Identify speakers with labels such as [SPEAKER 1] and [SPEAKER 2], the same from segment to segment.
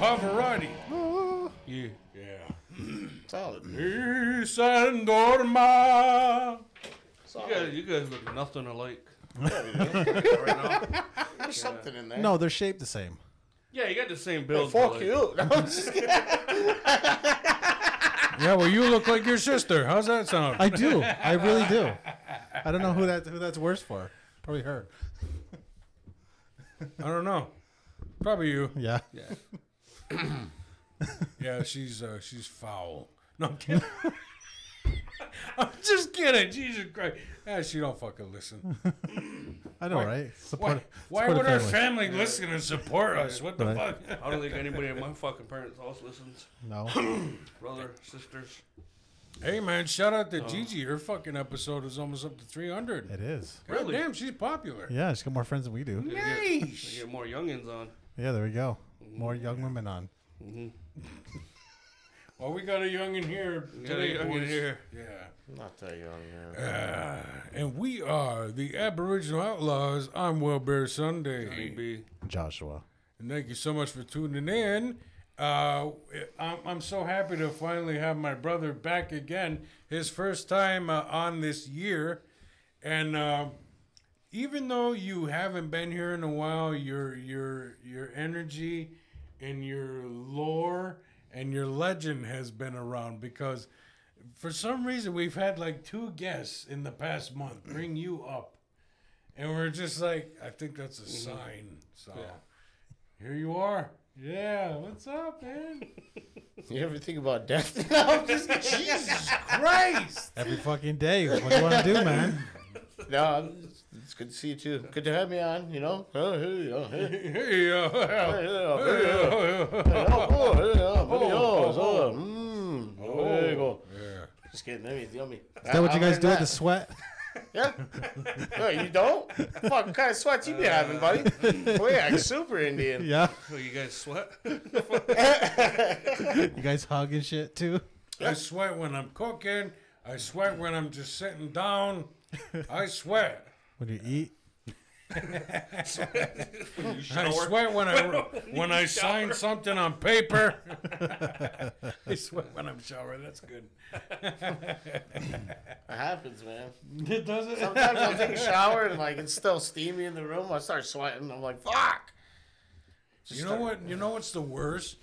[SPEAKER 1] Daddy. Yeah.
[SPEAKER 2] Solid.
[SPEAKER 1] East and Dorma. You
[SPEAKER 2] Solid.
[SPEAKER 1] guys, you guys look nothing alike.
[SPEAKER 2] There's something in there.
[SPEAKER 3] No, they're shaped the same.
[SPEAKER 1] Yeah, you got the same build.
[SPEAKER 2] Fuck
[SPEAKER 1] but, like,
[SPEAKER 2] you. No, I'm just kidding.
[SPEAKER 4] Yeah, well, you look like your sister. How's that sound?
[SPEAKER 3] I do. I really do. I don't know who that who that's worse for. Probably her.
[SPEAKER 4] I don't know. Probably you.
[SPEAKER 3] Yeah.
[SPEAKER 1] Yeah.
[SPEAKER 4] Yeah, she's uh, she's foul. No, I'm kidding. I'm just kidding. Jesus Christ. Yeah, she don't fucking listen.
[SPEAKER 3] I know, right? Support.
[SPEAKER 4] Why, why
[SPEAKER 3] support
[SPEAKER 4] would
[SPEAKER 3] a
[SPEAKER 4] our
[SPEAKER 3] family.
[SPEAKER 4] family listen and support us? What the
[SPEAKER 3] Right.
[SPEAKER 4] fuck?
[SPEAKER 1] I don't think anybody at my fucking parents' house listens.
[SPEAKER 3] No.
[SPEAKER 1] Brother, sisters.
[SPEAKER 4] Hey, man, shout out
[SPEAKER 1] Oh.
[SPEAKER 4] to Gigi. Her fucking episode is almost up to 300.
[SPEAKER 3] It is.
[SPEAKER 4] God
[SPEAKER 1] Really?
[SPEAKER 4] damn, she's popular.
[SPEAKER 3] Yeah, she's got more friends than we do.
[SPEAKER 1] They get- they Get, more youngins on.
[SPEAKER 3] Yeah, there we go. More young women on.
[SPEAKER 4] Well, we got a young in here
[SPEAKER 1] got a
[SPEAKER 4] today,
[SPEAKER 1] youngin'
[SPEAKER 4] boys.
[SPEAKER 1] here.
[SPEAKER 4] Yeah.
[SPEAKER 2] Not that young, man.
[SPEAKER 4] And we are the Aboriginal Outlaws. I'm Will Bear Sunday.
[SPEAKER 1] Maybe.
[SPEAKER 3] Joshua.
[SPEAKER 4] And thank you so much for tuning in. Uh, I'm, I'm so happy to finally have my brother back again. His first time uh, on this year, and uh, even though you haven't been here in a while, your your your energy and your lore and your legend has been around because for some reason we've had like two guests in the past month bring you up, and we're just like, I think that's a sign. So. Here you are. Yeah, what's up, man?
[SPEAKER 2] You ever think about death? No, I'm just Jesus.
[SPEAKER 4] Christ!
[SPEAKER 3] Every fucking day. What do you want to do, man?
[SPEAKER 2] No, I'm just- it's good to see you too. Good to have me on. You know. Oh, hey, oh, hey,
[SPEAKER 4] Hey, uh,
[SPEAKER 2] hey,
[SPEAKER 4] well,
[SPEAKER 2] oh,
[SPEAKER 4] hey,
[SPEAKER 2] hey, oh,
[SPEAKER 4] uh,
[SPEAKER 2] hey, oh, hey, oh, videos,
[SPEAKER 4] oh,
[SPEAKER 2] oh, mm, there you go.
[SPEAKER 4] yeah.
[SPEAKER 2] Just kidding. That means yummy.
[SPEAKER 3] Is that what you guys do at the sweat?
[SPEAKER 2] Yeah. No, you don't. Fuck, what kind of sweats you be having, buddy? Boy, you act super Indian.
[SPEAKER 3] Yeah.
[SPEAKER 1] So you guys sweat?
[SPEAKER 3] You guys hug and shit too?
[SPEAKER 4] I sweat when I'm cooking. I sweat when I'm just sitting down. I sweat.
[SPEAKER 3] When you eat?
[SPEAKER 1] you
[SPEAKER 4] I
[SPEAKER 1] shower?
[SPEAKER 4] sweat when I when I sign something on paper. I sweat when I'm showering. That's good.
[SPEAKER 2] It happens, man.
[SPEAKER 4] It doesn't.
[SPEAKER 2] Sometimes I'll take a shower and like it's still steamy in the room. I start sweating. I'm like, fuck. Just
[SPEAKER 4] You know
[SPEAKER 2] start-
[SPEAKER 4] what? You know what's the worst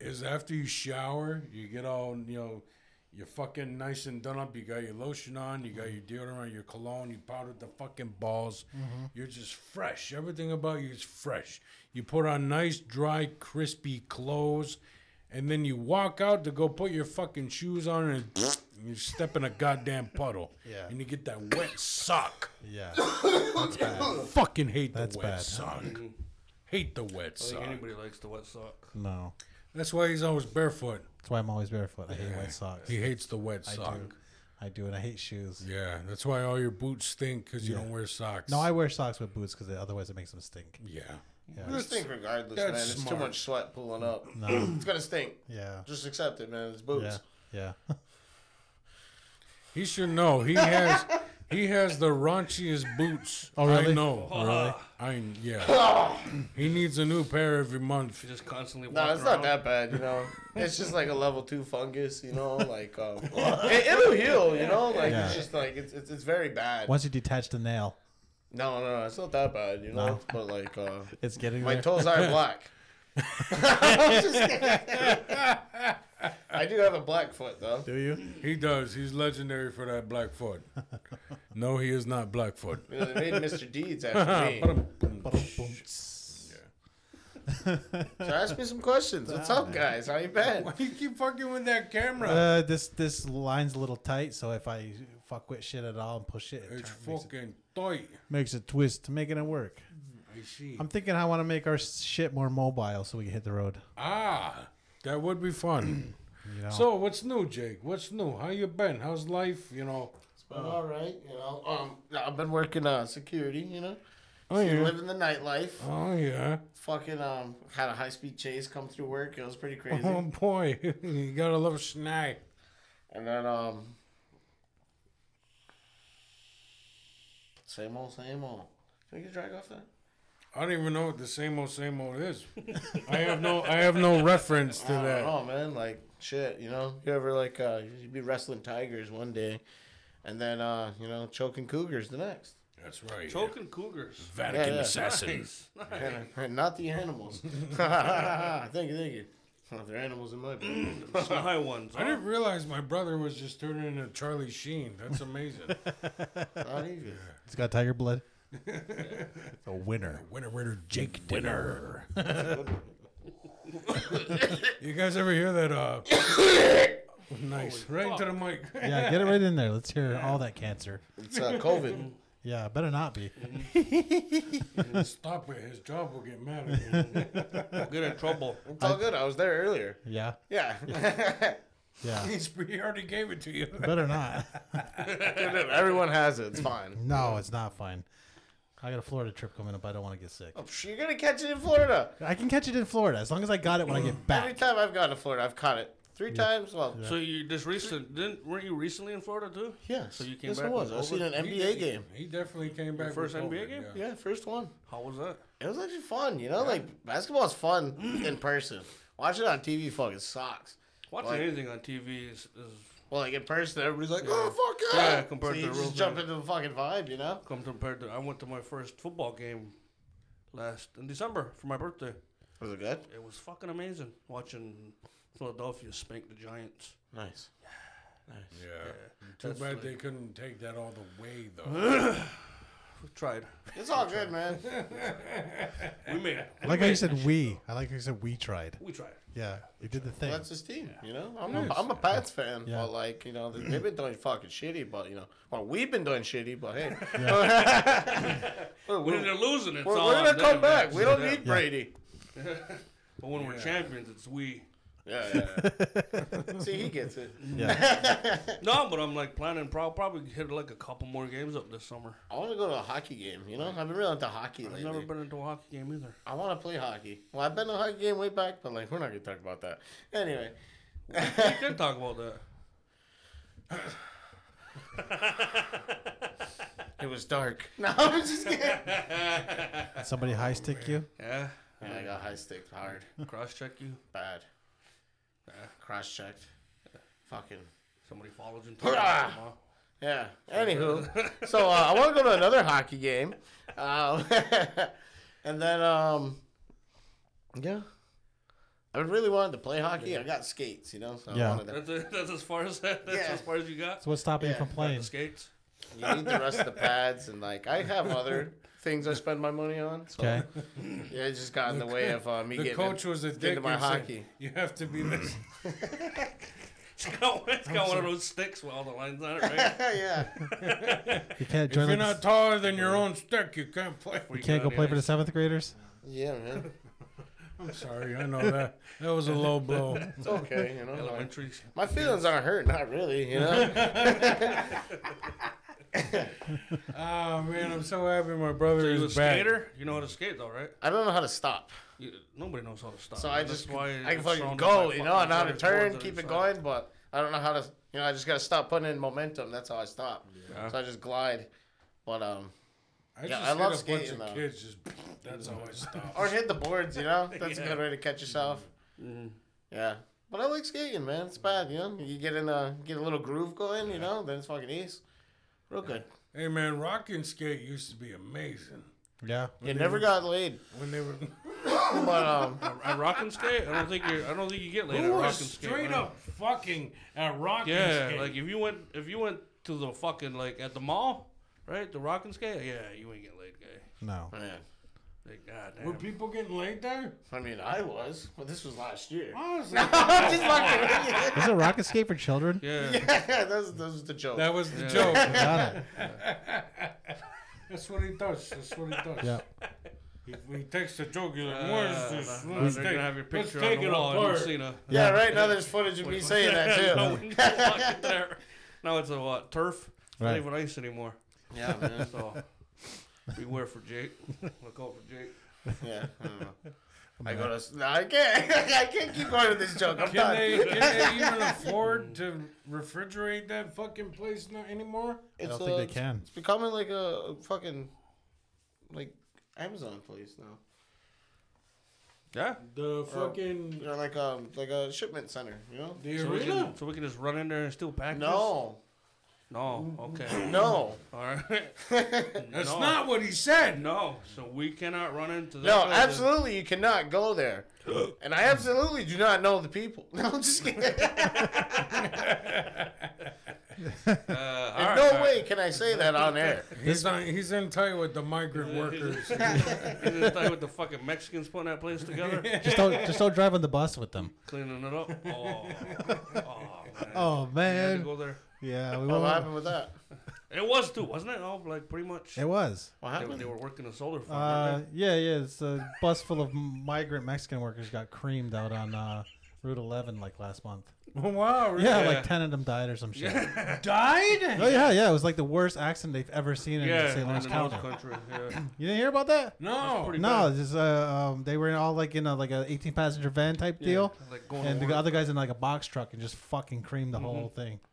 [SPEAKER 4] is after you shower, you get all you know, you're fucking nice and done up. You got your lotion on, you got your deodorant, your cologne, you powdered the fucking balls.
[SPEAKER 3] Mm-hmm.
[SPEAKER 4] You're just fresh. Everything about you is fresh. You put on nice, dry, crispy clothes, and then you walk out to go put your fucking shoes on, and you step in a goddamn puddle.
[SPEAKER 3] Yeah.
[SPEAKER 4] And you get that wet sock.
[SPEAKER 3] Yeah.
[SPEAKER 4] Fucking hate
[SPEAKER 3] That's
[SPEAKER 4] the wet
[SPEAKER 3] bad. Mm-hmm. Oh,
[SPEAKER 4] sock. Hate the wet
[SPEAKER 1] I think
[SPEAKER 4] sock.
[SPEAKER 1] anybody likes the wet sock.
[SPEAKER 3] No.
[SPEAKER 4] That's why he's always barefoot.
[SPEAKER 3] That's why I'm always barefoot. I hate wet socks.
[SPEAKER 4] He hates the wet
[SPEAKER 3] I
[SPEAKER 4] sock.
[SPEAKER 3] do. I do, and I hate shoes.
[SPEAKER 4] Yeah, that's why all your boots stink because you don't wear socks.
[SPEAKER 3] No, I wear socks with boots because otherwise it makes them stink.
[SPEAKER 4] Yeah.
[SPEAKER 2] I just think regardless,
[SPEAKER 4] That's
[SPEAKER 2] man. It's
[SPEAKER 4] smart.
[SPEAKER 2] too much sweat pulling up. it's gonna stink.
[SPEAKER 3] Yeah.
[SPEAKER 2] Just accept it, man. It's boots.
[SPEAKER 3] Yeah. Yeah.
[SPEAKER 4] He should know. He has he has the raunchiest boots.
[SPEAKER 3] Oh, really?
[SPEAKER 4] I know.
[SPEAKER 3] Really?
[SPEAKER 4] I yeah. he needs a new pair every month.
[SPEAKER 1] You just constantly walk
[SPEAKER 2] No, it's
[SPEAKER 1] around.
[SPEAKER 2] not that bad, you know. It's just like a level two fungus, you know. Like um, it, it'll heal, you know. Like
[SPEAKER 3] Yeah.
[SPEAKER 2] it's just like it's it's, it's very bad.
[SPEAKER 3] Once you detach the nail,
[SPEAKER 2] No, no, no, it's not that bad, you know.
[SPEAKER 3] No.
[SPEAKER 2] But like uh,
[SPEAKER 3] it's getting
[SPEAKER 2] my
[SPEAKER 3] there.
[SPEAKER 2] toes are black. I'm just kidding. I do have a black foot though.
[SPEAKER 3] do you?
[SPEAKER 4] He does. He's legendary for that Blackfoot. no, he is not Blackfoot.
[SPEAKER 2] You know, they made Mr. Deeds
[SPEAKER 4] Uh-huh.
[SPEAKER 2] after me.
[SPEAKER 4] uh,
[SPEAKER 2] So ask me some questions. What's up, guys? How you been?
[SPEAKER 4] Why do you keep fucking with that camera?
[SPEAKER 3] Uh, this this line's a little tight, so if I fuck with shit at all and push it, it
[SPEAKER 4] it's
[SPEAKER 3] turn- makes, it
[SPEAKER 4] fucking tight.
[SPEAKER 3] makes a twist to making it work.
[SPEAKER 4] I see.
[SPEAKER 3] I'm thinking I want to make our shit more mobile so we can hit the road.
[SPEAKER 4] Ah, that would be fun.
[SPEAKER 3] You know?
[SPEAKER 4] So what's new, Jake? What's new? How you been? How's life? You know. uh,
[SPEAKER 2] But all right, you know. Um, I've been working uh security, you know.
[SPEAKER 4] Oh
[SPEAKER 2] So you're
[SPEAKER 4] yeah.
[SPEAKER 2] living the nightlife.
[SPEAKER 4] Oh yeah.
[SPEAKER 2] Fucking um, had a high speed chase come through work. It was pretty crazy.
[SPEAKER 4] Oh boy, you gotta love snack.
[SPEAKER 2] And then um, same old, same old. Can we get a drag off that?
[SPEAKER 4] I don't even know what the same old same old is. I have no I have no reference to
[SPEAKER 2] I
[SPEAKER 4] that.
[SPEAKER 2] don't know, man. Like shit, you know. You ever like uh you'd be wrestling tigers one day, and then uh you know choking cougars the next.
[SPEAKER 4] That's right.
[SPEAKER 1] Choking cougars.
[SPEAKER 4] Vatican
[SPEAKER 2] Yeah, yeah.
[SPEAKER 4] assassin.
[SPEAKER 1] Nice. nice.
[SPEAKER 2] Not the animals. thank you, thank you. Well, they're animals in my book.
[SPEAKER 1] Some high ones.
[SPEAKER 4] I
[SPEAKER 1] huh?
[SPEAKER 4] didn't realize my brother was just turning into Charlie Sheen. That's amazing.
[SPEAKER 2] Not even.
[SPEAKER 3] It's got tiger blood. It's a winner.
[SPEAKER 4] winner, winner, Jake dinner. you guys ever hear that? Uh, nice, right into the mic.
[SPEAKER 3] Yeah, get it right in there. Let's hear all that cancer.
[SPEAKER 2] It's uh, COVID.
[SPEAKER 3] Yeah, better not be.
[SPEAKER 4] Stop it. His job will get mad at me.
[SPEAKER 1] We'll get in trouble.
[SPEAKER 2] It's all good. I was there earlier.
[SPEAKER 3] Yeah,
[SPEAKER 2] Yeah.
[SPEAKER 3] yeah,
[SPEAKER 4] He's- he already gave it to you.
[SPEAKER 3] better not.
[SPEAKER 2] Everyone has it. It's fine.
[SPEAKER 3] No, it's not fine. I got a Florida trip coming up. I don't want to get sick.
[SPEAKER 2] Oh, psh, You're gonna catch it in Florida.
[SPEAKER 3] I can catch it in Florida as long as I got it when I get
[SPEAKER 2] Every
[SPEAKER 3] back.
[SPEAKER 2] time I've gone to Florida, I've caught it three times. Well,
[SPEAKER 1] So you just recent didn't weren't you recently in Florida too?
[SPEAKER 2] yes.
[SPEAKER 1] So you came
[SPEAKER 2] yes,
[SPEAKER 1] back
[SPEAKER 2] I was.
[SPEAKER 1] with
[SPEAKER 2] I seen an
[SPEAKER 1] COVID?
[SPEAKER 4] He
[SPEAKER 2] NBA
[SPEAKER 4] did-
[SPEAKER 2] game.
[SPEAKER 4] He definitely came back.
[SPEAKER 1] first
[SPEAKER 4] with
[SPEAKER 1] NBA
[SPEAKER 4] COVID,
[SPEAKER 1] game?
[SPEAKER 2] Yeah, first one.
[SPEAKER 1] How was that?
[SPEAKER 2] It was actually fun, you know. Like basketball's fun in person. Watching it on TV fucking sucks.
[SPEAKER 1] Watching
[SPEAKER 2] Like-
[SPEAKER 1] anything on TV is, is
[SPEAKER 2] Well, like in person, everybody's like, "Oh fuck yeah!"
[SPEAKER 1] Yeah, compared
[SPEAKER 2] so
[SPEAKER 1] to
[SPEAKER 2] you
[SPEAKER 1] the real
[SPEAKER 2] just jump
[SPEAKER 1] thing.
[SPEAKER 2] into the fucking vibe, you know.
[SPEAKER 1] come compared to. I went to my first football game last in December for my birthday.
[SPEAKER 2] Was it good?
[SPEAKER 1] It was fucking amazing watching Philadelphia spank the Giants.
[SPEAKER 2] Nice.
[SPEAKER 4] Yeah. Too
[SPEAKER 1] That's
[SPEAKER 4] bad
[SPEAKER 1] like-
[SPEAKER 4] they couldn't take that all the way though.
[SPEAKER 1] We tried.
[SPEAKER 2] It's all good, man.
[SPEAKER 1] We made it.
[SPEAKER 3] Like I said, we. I like I said, we tried.
[SPEAKER 1] We tried.
[SPEAKER 3] Yeah, we did the thing.
[SPEAKER 2] That's his team, you know. I'm a, I'm a Pats fan,
[SPEAKER 3] Yeah.
[SPEAKER 2] but like you know, they- they've been doing fucking shitty. But you know, well, we've been doing shitty. But hey, we're,
[SPEAKER 1] When
[SPEAKER 2] we're,
[SPEAKER 1] they're losing, it's
[SPEAKER 2] we're
[SPEAKER 1] all on
[SPEAKER 2] gonna
[SPEAKER 1] them.
[SPEAKER 2] come back. We
[SPEAKER 1] That's
[SPEAKER 2] don't
[SPEAKER 1] it.
[SPEAKER 2] need Brady.
[SPEAKER 1] But when we're
[SPEAKER 4] Yeah.
[SPEAKER 1] champions, it's we.
[SPEAKER 2] Yeah, yeah. yeah. See, he gets it.
[SPEAKER 3] Yeah,
[SPEAKER 1] No, but I'm like planning prob- probably hit like a couple more games up this summer.
[SPEAKER 2] I want to go to a hockey game. You know, I've been really into hockey
[SPEAKER 1] I've
[SPEAKER 2] lately.
[SPEAKER 1] never been into a hockey game either.
[SPEAKER 2] I want to play hockey. Well, I've been to a hockey game way back, but like we're not gonna talk about that. Anyway,
[SPEAKER 1] We can talk about that.
[SPEAKER 2] it was dark. No, I'm just kidding.
[SPEAKER 3] somebody high stick you.
[SPEAKER 1] Yeah.
[SPEAKER 2] Yeah, I got high stakes hard,
[SPEAKER 1] Cross check you.
[SPEAKER 2] bad. Uh, Cross checked. Fucking
[SPEAKER 1] Somebody follows into
[SPEAKER 2] Hurrah! yeah. Anywho, so uh, I want to go to another hockey game, um, and then um, yeah, I really wanted to play hockey. I got skates, you know, so
[SPEAKER 3] Yeah.
[SPEAKER 2] I wanted to
[SPEAKER 1] That's, it, that's as far as that. That's
[SPEAKER 2] Yeah.
[SPEAKER 1] as far as you got.
[SPEAKER 3] So what's stopping
[SPEAKER 2] Yeah,
[SPEAKER 3] you from playing?
[SPEAKER 1] The skates.
[SPEAKER 2] You need the rest of the pads and like I have other things I spend my money on. So
[SPEAKER 3] Okay.
[SPEAKER 2] yeah, it just got in the way of uh, me
[SPEAKER 4] The
[SPEAKER 2] getting
[SPEAKER 4] coach
[SPEAKER 2] in-
[SPEAKER 4] was a
[SPEAKER 2] getting
[SPEAKER 4] dick.
[SPEAKER 2] to my
[SPEAKER 4] and said,
[SPEAKER 2] hockey.
[SPEAKER 4] You have to be this.
[SPEAKER 1] It's got, it's got one of those sticks with all the lines on it, right?
[SPEAKER 2] yeah.
[SPEAKER 3] You can't
[SPEAKER 4] if
[SPEAKER 3] join.
[SPEAKER 4] you're
[SPEAKER 3] Like,
[SPEAKER 4] not taller than your own stick, you can't play.
[SPEAKER 1] Before
[SPEAKER 3] you can't
[SPEAKER 1] get
[SPEAKER 3] go
[SPEAKER 1] on
[SPEAKER 3] play for the
[SPEAKER 1] ice.
[SPEAKER 3] seventh graders.
[SPEAKER 2] Yeah, man.
[SPEAKER 4] I'm sorry, I know that. That was a low blow.
[SPEAKER 2] It's okay, you know. like,
[SPEAKER 1] elementary.
[SPEAKER 2] my feelings aren't hurt, not really, you know.
[SPEAKER 4] Oh man, I'm so happy my brother
[SPEAKER 1] So you a
[SPEAKER 4] is back.
[SPEAKER 1] skater? You know how to skate though, right?
[SPEAKER 2] I don't know how to stop.
[SPEAKER 1] You, nobody knows how to stop.
[SPEAKER 2] So I
[SPEAKER 1] That's
[SPEAKER 2] just
[SPEAKER 1] why
[SPEAKER 2] I can
[SPEAKER 1] it's
[SPEAKER 2] fucking
[SPEAKER 1] surrounded
[SPEAKER 2] go,
[SPEAKER 1] by
[SPEAKER 2] you know, I know how to
[SPEAKER 1] fucking boards
[SPEAKER 2] turn,
[SPEAKER 1] on
[SPEAKER 2] keep
[SPEAKER 1] each
[SPEAKER 2] it
[SPEAKER 1] side.
[SPEAKER 2] going, but I don't know how to you know, I just gotta stop putting in momentum. That's how I stop.
[SPEAKER 1] Yeah.
[SPEAKER 2] So I just glide. But um
[SPEAKER 4] I
[SPEAKER 2] Yeah,
[SPEAKER 4] just
[SPEAKER 2] I love
[SPEAKER 4] hit a bunch
[SPEAKER 2] skating,
[SPEAKER 4] of
[SPEAKER 2] though.
[SPEAKER 4] kids. Just that's how I stop.
[SPEAKER 2] or hit the boards, you know? That's
[SPEAKER 1] Yeah.
[SPEAKER 2] a good way to catch yourself.
[SPEAKER 1] Mhm.
[SPEAKER 2] Yeah. But I like skating, man. It's bad, you know? You get in a get a little groove going, you know, then it's fucking ace. Real good.
[SPEAKER 4] Hey man, rock and skate used to be amazing
[SPEAKER 3] Yeah.
[SPEAKER 2] You never got laid.
[SPEAKER 4] when they were.
[SPEAKER 2] But um
[SPEAKER 1] At rock and skate, I don't think you. I don't think you get laid at
[SPEAKER 4] Who
[SPEAKER 1] rock and
[SPEAKER 4] was
[SPEAKER 1] skate.
[SPEAKER 4] straight
[SPEAKER 1] right?
[SPEAKER 4] up fucking at rock and
[SPEAKER 1] Yeah,
[SPEAKER 4] skate?
[SPEAKER 1] like if you went, if you went to the fucking like at the mall, right? The rock and skate. Yeah, you ain't get laid, guy.
[SPEAKER 3] No.
[SPEAKER 2] man,
[SPEAKER 1] Like, God
[SPEAKER 4] were
[SPEAKER 1] damn.
[SPEAKER 4] people getting laid there?
[SPEAKER 2] I mean I was, but this was last year.
[SPEAKER 4] Honestly,
[SPEAKER 2] I'm just fucking
[SPEAKER 3] Is it rock escape for children?
[SPEAKER 1] yeah.
[SPEAKER 2] Yeah, that's that's the joke.
[SPEAKER 4] that was the
[SPEAKER 1] Yeah.
[SPEAKER 4] joke.
[SPEAKER 3] Got it.
[SPEAKER 4] That's what he does. That's what he does.
[SPEAKER 3] Yeah.
[SPEAKER 4] He, he takes the joke. He's like,
[SPEAKER 1] Uh,
[SPEAKER 4] "Where's this?
[SPEAKER 1] no,
[SPEAKER 4] Let's
[SPEAKER 1] they're gonna
[SPEAKER 4] take-
[SPEAKER 1] have your
[SPEAKER 4] let's
[SPEAKER 1] picture
[SPEAKER 4] take
[SPEAKER 1] on the
[SPEAKER 4] it
[SPEAKER 1] wall.
[SPEAKER 4] apart."
[SPEAKER 1] You've seen a
[SPEAKER 2] yeah, right now there's footage of me saying that
[SPEAKER 1] no,
[SPEAKER 2] too.
[SPEAKER 1] we can't fuck it there. Now it's a what turf? It's
[SPEAKER 3] Right.
[SPEAKER 1] not even ice anymore.
[SPEAKER 2] Yeah, man.
[SPEAKER 1] So beware for Jake. Look out for Jake.
[SPEAKER 2] Yeah. I don't know. I go to no, I can't I can't keep going with this joke. I'm
[SPEAKER 4] Can
[SPEAKER 2] done.
[SPEAKER 4] they, can they even afford to refrigerate that fucking place no- anymore?
[SPEAKER 3] I
[SPEAKER 2] It's,
[SPEAKER 3] don't think
[SPEAKER 2] uh,
[SPEAKER 3] they can.
[SPEAKER 2] It's becoming like a fucking like Amazon place now.
[SPEAKER 1] Yeah.
[SPEAKER 4] The fucking
[SPEAKER 2] They're like a like a shipment center, you know.
[SPEAKER 4] the
[SPEAKER 1] So we,
[SPEAKER 4] arena.
[SPEAKER 1] can, so we can just run in there and steal packages?
[SPEAKER 2] No,
[SPEAKER 1] No. Okay.
[SPEAKER 2] no,
[SPEAKER 1] All right.
[SPEAKER 4] That's
[SPEAKER 1] no.
[SPEAKER 4] not what he said.
[SPEAKER 1] No. So we cannot run into that.
[SPEAKER 2] no!
[SPEAKER 1] building.
[SPEAKER 2] Absolutely, you cannot go there. And I absolutely do not know the people. No, I'm just kidding.
[SPEAKER 1] Uh, all
[SPEAKER 2] In
[SPEAKER 1] right,
[SPEAKER 2] no
[SPEAKER 1] all right.
[SPEAKER 2] way can I say that on air.
[SPEAKER 4] He's on, he's in tight with the migrant workers.
[SPEAKER 1] Is this thing with the fucking Mexicans putting that place together,
[SPEAKER 3] Just don't, just don't drive on the bus with them.
[SPEAKER 1] cleaning it up. Oh, oh man.
[SPEAKER 3] Oh
[SPEAKER 1] I had to
[SPEAKER 3] man,
[SPEAKER 1] go there.
[SPEAKER 3] yeah, we
[SPEAKER 2] What
[SPEAKER 3] won't.
[SPEAKER 2] happened with that?
[SPEAKER 1] It was too, wasn't it? Oh, like pretty much.
[SPEAKER 3] It was.
[SPEAKER 2] What
[SPEAKER 1] They, were- they
[SPEAKER 2] happened?
[SPEAKER 1] were working a solar farm.
[SPEAKER 3] Uh,
[SPEAKER 1] weren't
[SPEAKER 3] yeah, yeah. It's a bus full of migrant Mexican workers got creamed out on uh, Route 11 like last month.
[SPEAKER 4] wow. Really?
[SPEAKER 3] Yeah,
[SPEAKER 1] Yeah.
[SPEAKER 3] like ten of them died or some shit.
[SPEAKER 4] Died?
[SPEAKER 3] Oh yeah, yeah. It was like the worst accident they've ever seen
[SPEAKER 1] they?
[SPEAKER 3] in
[SPEAKER 1] yeah,
[SPEAKER 3] St. Louis
[SPEAKER 1] in the North
[SPEAKER 3] County.
[SPEAKER 1] country. Yeah.
[SPEAKER 3] You didn't hear about that?
[SPEAKER 4] No.
[SPEAKER 1] Pretty
[SPEAKER 3] No,
[SPEAKER 1] bad.
[SPEAKER 3] it's just, uh, um, they were all like in a like a 18 passenger van type deal,
[SPEAKER 1] Like going
[SPEAKER 3] and
[SPEAKER 1] to
[SPEAKER 3] the
[SPEAKER 1] work.
[SPEAKER 3] other guys in like a box truck and just fucking creamed the whole thing.
[SPEAKER 1] Mm-hmm.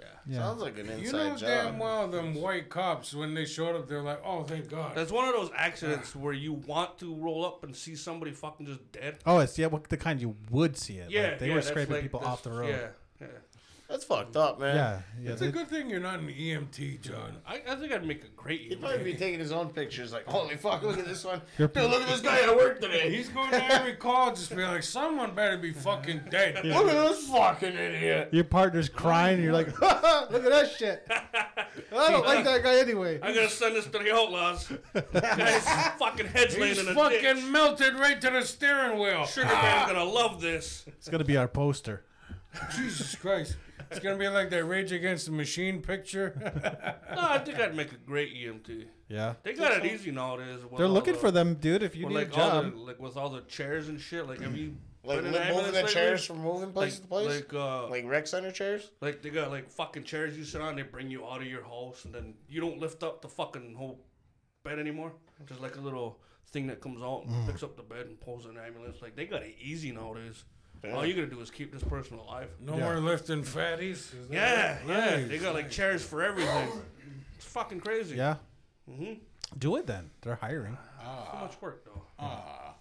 [SPEAKER 1] Yeah.
[SPEAKER 3] Yeah.
[SPEAKER 2] Sounds like an inside
[SPEAKER 4] You know
[SPEAKER 2] job.
[SPEAKER 4] damn well them white cops when they showed up, they're like, "Oh, thank God."
[SPEAKER 1] That's one of those accidents where you want to roll up and see somebody fucking just dead.
[SPEAKER 3] Oh, it's yeah, what the kind you would see it.
[SPEAKER 1] Yeah,
[SPEAKER 3] like, they
[SPEAKER 1] yeah,
[SPEAKER 3] were
[SPEAKER 1] that's
[SPEAKER 3] scraping
[SPEAKER 1] like
[SPEAKER 3] people
[SPEAKER 1] this-
[SPEAKER 3] off the road.
[SPEAKER 1] Yeah, yeah.
[SPEAKER 2] That's fucked up, man.
[SPEAKER 3] yeah, yeah,
[SPEAKER 4] It's
[SPEAKER 3] they-
[SPEAKER 4] a good thing you're not an EMT, John.
[SPEAKER 1] I, I think I'd make a great.
[SPEAKER 2] He'd probably be taking his own pictures, like, holy fuck, look at this one.
[SPEAKER 3] Your-
[SPEAKER 2] Dude, look at this guy at work today.
[SPEAKER 4] He's going to every call, just be like, "Someone better be fucking dead."
[SPEAKER 2] Look at this fucking idiot.
[SPEAKER 3] Your partner's crying, and you're like, look at that shit. I don't like that guy anyway.
[SPEAKER 1] I'm gonna send this to the outlaws. Guys, fucking heads laying
[SPEAKER 4] He's
[SPEAKER 1] in a
[SPEAKER 4] fucking
[SPEAKER 1] ditch.
[SPEAKER 4] melted right to the steering wheel.
[SPEAKER 1] Sugar Man's gonna love this.
[SPEAKER 3] It's gonna be our poster.
[SPEAKER 4] Jesus Christ. It's gonna be like that Rage Against the Machine picture.
[SPEAKER 1] No, I think I'd make a great EMT.
[SPEAKER 3] Yeah,
[SPEAKER 1] They got it easy nowadays. with
[SPEAKER 3] they're
[SPEAKER 1] all
[SPEAKER 3] looking
[SPEAKER 1] the-
[SPEAKER 3] for them, dude. If you
[SPEAKER 1] with
[SPEAKER 3] need a
[SPEAKER 1] like all
[SPEAKER 3] job,
[SPEAKER 1] the like with all the chairs and shit. Like have you
[SPEAKER 2] Like,
[SPEAKER 1] been in
[SPEAKER 2] li-
[SPEAKER 1] an
[SPEAKER 2] moving the
[SPEAKER 1] ambulance
[SPEAKER 2] chairs
[SPEAKER 1] lately?
[SPEAKER 2] from moving place to place? Like,
[SPEAKER 1] Like uh, like,
[SPEAKER 2] rec center chairs?
[SPEAKER 1] they got like fucking chairs you sit on. They bring you out of your house and then you don't lift up the fucking whole bed anymore. Just like a little thing that comes out and picks up the bed and pulls an ambulance. Like they got it easy nowadays. All you gotta do is keep this person alive.
[SPEAKER 4] No
[SPEAKER 3] Yeah.
[SPEAKER 4] more lifting fatties. Is that
[SPEAKER 1] Yeah,
[SPEAKER 4] right?
[SPEAKER 1] yeah.
[SPEAKER 4] Nice.
[SPEAKER 1] They got like chairs for everything. It's fucking crazy.
[SPEAKER 3] yeah,
[SPEAKER 1] Mhm.
[SPEAKER 3] do it then. They're hiring.
[SPEAKER 1] So much work though.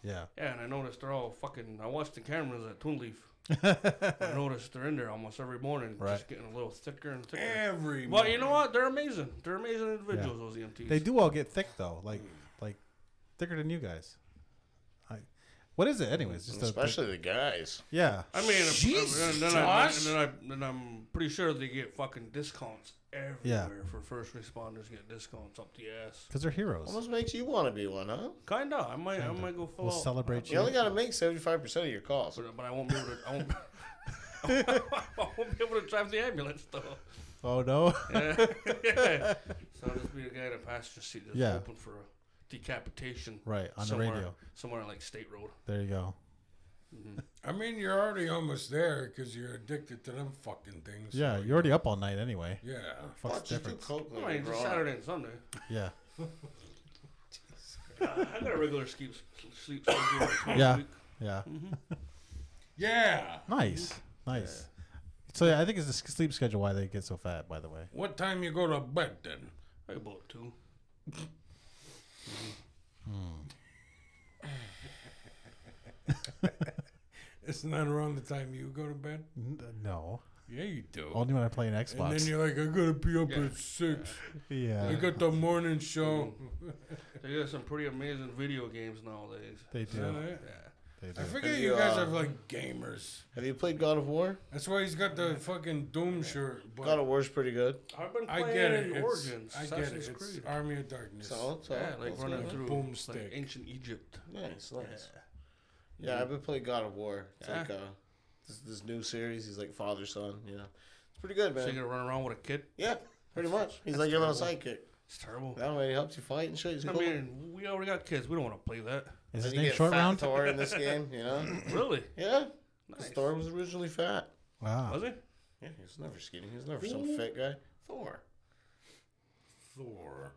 [SPEAKER 3] Yeah.
[SPEAKER 1] Yeah, and I noticed they're all fucking. I watch the cameras at Twin Leaf. I noticed they're in there almost every morning,
[SPEAKER 3] Right.
[SPEAKER 1] just getting a little thicker and thicker.
[SPEAKER 4] every.
[SPEAKER 1] Well, you know what? They're amazing. They're amazing individuals. Those E EMTs.
[SPEAKER 3] They do all get thick though, like like thicker than you guys. I, what is it, anyways? Just a,
[SPEAKER 2] Especially the guys.
[SPEAKER 3] yeah,
[SPEAKER 1] I mean, if-
[SPEAKER 4] Jesus,
[SPEAKER 1] and then, I,
[SPEAKER 4] Josh.
[SPEAKER 1] and then I and I'm pretty sure they get fucking discounts everywhere for first responders. Get discounts up the ass.
[SPEAKER 3] because they're heroes.
[SPEAKER 2] Almost makes you want to be one, huh?
[SPEAKER 1] Kinda. I might. I might go full.
[SPEAKER 3] We'll
[SPEAKER 1] out.
[SPEAKER 3] celebrate
[SPEAKER 2] You
[SPEAKER 3] you.
[SPEAKER 2] only got to make 75% of your calls.
[SPEAKER 1] But, but I won't be able to. I won't, I won't be able to drive the ambulance though.
[SPEAKER 3] Oh no,
[SPEAKER 1] yeah. So I'll just be the guy in a passenger seat that's
[SPEAKER 3] Yeah.
[SPEAKER 1] hoping for a decapitation.
[SPEAKER 3] right on the
[SPEAKER 1] somewhere,
[SPEAKER 3] radio.
[SPEAKER 1] Somewhere like State Road.
[SPEAKER 3] There you go.
[SPEAKER 4] I mean, you're already almost there because you're addicted to them fucking things.
[SPEAKER 3] Yeah, you're already up all night anyway.
[SPEAKER 4] Yeah.
[SPEAKER 3] Fuck's
[SPEAKER 2] Fuck, you do
[SPEAKER 3] difference?
[SPEAKER 2] coke
[SPEAKER 1] No,
[SPEAKER 2] when
[SPEAKER 1] I
[SPEAKER 2] you're
[SPEAKER 1] mean,
[SPEAKER 2] grown
[SPEAKER 1] just
[SPEAKER 2] up.
[SPEAKER 1] Saturday and Sunday.
[SPEAKER 3] Yeah,
[SPEAKER 1] I got a regular sleep sleep schedule twice
[SPEAKER 3] Yeah.
[SPEAKER 1] a week.
[SPEAKER 3] yeah.
[SPEAKER 4] Yeah.
[SPEAKER 3] Nice, nice. So yeah, I think it's the s- sleep schedule why they get so fat. By the way,
[SPEAKER 4] What time you go to bed then?
[SPEAKER 1] Like about two.
[SPEAKER 4] It's not around the time you go to bed.
[SPEAKER 3] N- no,
[SPEAKER 4] Yeah, you do.
[SPEAKER 3] only when I play an
[SPEAKER 4] and then
[SPEAKER 3] Xbox.
[SPEAKER 4] you're like, I gotta be up
[SPEAKER 1] Yeah.
[SPEAKER 4] at six. I
[SPEAKER 3] Yeah,
[SPEAKER 4] got the morning show.
[SPEAKER 1] They got some pretty amazing video games nowadays.
[SPEAKER 3] they do.
[SPEAKER 4] Yeah.
[SPEAKER 3] They do.
[SPEAKER 4] I forget
[SPEAKER 2] Have
[SPEAKER 4] you
[SPEAKER 2] you,
[SPEAKER 4] guys
[SPEAKER 2] uh,
[SPEAKER 4] are like gamers.
[SPEAKER 2] Have you played God of War?
[SPEAKER 4] That's why he's got the fucking Doom shirt. But
[SPEAKER 2] God of War's pretty good.
[SPEAKER 1] I've been
[SPEAKER 4] I
[SPEAKER 1] playing
[SPEAKER 4] get it.
[SPEAKER 1] in
[SPEAKER 4] It's,
[SPEAKER 1] Origins.
[SPEAKER 4] I get
[SPEAKER 1] Assassin's
[SPEAKER 4] it. It's
[SPEAKER 1] Creed.
[SPEAKER 4] Army of Darkness.
[SPEAKER 2] So, so
[SPEAKER 1] yeah, like
[SPEAKER 2] that's
[SPEAKER 1] running
[SPEAKER 2] good.
[SPEAKER 1] through
[SPEAKER 4] Boomstick.
[SPEAKER 1] like ancient Egypt.
[SPEAKER 2] Nice, nice. Yeah, I've been playing God of War. It's
[SPEAKER 1] Yeah.
[SPEAKER 2] like uh, this, this new series. He's like father son. You know, it's pretty good,
[SPEAKER 1] So you're
[SPEAKER 2] man.
[SPEAKER 1] gonna run around with a kid?
[SPEAKER 2] Yeah, pretty much. He's like your little sidekick.
[SPEAKER 1] It's terrible.
[SPEAKER 2] That way he helps you fight and shit. He's
[SPEAKER 1] I
[SPEAKER 2] cool.
[SPEAKER 1] mean, we already got kids. We don't want to play that.
[SPEAKER 2] And
[SPEAKER 3] Is his
[SPEAKER 2] you
[SPEAKER 3] name
[SPEAKER 2] get
[SPEAKER 3] Short
[SPEAKER 2] fat
[SPEAKER 3] Round?
[SPEAKER 2] Thor in this game, you know?
[SPEAKER 1] Really?
[SPEAKER 2] Yeah.
[SPEAKER 1] Nice.
[SPEAKER 2] Thor was originally fat.
[SPEAKER 3] Wow.
[SPEAKER 1] Was it?
[SPEAKER 2] Yeah, he was never skinny. He was never some fit guy. Thor.
[SPEAKER 4] Thor.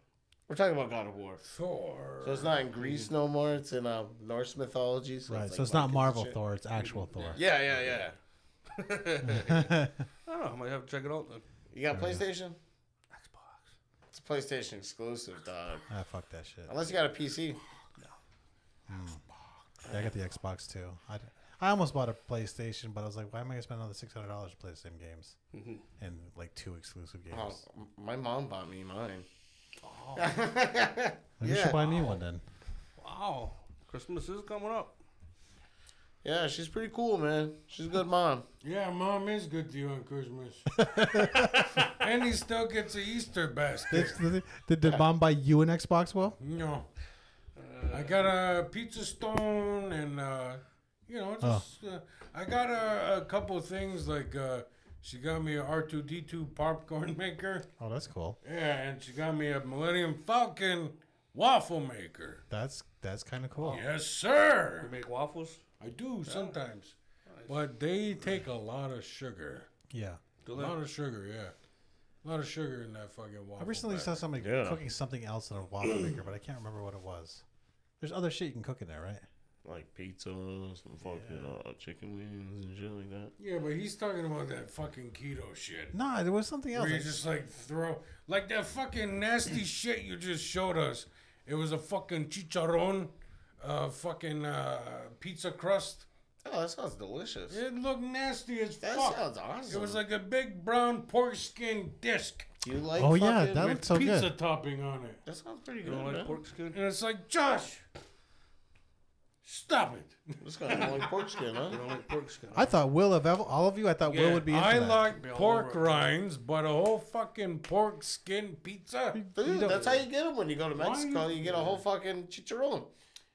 [SPEAKER 2] We're talking about God of War.
[SPEAKER 4] Thor.
[SPEAKER 2] So it's not in Greece no more. It's in uh, Norse mythology. So
[SPEAKER 3] Right.
[SPEAKER 2] it's
[SPEAKER 3] So
[SPEAKER 2] like
[SPEAKER 3] it's
[SPEAKER 2] Vikings
[SPEAKER 3] not
[SPEAKER 2] and
[SPEAKER 3] Marvel
[SPEAKER 2] shit.
[SPEAKER 3] Thor. It's actual Thor.
[SPEAKER 2] Yeah, yeah, yeah.
[SPEAKER 1] I don't know. Oh, I might have to check it out then.
[SPEAKER 2] You got PlayStation?
[SPEAKER 1] Xbox.
[SPEAKER 2] It's a PlayStation exclusive, dog.
[SPEAKER 3] Ah, fuck that shit.
[SPEAKER 2] Unless you got a PC.
[SPEAKER 3] Yeah, I got the Xbox too. I, d- I almost bought a PlayStation, but I was like, why am I gonna spend another six hundred dollars to play the same games and like two exclusive games?
[SPEAKER 2] Mm-hmm. Oh, m- my mom bought me mine.
[SPEAKER 3] Maybe you
[SPEAKER 2] yeah.
[SPEAKER 3] should buy me one then.
[SPEAKER 1] Wow. Christmas is coming up.
[SPEAKER 2] Yeah, she's pretty cool, man. She's a good mom.
[SPEAKER 4] Yeah, mom is good to you on Christmas. and he still gets a Easter basket.
[SPEAKER 3] Did, did, did mom buy you an Xbox? Well,
[SPEAKER 4] No.
[SPEAKER 1] Uh,
[SPEAKER 4] I got a pizza stone and, uh, you know,
[SPEAKER 3] Oh.
[SPEAKER 4] just. Uh, I got a, a couple things like uh, she got me a 2 d 2 popcorn maker.
[SPEAKER 3] oh, that's cool.
[SPEAKER 4] Yeah, and she got me a Millennium Falcon waffle maker.
[SPEAKER 3] That's that's kind of cool.
[SPEAKER 4] Yes, sir.
[SPEAKER 1] You make waffles?
[SPEAKER 4] I do sometimes.
[SPEAKER 1] Oh,
[SPEAKER 4] But they take a lot of sugar.
[SPEAKER 3] Yeah.
[SPEAKER 1] Do
[SPEAKER 4] A
[SPEAKER 1] they?
[SPEAKER 4] lot of sugar, yeah. A lot of sugar in that fucking waffle.
[SPEAKER 3] I recently
[SPEAKER 4] pack.
[SPEAKER 3] saw somebody
[SPEAKER 2] Yeah.
[SPEAKER 3] cooking something else in a waffle maker, but I can't remember what it was. There's other shit you can cook in there, right?
[SPEAKER 5] Like pizza, some fucking uh, chicken wings and shit like that.
[SPEAKER 4] Yeah, but he's talking about that fucking keto shit.
[SPEAKER 3] No, there was something else.
[SPEAKER 4] Where you
[SPEAKER 3] I-
[SPEAKER 4] just like throw like that fucking nasty shit you just showed us. It was a fucking chicharron, uh, fucking uh, pizza crust.
[SPEAKER 2] Oh, that sounds delicious.
[SPEAKER 4] It looked nasty as
[SPEAKER 2] That
[SPEAKER 4] fuck.
[SPEAKER 2] sounds awesome.
[SPEAKER 4] It was like a big brown pork skin disc
[SPEAKER 2] you like?
[SPEAKER 3] oh yeah,
[SPEAKER 2] fucking-
[SPEAKER 3] that
[SPEAKER 4] with
[SPEAKER 3] looks so
[SPEAKER 4] pizza
[SPEAKER 3] good.
[SPEAKER 4] topping on it.
[SPEAKER 2] that sounds pretty
[SPEAKER 1] You
[SPEAKER 2] good.
[SPEAKER 1] don't like
[SPEAKER 2] man.
[SPEAKER 1] pork skin?
[SPEAKER 4] And it's like, Josh, stop it.
[SPEAKER 2] This guy don't like pork skin, huh?
[SPEAKER 1] You don't like pork skin?
[SPEAKER 3] I thought Will of ev- all of you. I thought Will
[SPEAKER 4] Yeah,
[SPEAKER 3] would be. Into
[SPEAKER 4] I
[SPEAKER 3] that.
[SPEAKER 4] like
[SPEAKER 1] Be all
[SPEAKER 4] pork
[SPEAKER 1] over it.
[SPEAKER 4] rinds, but a whole fucking pork skin pizza.
[SPEAKER 2] Dude, that's how you get them when you go to
[SPEAKER 4] Why
[SPEAKER 2] Mexico.
[SPEAKER 4] you-
[SPEAKER 2] You get a whole fucking chicharron.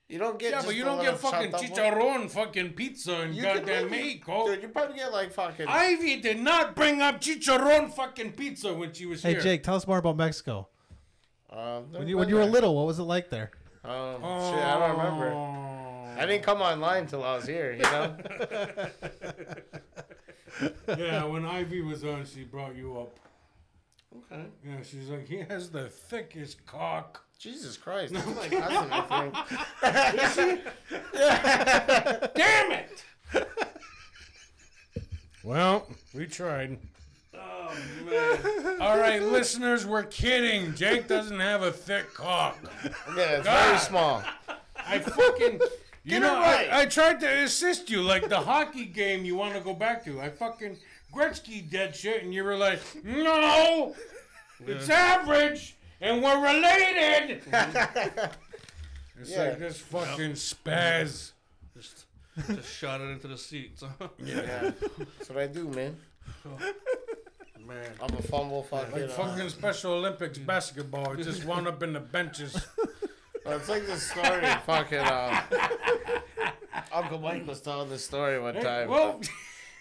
[SPEAKER 2] You don't get.
[SPEAKER 4] Yeah,
[SPEAKER 2] just
[SPEAKER 4] but you
[SPEAKER 2] a
[SPEAKER 4] don't get
[SPEAKER 2] little
[SPEAKER 4] fucking
[SPEAKER 2] chopped up one.
[SPEAKER 4] chicharron fucking pizza in
[SPEAKER 2] You could
[SPEAKER 4] goddamn
[SPEAKER 2] make-
[SPEAKER 4] Mexico.
[SPEAKER 2] Dude, you probably get like fucking.
[SPEAKER 4] Ivy did not bring up chicharron fucking pizza when she was
[SPEAKER 3] Hey
[SPEAKER 4] here.
[SPEAKER 3] Jake, tell us more about Mexico.
[SPEAKER 2] um,
[SPEAKER 3] When you when you were little, what was it like there?
[SPEAKER 2] Um,
[SPEAKER 4] Oh.
[SPEAKER 2] Shit, I don't remember. I didn't come online till I was here. You know.
[SPEAKER 4] yeah, when Ivy was on, she brought you up.
[SPEAKER 2] okay.
[SPEAKER 4] Yeah, she's like, he has the thickest cock.
[SPEAKER 2] Jesus Christ.
[SPEAKER 4] Oh
[SPEAKER 2] That's my cousin, I think.
[SPEAKER 4] Damn it! well, we tried.
[SPEAKER 1] Oh, man.
[SPEAKER 4] All right, listeners, we're kidding. Jake doesn't have a thick cock.
[SPEAKER 2] Yeah, it's
[SPEAKER 4] God.
[SPEAKER 2] very small.
[SPEAKER 4] I fucking. You
[SPEAKER 2] it
[SPEAKER 4] know,
[SPEAKER 2] right.
[SPEAKER 4] I, I tried to assist you, like the hockey game you want to go back to. I fucking Gretzky did shit, and you were like, no, it's average, and we're related. it's
[SPEAKER 2] Yeah.
[SPEAKER 4] like this fucking spaz.
[SPEAKER 1] just, just shot it into the seats.
[SPEAKER 2] Yeah. That's what I do, man.
[SPEAKER 1] man.
[SPEAKER 2] I'm a fumble fucking.
[SPEAKER 4] Like
[SPEAKER 2] uh,
[SPEAKER 4] fucking Special Olympics basketball. It just wound up in the benches.
[SPEAKER 2] Well, it's like the story of fucking um, Uncle Mike was telling this story one time,
[SPEAKER 4] well,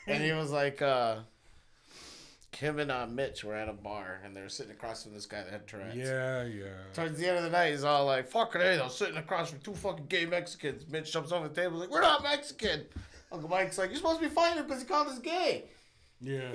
[SPEAKER 2] and he was like, uh, him and uh, Mitch were at a bar, and they were sitting across from this guy that had Tourette's.
[SPEAKER 4] yeah, yeah.
[SPEAKER 2] Towards the end of the night, he's all like, "Fuck it, hey, they're sitting across from two fucking gay Mexicans." Mitch jumps over the table, like, "We're not Mexican." Uncle Mike's like, "You're supposed to be fighting because he called us gay."
[SPEAKER 4] Yeah.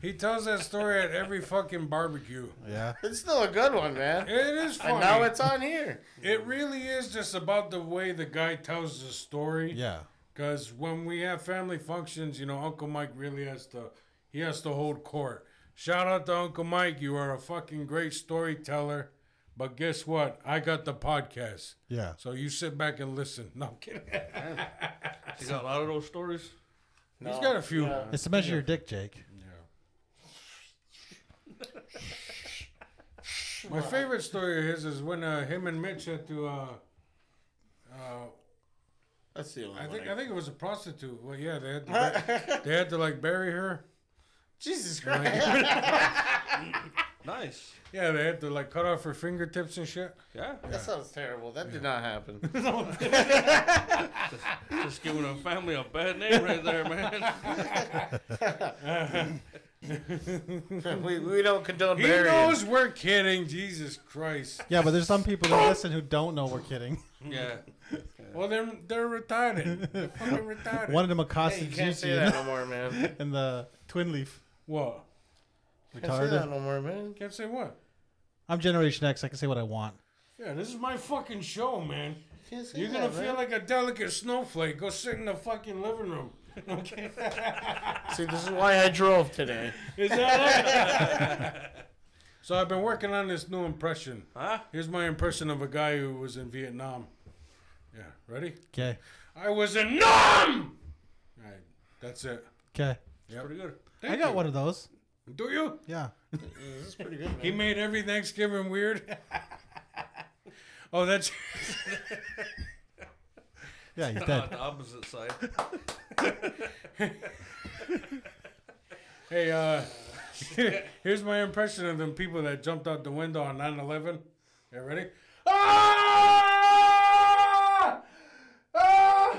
[SPEAKER 4] he tells that story at every fucking barbecue.
[SPEAKER 3] Yeah.
[SPEAKER 2] It's still a good one, man.
[SPEAKER 4] It is funny.
[SPEAKER 2] And now it's on here.
[SPEAKER 4] It really is just about the way the guy tells the story.
[SPEAKER 3] Yeah.
[SPEAKER 4] Because when we have family functions, you know, Uncle Mike really has to, he has to hold court. Shout out to Uncle Mike. You are a fucking great storyteller. But guess what? I got the podcast.
[SPEAKER 3] Yeah.
[SPEAKER 4] So you sit back and listen. No, I'm kidding.
[SPEAKER 1] You got a lot of those stories?
[SPEAKER 4] He's got a few.
[SPEAKER 2] Yeah.
[SPEAKER 3] It's to measure your dick, Jake.
[SPEAKER 4] My favorite story of his is when uh, him and Mitch had to, uh, uh,
[SPEAKER 2] That's the only
[SPEAKER 4] I
[SPEAKER 2] one.
[SPEAKER 4] think I think it was a prostitute. Well, yeah, they had to, bur- they had to like bury her.
[SPEAKER 2] Jesus Christ.
[SPEAKER 1] Nice.
[SPEAKER 4] Yeah, they had to like cut off her fingertips and shit.
[SPEAKER 1] Yeah.
[SPEAKER 2] that sounds terrible. That did not happen.
[SPEAKER 1] Just giving a family a bad name right there, man.
[SPEAKER 2] we, we don't condone
[SPEAKER 4] He
[SPEAKER 2] burying.
[SPEAKER 4] knows we're kidding. Jesus Christ.
[SPEAKER 3] Yeah, but there's some people that listen who don't know we're kidding.
[SPEAKER 1] Yeah.
[SPEAKER 4] Well, they're they're retarded. They're fucking retarded.
[SPEAKER 3] One of them
[SPEAKER 2] Hey, you
[SPEAKER 3] accosted
[SPEAKER 2] can't
[SPEAKER 3] Juicy
[SPEAKER 2] say that
[SPEAKER 3] and
[SPEAKER 2] no more, man.
[SPEAKER 3] and the twin leaf
[SPEAKER 4] What?
[SPEAKER 2] Can't say that
[SPEAKER 3] retarded.
[SPEAKER 2] no more, man.
[SPEAKER 4] Can't say what.
[SPEAKER 3] I'm Generation X. I can say what I want.
[SPEAKER 4] Yeah, this is my fucking show, man.
[SPEAKER 2] Can't say
[SPEAKER 4] You're
[SPEAKER 2] that,
[SPEAKER 4] gonna feel
[SPEAKER 2] man.
[SPEAKER 4] like a delicate snowflake. Go sit in the fucking living room. Okay.
[SPEAKER 2] See, this is why I drove today.
[SPEAKER 4] Is that it? so I've been working on this new impression.
[SPEAKER 1] Huh?
[SPEAKER 4] Here's my impression of a guy who was in Vietnam. Yeah, ready?
[SPEAKER 3] Okay.
[SPEAKER 4] I was a numb. All right, that's it.
[SPEAKER 3] Okay.
[SPEAKER 4] Yep.
[SPEAKER 1] Pretty good.
[SPEAKER 3] I
[SPEAKER 4] Thank
[SPEAKER 3] got
[SPEAKER 4] you.
[SPEAKER 3] one of those.
[SPEAKER 4] Do you?
[SPEAKER 3] Yeah.
[SPEAKER 2] This is pretty good, man.
[SPEAKER 4] He made every Thanksgiving weird. oh, that's
[SPEAKER 3] Yeah, you're
[SPEAKER 1] On
[SPEAKER 3] dead.
[SPEAKER 1] the opposite side.
[SPEAKER 4] hey. uh Here's my impression of them people that jumped out the window on 9/11. Yeah, ready? Ah! Ah!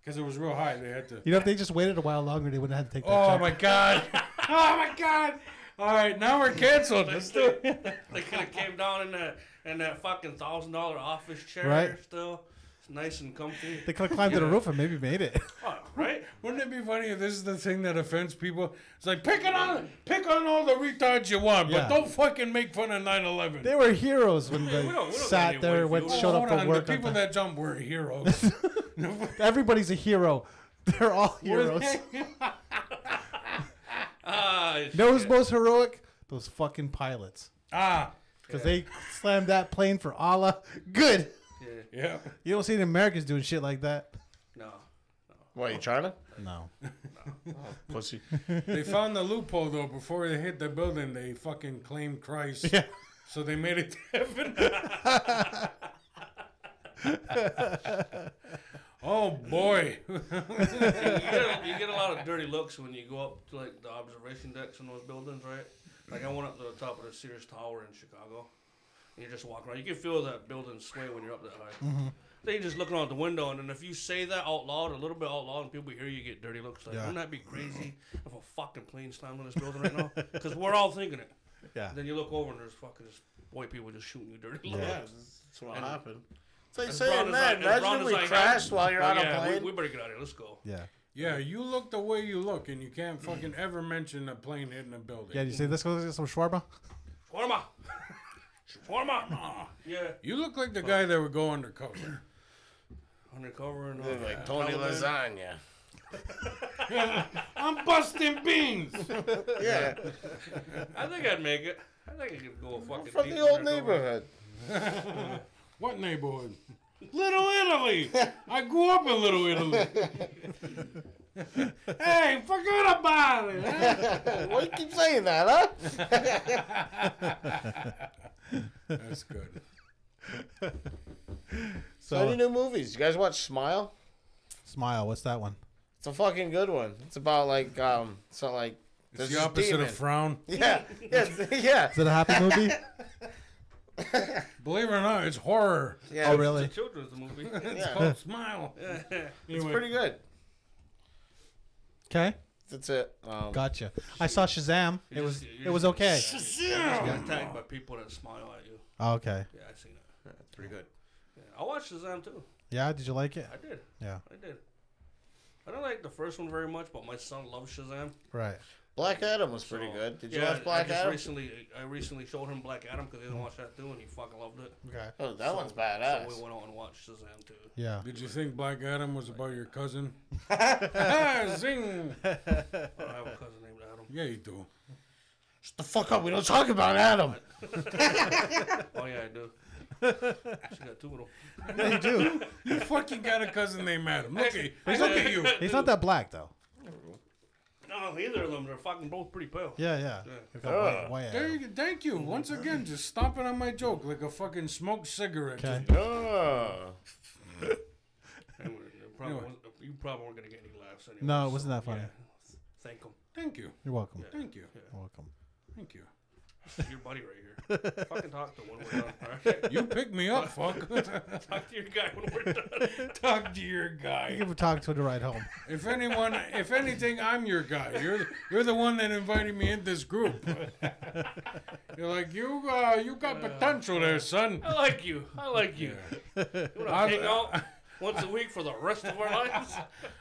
[SPEAKER 4] Because it was real high, they had to.
[SPEAKER 3] You know, if they just waited a while longer, they wouldn't have had to take that
[SPEAKER 4] Oh
[SPEAKER 3] check.
[SPEAKER 4] my god! Oh my god! All right, now we're canceled. Let's do it.
[SPEAKER 1] They could have came down in that in that fucking thousand dollar office chair.
[SPEAKER 3] Right.
[SPEAKER 1] Still, it's nice and comfy.
[SPEAKER 3] They could have climbed to the roof and maybe made it.
[SPEAKER 1] Oh, right.
[SPEAKER 4] Wouldn't it be funny if this is the thing that offends people? It's like pick on all- pick on all the retards you want,
[SPEAKER 3] Yeah.
[SPEAKER 4] but don't fucking make fun of 9/11.
[SPEAKER 3] They were heroes when they
[SPEAKER 1] we don't get
[SPEAKER 3] sat
[SPEAKER 1] any
[SPEAKER 3] there,
[SPEAKER 1] white
[SPEAKER 3] went,
[SPEAKER 1] people.
[SPEAKER 3] showed up
[SPEAKER 4] Hold
[SPEAKER 3] for
[SPEAKER 4] on,
[SPEAKER 3] work.
[SPEAKER 4] the
[SPEAKER 3] on
[SPEAKER 4] people
[SPEAKER 3] time.
[SPEAKER 4] that jump were heroes.
[SPEAKER 3] Everybody's a hero. They're all heroes.
[SPEAKER 1] Ah,
[SPEAKER 3] You know who's most heroic? Those fucking pilots.
[SPEAKER 4] ah,
[SPEAKER 3] Because they slammed that plane for Allah. Good.
[SPEAKER 4] yeah.
[SPEAKER 3] You don't see the Americans doing shit like that.
[SPEAKER 1] no.
[SPEAKER 2] What, you China?
[SPEAKER 3] No.
[SPEAKER 2] Pussy.
[SPEAKER 4] They found the loophole though. Before they hit the building, they fucking claimed Christ.
[SPEAKER 3] Yeah.
[SPEAKER 4] So they made it to heaven. oh boy.
[SPEAKER 1] You get, a, you get a lot of dirty looks when you go up to like the observation decks in those buildings, right? Like I went up to the top of the Sears Tower in Chicago. And you just walk around. You can feel that building sway when you're up that high.
[SPEAKER 3] Mm-hmm.
[SPEAKER 1] They just looking out the window, and then if you say that out loud, a little bit out loud, and people hear you, you get dirty looks. Like,
[SPEAKER 3] Yeah.
[SPEAKER 1] wouldn't that be crazy if a fucking plane slammed on this building right now? Because we're all thinking it.
[SPEAKER 3] Yeah.
[SPEAKER 1] Then you look over and there's fucking just white people just shooting you dirty looks.
[SPEAKER 2] Yeah, that's what
[SPEAKER 1] And-
[SPEAKER 2] happened. It's like
[SPEAKER 1] As
[SPEAKER 2] saying
[SPEAKER 1] brown as I-
[SPEAKER 2] that.
[SPEAKER 1] as
[SPEAKER 2] Imagine
[SPEAKER 1] brown
[SPEAKER 2] if
[SPEAKER 1] as
[SPEAKER 2] we
[SPEAKER 1] I am.
[SPEAKER 2] crashed while you're on a
[SPEAKER 1] yeah,
[SPEAKER 2] plane.
[SPEAKER 1] We, we better get out of here. Let's go.
[SPEAKER 3] Yeah.
[SPEAKER 4] Yeah, you look the way you look, and you can't fucking ever mention a plane hitting a building.
[SPEAKER 3] Yeah, you say, let's go get some shawarma?
[SPEAKER 1] Shawarma. Shawarma. yeah.
[SPEAKER 4] You look like the guy that would go undercover.
[SPEAKER 1] Undercover and all
[SPEAKER 2] Look
[SPEAKER 1] that.
[SPEAKER 2] like Tony
[SPEAKER 1] Taliban.
[SPEAKER 2] Lasagna.
[SPEAKER 4] I'm busting beans.
[SPEAKER 2] Yeah,
[SPEAKER 1] I think I'd make it. I think I could go a fucking
[SPEAKER 2] from
[SPEAKER 1] deep
[SPEAKER 2] the old
[SPEAKER 1] undercover.
[SPEAKER 2] neighborhood.
[SPEAKER 4] What neighborhood? Little Italy. I grew up in Little Italy. hey, forget about it. huh?
[SPEAKER 2] Why you keep saying that, huh?
[SPEAKER 4] That's good.
[SPEAKER 2] So
[SPEAKER 3] So,
[SPEAKER 2] Any new movies? You guys watch Smile?
[SPEAKER 3] smile. What's that one?
[SPEAKER 2] It's a fucking good one. It's about like um, so like
[SPEAKER 4] It's
[SPEAKER 2] there's
[SPEAKER 4] the
[SPEAKER 2] this
[SPEAKER 4] opposite
[SPEAKER 2] demon.
[SPEAKER 4] of frown.
[SPEAKER 2] yeah, yeah, it's- yeah,
[SPEAKER 3] Is it a happy movie?
[SPEAKER 4] Believe it or not, it's horror.
[SPEAKER 2] yeah.
[SPEAKER 3] oh,
[SPEAKER 1] It's
[SPEAKER 3] really?
[SPEAKER 1] a children's movie.
[SPEAKER 4] It's
[SPEAKER 2] Yeah.
[SPEAKER 4] called Smile.
[SPEAKER 2] It's
[SPEAKER 4] Anyway,
[SPEAKER 2] pretty good.
[SPEAKER 3] Okay.
[SPEAKER 2] That's it. Um,
[SPEAKER 3] Gotcha. I saw Shazam. It
[SPEAKER 1] You
[SPEAKER 3] was
[SPEAKER 1] just- you
[SPEAKER 3] it was
[SPEAKER 1] just-
[SPEAKER 3] okay.
[SPEAKER 1] You just got attacked by people that smile at you.
[SPEAKER 3] Oh, okay.
[SPEAKER 1] Yeah, I seen it.
[SPEAKER 2] it's pretty good.
[SPEAKER 1] Yeah, I watched Shazam too.
[SPEAKER 3] Yeah, did you like it?
[SPEAKER 1] I did.
[SPEAKER 3] Yeah.
[SPEAKER 1] I did. I don't like the first one very much, but my son loves Shazam.
[SPEAKER 3] Right.
[SPEAKER 2] Black Adam was pretty
[SPEAKER 1] So,
[SPEAKER 2] good. Did you
[SPEAKER 1] yeah,
[SPEAKER 2] watch Black
[SPEAKER 1] I just
[SPEAKER 2] Adam?
[SPEAKER 1] Recently, I recently showed him Black Adam because he didn't watch that too, and he fucking loved it.
[SPEAKER 3] Okay.
[SPEAKER 2] oh, that one's
[SPEAKER 1] So
[SPEAKER 2] badass.
[SPEAKER 1] we went on and watched Shazam too.
[SPEAKER 3] Yeah.
[SPEAKER 4] did you think Black Adam was about your cousin? Ah, Zing.
[SPEAKER 1] I don't have a cousin named Adam.
[SPEAKER 4] Yeah, you do.
[SPEAKER 2] Shut the fuck up. We don't talk about Adam.
[SPEAKER 1] Oh yeah, I do. she got two of them.
[SPEAKER 3] Yeah, you do.
[SPEAKER 4] You fucking got a cousin named Adam. Look at, look at you.
[SPEAKER 3] He's not that black though.
[SPEAKER 1] No, either of them. They're fucking both pretty pale.
[SPEAKER 3] Yeah, yeah. We've got
[SPEAKER 2] Yeah.
[SPEAKER 3] white- white
[SPEAKER 4] There
[SPEAKER 3] Adam.
[SPEAKER 4] you, thank you. Once again, just stomping on my joke like a fucking smoked cigarette.
[SPEAKER 3] Okay.
[SPEAKER 2] Oh.
[SPEAKER 1] And we're- they're probably wasn't- you probably weren't gonna get any laughs anyway.
[SPEAKER 3] No, it wasn't that funny.
[SPEAKER 1] yeah. Thank them.
[SPEAKER 4] Just- thank you.
[SPEAKER 3] You're welcome.
[SPEAKER 4] Thank you.
[SPEAKER 3] You're welcome.
[SPEAKER 4] Thank you.
[SPEAKER 1] Your buddy right here. fucking talk to him when we're done. All right?
[SPEAKER 4] You pick me up, fuck.
[SPEAKER 1] Talk to your guy when we're done.
[SPEAKER 4] Talk to your
[SPEAKER 3] You
[SPEAKER 4] guy.
[SPEAKER 3] can talk to the ride home.
[SPEAKER 4] If anyone, if anything, I'm your guy. You're you're the one that invited me in this group. You're like you uh, you got potential there, son.
[SPEAKER 1] I like you. I like you. You wanna
[SPEAKER 4] I-
[SPEAKER 1] hang out once a week for the rest of our lives?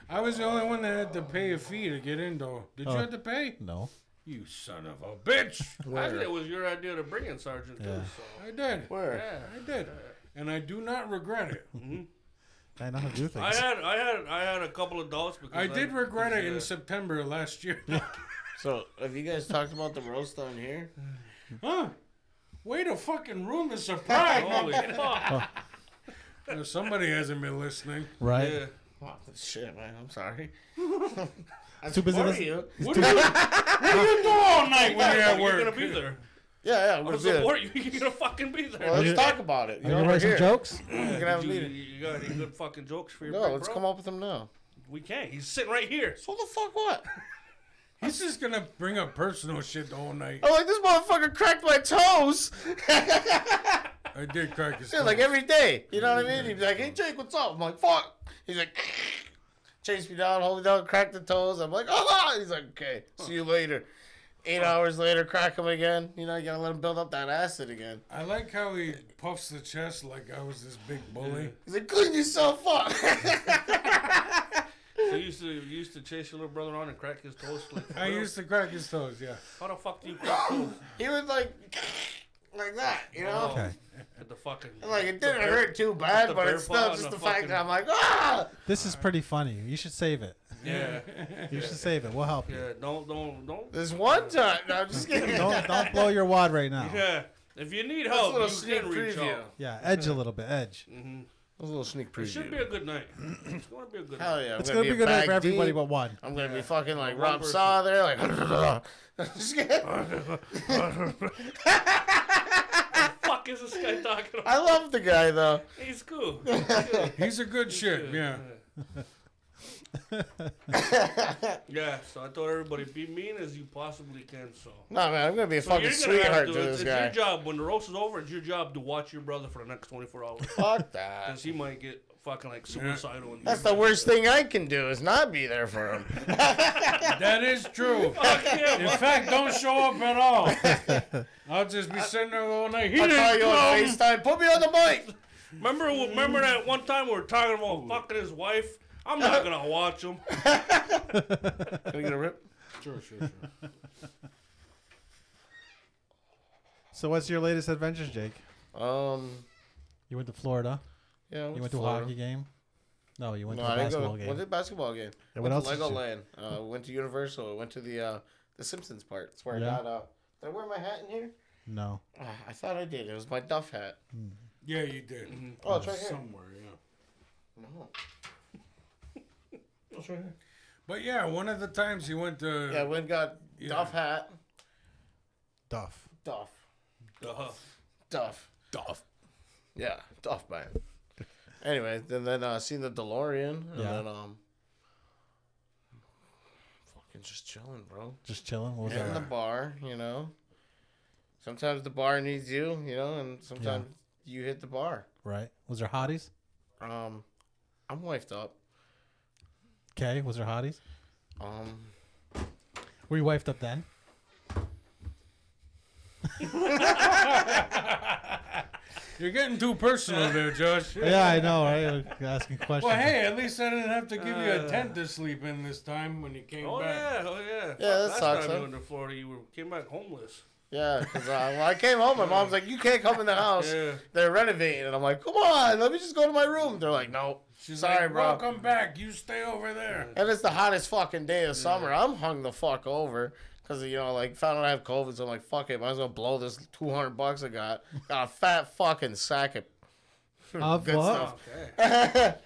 [SPEAKER 4] I was the only one that had to pay a fee to get in, though. Did you
[SPEAKER 3] Oh.
[SPEAKER 4] have to pay?
[SPEAKER 3] No.
[SPEAKER 4] You son of a bitch.
[SPEAKER 1] I think it was your idea to bring in Sergeant too.
[SPEAKER 3] Yeah.
[SPEAKER 1] So.
[SPEAKER 4] I did.
[SPEAKER 2] Where?
[SPEAKER 1] Yeah.
[SPEAKER 4] I did, and I do not regret it.
[SPEAKER 3] I know how to do
[SPEAKER 1] I
[SPEAKER 3] things.
[SPEAKER 1] had I had I had a couple of doubts because
[SPEAKER 4] I did regret it
[SPEAKER 1] Yeah.
[SPEAKER 4] in September last year.
[SPEAKER 2] So, have you guys talked about the roast on here?
[SPEAKER 4] huh? Way to fucking ruin the surprise.
[SPEAKER 1] Oh, Holy fuck!
[SPEAKER 4] If somebody hasn't been listening.
[SPEAKER 3] Right?
[SPEAKER 1] Yeah.
[SPEAKER 2] Oh, shit, man. I'm sorry. I'm
[SPEAKER 3] Too busy
[SPEAKER 2] sorry
[SPEAKER 3] listening-
[SPEAKER 2] you.
[SPEAKER 1] What are you, what are you doing all night when you're
[SPEAKER 4] Yeah,
[SPEAKER 1] at work?
[SPEAKER 4] you're
[SPEAKER 1] You're
[SPEAKER 4] gonna
[SPEAKER 1] gonna be there.
[SPEAKER 2] Yeah, yeah. I'm
[SPEAKER 1] I'm
[SPEAKER 2] gonna
[SPEAKER 1] gonna
[SPEAKER 2] be there.
[SPEAKER 1] support you. You're gonna fucking be there.
[SPEAKER 2] Well, let's talk about it.
[SPEAKER 3] Are
[SPEAKER 2] You
[SPEAKER 3] you
[SPEAKER 2] know,
[SPEAKER 3] gonna
[SPEAKER 2] we're
[SPEAKER 3] write some
[SPEAKER 2] here.
[SPEAKER 3] jokes?
[SPEAKER 2] We're gonna have a
[SPEAKER 1] you,
[SPEAKER 2] meeting.
[SPEAKER 1] you got any good fucking jokes for your
[SPEAKER 2] No,
[SPEAKER 1] break,
[SPEAKER 2] let's
[SPEAKER 1] bro?
[SPEAKER 2] come up with them now.
[SPEAKER 1] We can't. He's sitting right here.
[SPEAKER 2] So the fuck what?
[SPEAKER 4] He's just gonna bring up personal shit the whole night.
[SPEAKER 2] I'm like, this motherfucker cracked my toes.
[SPEAKER 4] I did crack his
[SPEAKER 2] Yeah, like every day. You know what I mean? He'd be like, hey, Jake, what's up? I'm like, fuck. He's like, chase me down, hold me down, crack the toes. I'm like, ah. He's like, okay, see you later. Eight hours later, crack him again. You know, you gotta let him build up that acid again.
[SPEAKER 4] I like how he puffs the chest like I was this big bully.
[SPEAKER 2] He's like, clean yourself up.
[SPEAKER 1] So you used to you used to chase your little brother on and crack his toes. Like,
[SPEAKER 4] I used to crack his toes, yeah.
[SPEAKER 1] How the fuck do you crack toes?
[SPEAKER 2] he was like, like that, you know?
[SPEAKER 3] Okay.
[SPEAKER 1] Oh, At the fucking.
[SPEAKER 2] And Like, it
[SPEAKER 1] the
[SPEAKER 2] didn't
[SPEAKER 1] bear-
[SPEAKER 2] hurt too bad,
[SPEAKER 1] the
[SPEAKER 2] but
[SPEAKER 1] bear
[SPEAKER 2] it's
[SPEAKER 1] paw
[SPEAKER 2] still
[SPEAKER 1] and
[SPEAKER 2] just
[SPEAKER 1] the
[SPEAKER 2] the fact
[SPEAKER 1] fucking-
[SPEAKER 2] that I'm like, ah.
[SPEAKER 3] This is pretty funny. You should save it.
[SPEAKER 1] Yeah,
[SPEAKER 3] You should save it. We'll help you.
[SPEAKER 1] yeah. Don't don't don't.
[SPEAKER 2] This one time. No, I'm just kidding.
[SPEAKER 3] Don't don't blow your wad right now.
[SPEAKER 1] Yeah. If you need
[SPEAKER 2] That's a
[SPEAKER 1] help,
[SPEAKER 2] little
[SPEAKER 1] you
[SPEAKER 2] sneak
[SPEAKER 1] can reach
[SPEAKER 2] preview.
[SPEAKER 1] out.
[SPEAKER 3] Yeah, edge a little bit, edge.
[SPEAKER 2] That was a little sneak preview.
[SPEAKER 1] It should be a good night. It's gonna be a good night.
[SPEAKER 2] Hell yeah. I'm
[SPEAKER 3] It's gonna be
[SPEAKER 2] a
[SPEAKER 3] good night
[SPEAKER 2] bag
[SPEAKER 3] for everybody
[SPEAKER 2] deep.
[SPEAKER 3] but one.
[SPEAKER 2] I'm gonna be fucking like
[SPEAKER 1] One
[SPEAKER 2] Rob
[SPEAKER 1] person.
[SPEAKER 2] Saw there, like. Just kidding.
[SPEAKER 1] fuck is this guy talking about?
[SPEAKER 2] I love the guy though.
[SPEAKER 1] He's cool. He's good.
[SPEAKER 4] He's a good shit, yeah.
[SPEAKER 1] Yeah, so I told everybody be mean as you possibly can. So,
[SPEAKER 2] No man, I'm gonna be a
[SPEAKER 1] so
[SPEAKER 2] fucking sweetheart to,
[SPEAKER 1] it.
[SPEAKER 2] this
[SPEAKER 1] It's
[SPEAKER 2] guy.
[SPEAKER 1] your job. When the roast is over, it's your job to watch your brother for the next 24 hours.
[SPEAKER 2] Fuck that.
[SPEAKER 1] Because he might get fucking like suicidal. and-
[SPEAKER 2] That's the worst thing I can do is not be there for him.
[SPEAKER 4] That is true.
[SPEAKER 1] Fuck
[SPEAKER 4] In
[SPEAKER 1] yeah,
[SPEAKER 4] fact, don't show up at all. I'll just be sitting there the whole night. He
[SPEAKER 2] I'll call
[SPEAKER 4] didn't
[SPEAKER 2] you
[SPEAKER 4] come.
[SPEAKER 2] on FaceTime. Put me on the mic.
[SPEAKER 1] remember, remember that one time we were talking about fucking his wife? I'm not going to watch him.
[SPEAKER 2] Can I get a rip?
[SPEAKER 4] Sure, sure, sure.
[SPEAKER 3] So what's your latest adventures, Jake?
[SPEAKER 2] Um.
[SPEAKER 3] You went to Florida.
[SPEAKER 2] Yeah.
[SPEAKER 3] You went to a hockey game. No, you went
[SPEAKER 2] No,
[SPEAKER 3] to
[SPEAKER 2] I
[SPEAKER 3] a
[SPEAKER 2] didn't
[SPEAKER 3] basketball
[SPEAKER 2] go.
[SPEAKER 3] game.
[SPEAKER 2] Went to the basketball game.
[SPEAKER 3] Yeah,
[SPEAKER 2] went
[SPEAKER 3] what
[SPEAKER 2] to
[SPEAKER 3] else did you-
[SPEAKER 2] Legoland. Uh, went to Universal. Went to the uh, the Simpsons part. That's where
[SPEAKER 3] Yeah.
[SPEAKER 2] I got. Uh, did I wear my hat in here?
[SPEAKER 3] No.
[SPEAKER 2] Ah, I thought I did. It was my Duff hat.
[SPEAKER 4] Yeah, you did.
[SPEAKER 1] Mm-hmm.
[SPEAKER 2] Oh, it's right here.
[SPEAKER 4] Somewhere, yeah.
[SPEAKER 2] No.
[SPEAKER 4] But yeah, one of the times he went to.
[SPEAKER 2] Yeah, Wynn got
[SPEAKER 4] Yeah.
[SPEAKER 2] Duff hat.
[SPEAKER 3] Duff.
[SPEAKER 2] Duff.
[SPEAKER 1] Duh.
[SPEAKER 2] Duff.
[SPEAKER 3] Duff.
[SPEAKER 2] Yeah, Duff man. anyway, then then uh seen the DeLorean and
[SPEAKER 3] Yeah.
[SPEAKER 2] then um fucking just chilling, bro.
[SPEAKER 3] Just chilling. What was
[SPEAKER 2] In the
[SPEAKER 3] that?
[SPEAKER 2] bar, you know. Sometimes the bar needs you, you know, and sometimes you hit the bar.
[SPEAKER 3] Right. Was there hotties?
[SPEAKER 2] Um I'm wifed up.
[SPEAKER 3] Okay. Was there hotties?
[SPEAKER 2] Um
[SPEAKER 3] Were you wifed up then?
[SPEAKER 4] You're getting too personal there, Josh.
[SPEAKER 3] Yeah, I know. Right. You're Asking questions.
[SPEAKER 4] Well, hey, at least I didn't have to give you a tent to sleep in this time when you came
[SPEAKER 1] Oh,
[SPEAKER 4] back.
[SPEAKER 1] yeah. Oh, yeah. Fuck,
[SPEAKER 2] that
[SPEAKER 1] last
[SPEAKER 2] sucks, huh?
[SPEAKER 1] time you went to Florida, you were, came back homeless.
[SPEAKER 2] yeah, because uh, when I came home, my mom's like, "You can't come in the house.
[SPEAKER 1] Yeah.
[SPEAKER 2] They're renovating." And I'm like, "Come on, let me just go to my room." They're like, "No,
[SPEAKER 4] She's
[SPEAKER 2] sorry,
[SPEAKER 4] like,
[SPEAKER 2] bro."
[SPEAKER 4] Welcome back. You stay over there.
[SPEAKER 2] And it's the hottest fucking day of summer. I'm hung the fuck over because you know, like, found out I have COVID, so I'm like, fuck it, might as well blow this 200 bucks I got. Got a fat fucking sack of
[SPEAKER 3] Of
[SPEAKER 2] good
[SPEAKER 3] what?
[SPEAKER 2] stuff.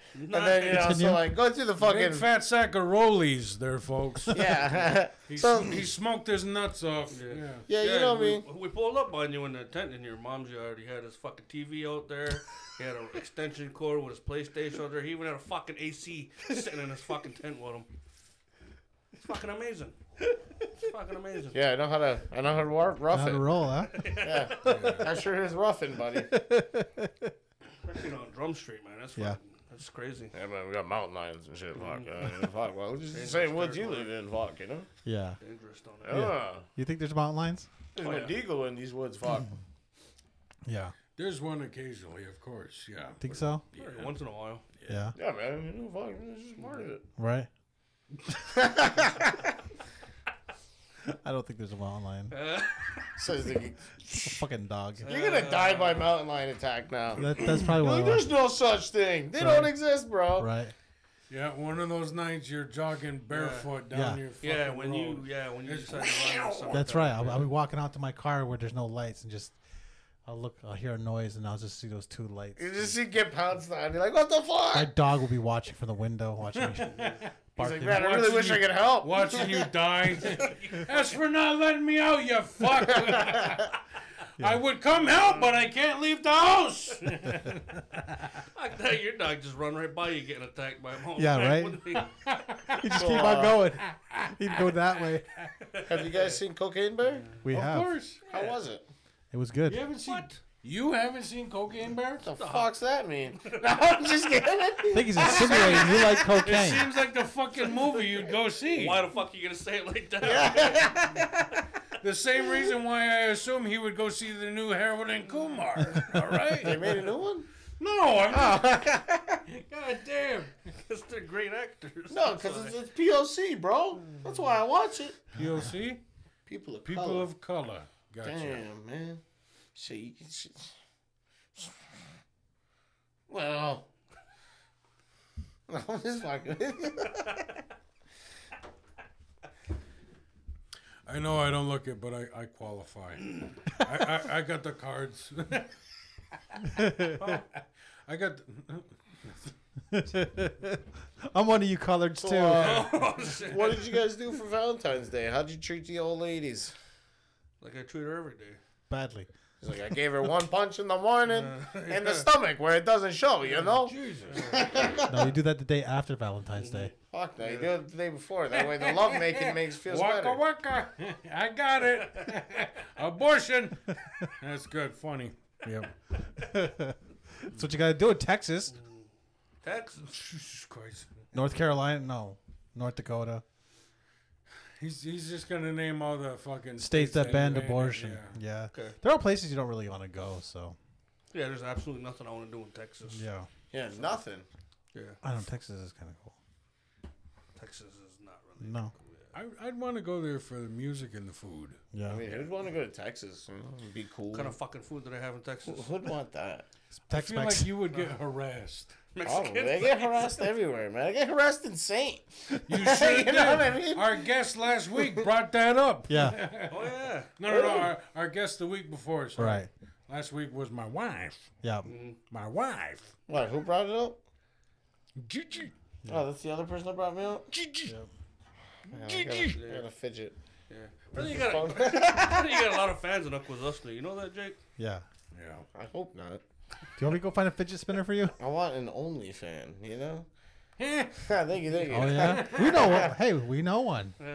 [SPEAKER 1] Okay.
[SPEAKER 2] and then you know,
[SPEAKER 3] Continue.
[SPEAKER 2] so like, go through the fucking
[SPEAKER 4] Big fat sack of rollies there, folks.
[SPEAKER 2] yeah,
[SPEAKER 4] He,
[SPEAKER 2] so
[SPEAKER 4] he smoked his nuts off. Yeah.
[SPEAKER 2] yeah, you know what I
[SPEAKER 1] we,
[SPEAKER 2] mean.
[SPEAKER 1] We pulled up on you in the tent, and your mom's you already had his fucking TV out there. He had an extension cord with his PlayStation out there. He even had a fucking AC sitting in his fucking tent with him. It's fucking amazing. It's fucking amazing.
[SPEAKER 2] Yeah, I know how to. I know how to war- rough
[SPEAKER 3] How to
[SPEAKER 2] it.
[SPEAKER 3] roll, huh?
[SPEAKER 2] Yeah, that sure is roughing, buddy.
[SPEAKER 1] Especially on Drum Street, man. That's
[SPEAKER 3] Yeah.
[SPEAKER 1] fucking, that's crazy.
[SPEAKER 2] Yeah, man, we got mountain lions and shit. Fuck, uh, fuck. Well, just the same woods you live in. Fuck, you know. Ah.
[SPEAKER 3] Yeah.
[SPEAKER 1] Dangerous down there.
[SPEAKER 2] Yeah.
[SPEAKER 3] You think there's mountain lions?
[SPEAKER 2] There's
[SPEAKER 1] Oh,
[SPEAKER 2] no
[SPEAKER 1] yeah.
[SPEAKER 2] deagle in these woods. Fuck.
[SPEAKER 3] Yeah.
[SPEAKER 4] There's one occasionally, of course. Yeah.
[SPEAKER 3] Think so?
[SPEAKER 1] Every Once in a while.
[SPEAKER 3] Yeah.
[SPEAKER 2] yeah, man. You know, fuck. It's just part of it.
[SPEAKER 3] Right. I don't think there's a mountain lion.
[SPEAKER 2] Says the
[SPEAKER 3] It's a fucking dog.
[SPEAKER 2] You're
[SPEAKER 4] Uh,
[SPEAKER 2] gonna die by mountain lion attack now.
[SPEAKER 3] That, that's probably what
[SPEAKER 2] Like,
[SPEAKER 3] it was.
[SPEAKER 2] there's no such thing. They don't exist, bro.
[SPEAKER 3] Right.
[SPEAKER 4] Yeah, one of those nights you're jogging barefoot down
[SPEAKER 3] Yeah.
[SPEAKER 4] your fucking
[SPEAKER 1] Yeah, when you
[SPEAKER 4] road.
[SPEAKER 1] yeah when you
[SPEAKER 4] It's-
[SPEAKER 1] decide to run or something
[SPEAKER 3] That's
[SPEAKER 1] like
[SPEAKER 3] right. I'll, I'll be walking out to my car where there's no lights and just I'll look. I'll hear a noise, and I'll just see those two lights.
[SPEAKER 2] You just see get pounced on. You're like, what the fuck?
[SPEAKER 3] My dog will be watching from the window, watching me
[SPEAKER 2] He's
[SPEAKER 3] barking.
[SPEAKER 2] like, man, I really wish I could help.
[SPEAKER 4] watching you die. That's for not letting me out, you fuck. I would come help, but I can't leave the house.
[SPEAKER 1] Like that, your dog just run right by you getting attacked by Oh, a monkey.
[SPEAKER 3] Yeah, right? he just keep
[SPEAKER 2] uh,
[SPEAKER 3] on going. He'd go that way.
[SPEAKER 2] Have you guys seen Cocaine Bear?
[SPEAKER 3] We have.
[SPEAKER 4] Of course.
[SPEAKER 2] How was it?
[SPEAKER 3] It was good.
[SPEAKER 4] You haven't seen You haven't seen Cocaine Bear?
[SPEAKER 2] What the fuck's that mean? No, I'm just kidding.
[SPEAKER 3] I think he's insinuating you like
[SPEAKER 4] It
[SPEAKER 3] cocaine.
[SPEAKER 4] seems like the fucking movie you'd go see.
[SPEAKER 1] Why the fuck are you gonna say it like that?
[SPEAKER 4] The same reason why I assume he would go see the new Harold and Kumar. All
[SPEAKER 2] They
[SPEAKER 4] right?
[SPEAKER 2] made Oh. a new one?
[SPEAKER 4] No, I'm not. God damn.
[SPEAKER 1] Because they're great actors.
[SPEAKER 2] No, because it's, it's POC, bro. That's why I watch it.
[SPEAKER 4] POC?
[SPEAKER 2] People of
[SPEAKER 4] People
[SPEAKER 2] color.
[SPEAKER 4] of color. Gotcha.
[SPEAKER 2] Damn, man. Shit, you can. Shit. Well. I'm just fucking.
[SPEAKER 4] I know I don't look it, but I, I qualify. I, I, I got the cards. I got. The,
[SPEAKER 3] I'm one of you coloreds too.
[SPEAKER 2] So, uh,
[SPEAKER 1] Oh, shit.
[SPEAKER 2] what did you guys do for Valentine's Day? How'd you treat the old ladies?
[SPEAKER 1] Like I treat her every day.
[SPEAKER 3] Badly.
[SPEAKER 2] He's like, I gave her one punch in the morning in the stomach where it doesn't show, you know?
[SPEAKER 4] Jesus.
[SPEAKER 3] No, you do that the day after Valentine's Day.
[SPEAKER 2] Fuck that. You do it the day before. That way the lovemaking makes feels
[SPEAKER 4] Waka
[SPEAKER 2] better.
[SPEAKER 4] waka. I got it. Abortion. That's good. Funny. Yep.
[SPEAKER 3] That's what you got to do in Texas,
[SPEAKER 1] Texas.
[SPEAKER 4] Jesus Christ.
[SPEAKER 3] North Carolina, no, North Dakota,
[SPEAKER 4] He's, he's just gonna name all the fucking
[SPEAKER 3] states that banned abortion.
[SPEAKER 4] Yeah.
[SPEAKER 3] Yeah,
[SPEAKER 1] Okay.
[SPEAKER 3] there are places you don't really want to go. So
[SPEAKER 1] Yeah, there's absolutely nothing I want to do in Texas.
[SPEAKER 3] yeah,
[SPEAKER 2] Yeah, nothing.
[SPEAKER 1] Yeah.
[SPEAKER 3] I don't. know, Texas is kind of cool.
[SPEAKER 1] Texas is not really.
[SPEAKER 3] No,
[SPEAKER 4] I, I'd want to go there for the music and the food.
[SPEAKER 3] yeah,
[SPEAKER 2] I mean, who'd want to go to Texas? You know, it'd be cool.
[SPEAKER 1] What kind of fucking food do they have in Texas?
[SPEAKER 2] Who'd want that?
[SPEAKER 4] I
[SPEAKER 3] Tex
[SPEAKER 4] feel
[SPEAKER 3] Mex.
[SPEAKER 4] like you would get harassed.
[SPEAKER 2] Oh,
[SPEAKER 1] Mexican.
[SPEAKER 2] they get harassed everywhere, man. I get harassed in Saint.
[SPEAKER 4] You sure
[SPEAKER 2] You know
[SPEAKER 4] did.
[SPEAKER 2] what I mean?
[SPEAKER 4] Our guest last week brought that up.
[SPEAKER 3] yeah,
[SPEAKER 1] oh yeah.
[SPEAKER 4] No, no, no. Our, our guest the week before. Sorry.
[SPEAKER 3] right.
[SPEAKER 4] Last week was my wife.
[SPEAKER 3] Yeah,
[SPEAKER 4] My wife.
[SPEAKER 2] What? Who brought it up?
[SPEAKER 4] Gigi.
[SPEAKER 2] Oh, that's the other person that brought me up.
[SPEAKER 4] Gigi.
[SPEAKER 2] Yeah, I, gotta,
[SPEAKER 4] Gigi.
[SPEAKER 2] I gotta fidget.
[SPEAKER 1] Yeah. Brother, you got, a, brother, you got a lot of fans in Aquazusna. You know that, Jake?
[SPEAKER 3] yeah.
[SPEAKER 4] Yeah.
[SPEAKER 2] I hope not.
[SPEAKER 3] Do you want me to go find a fidget spinner for you?
[SPEAKER 2] I want an only fan. You know?
[SPEAKER 4] Eh,
[SPEAKER 2] thank you, thank you.
[SPEAKER 3] Oh yeah, we know. one. Hey, we know one.
[SPEAKER 1] Uh,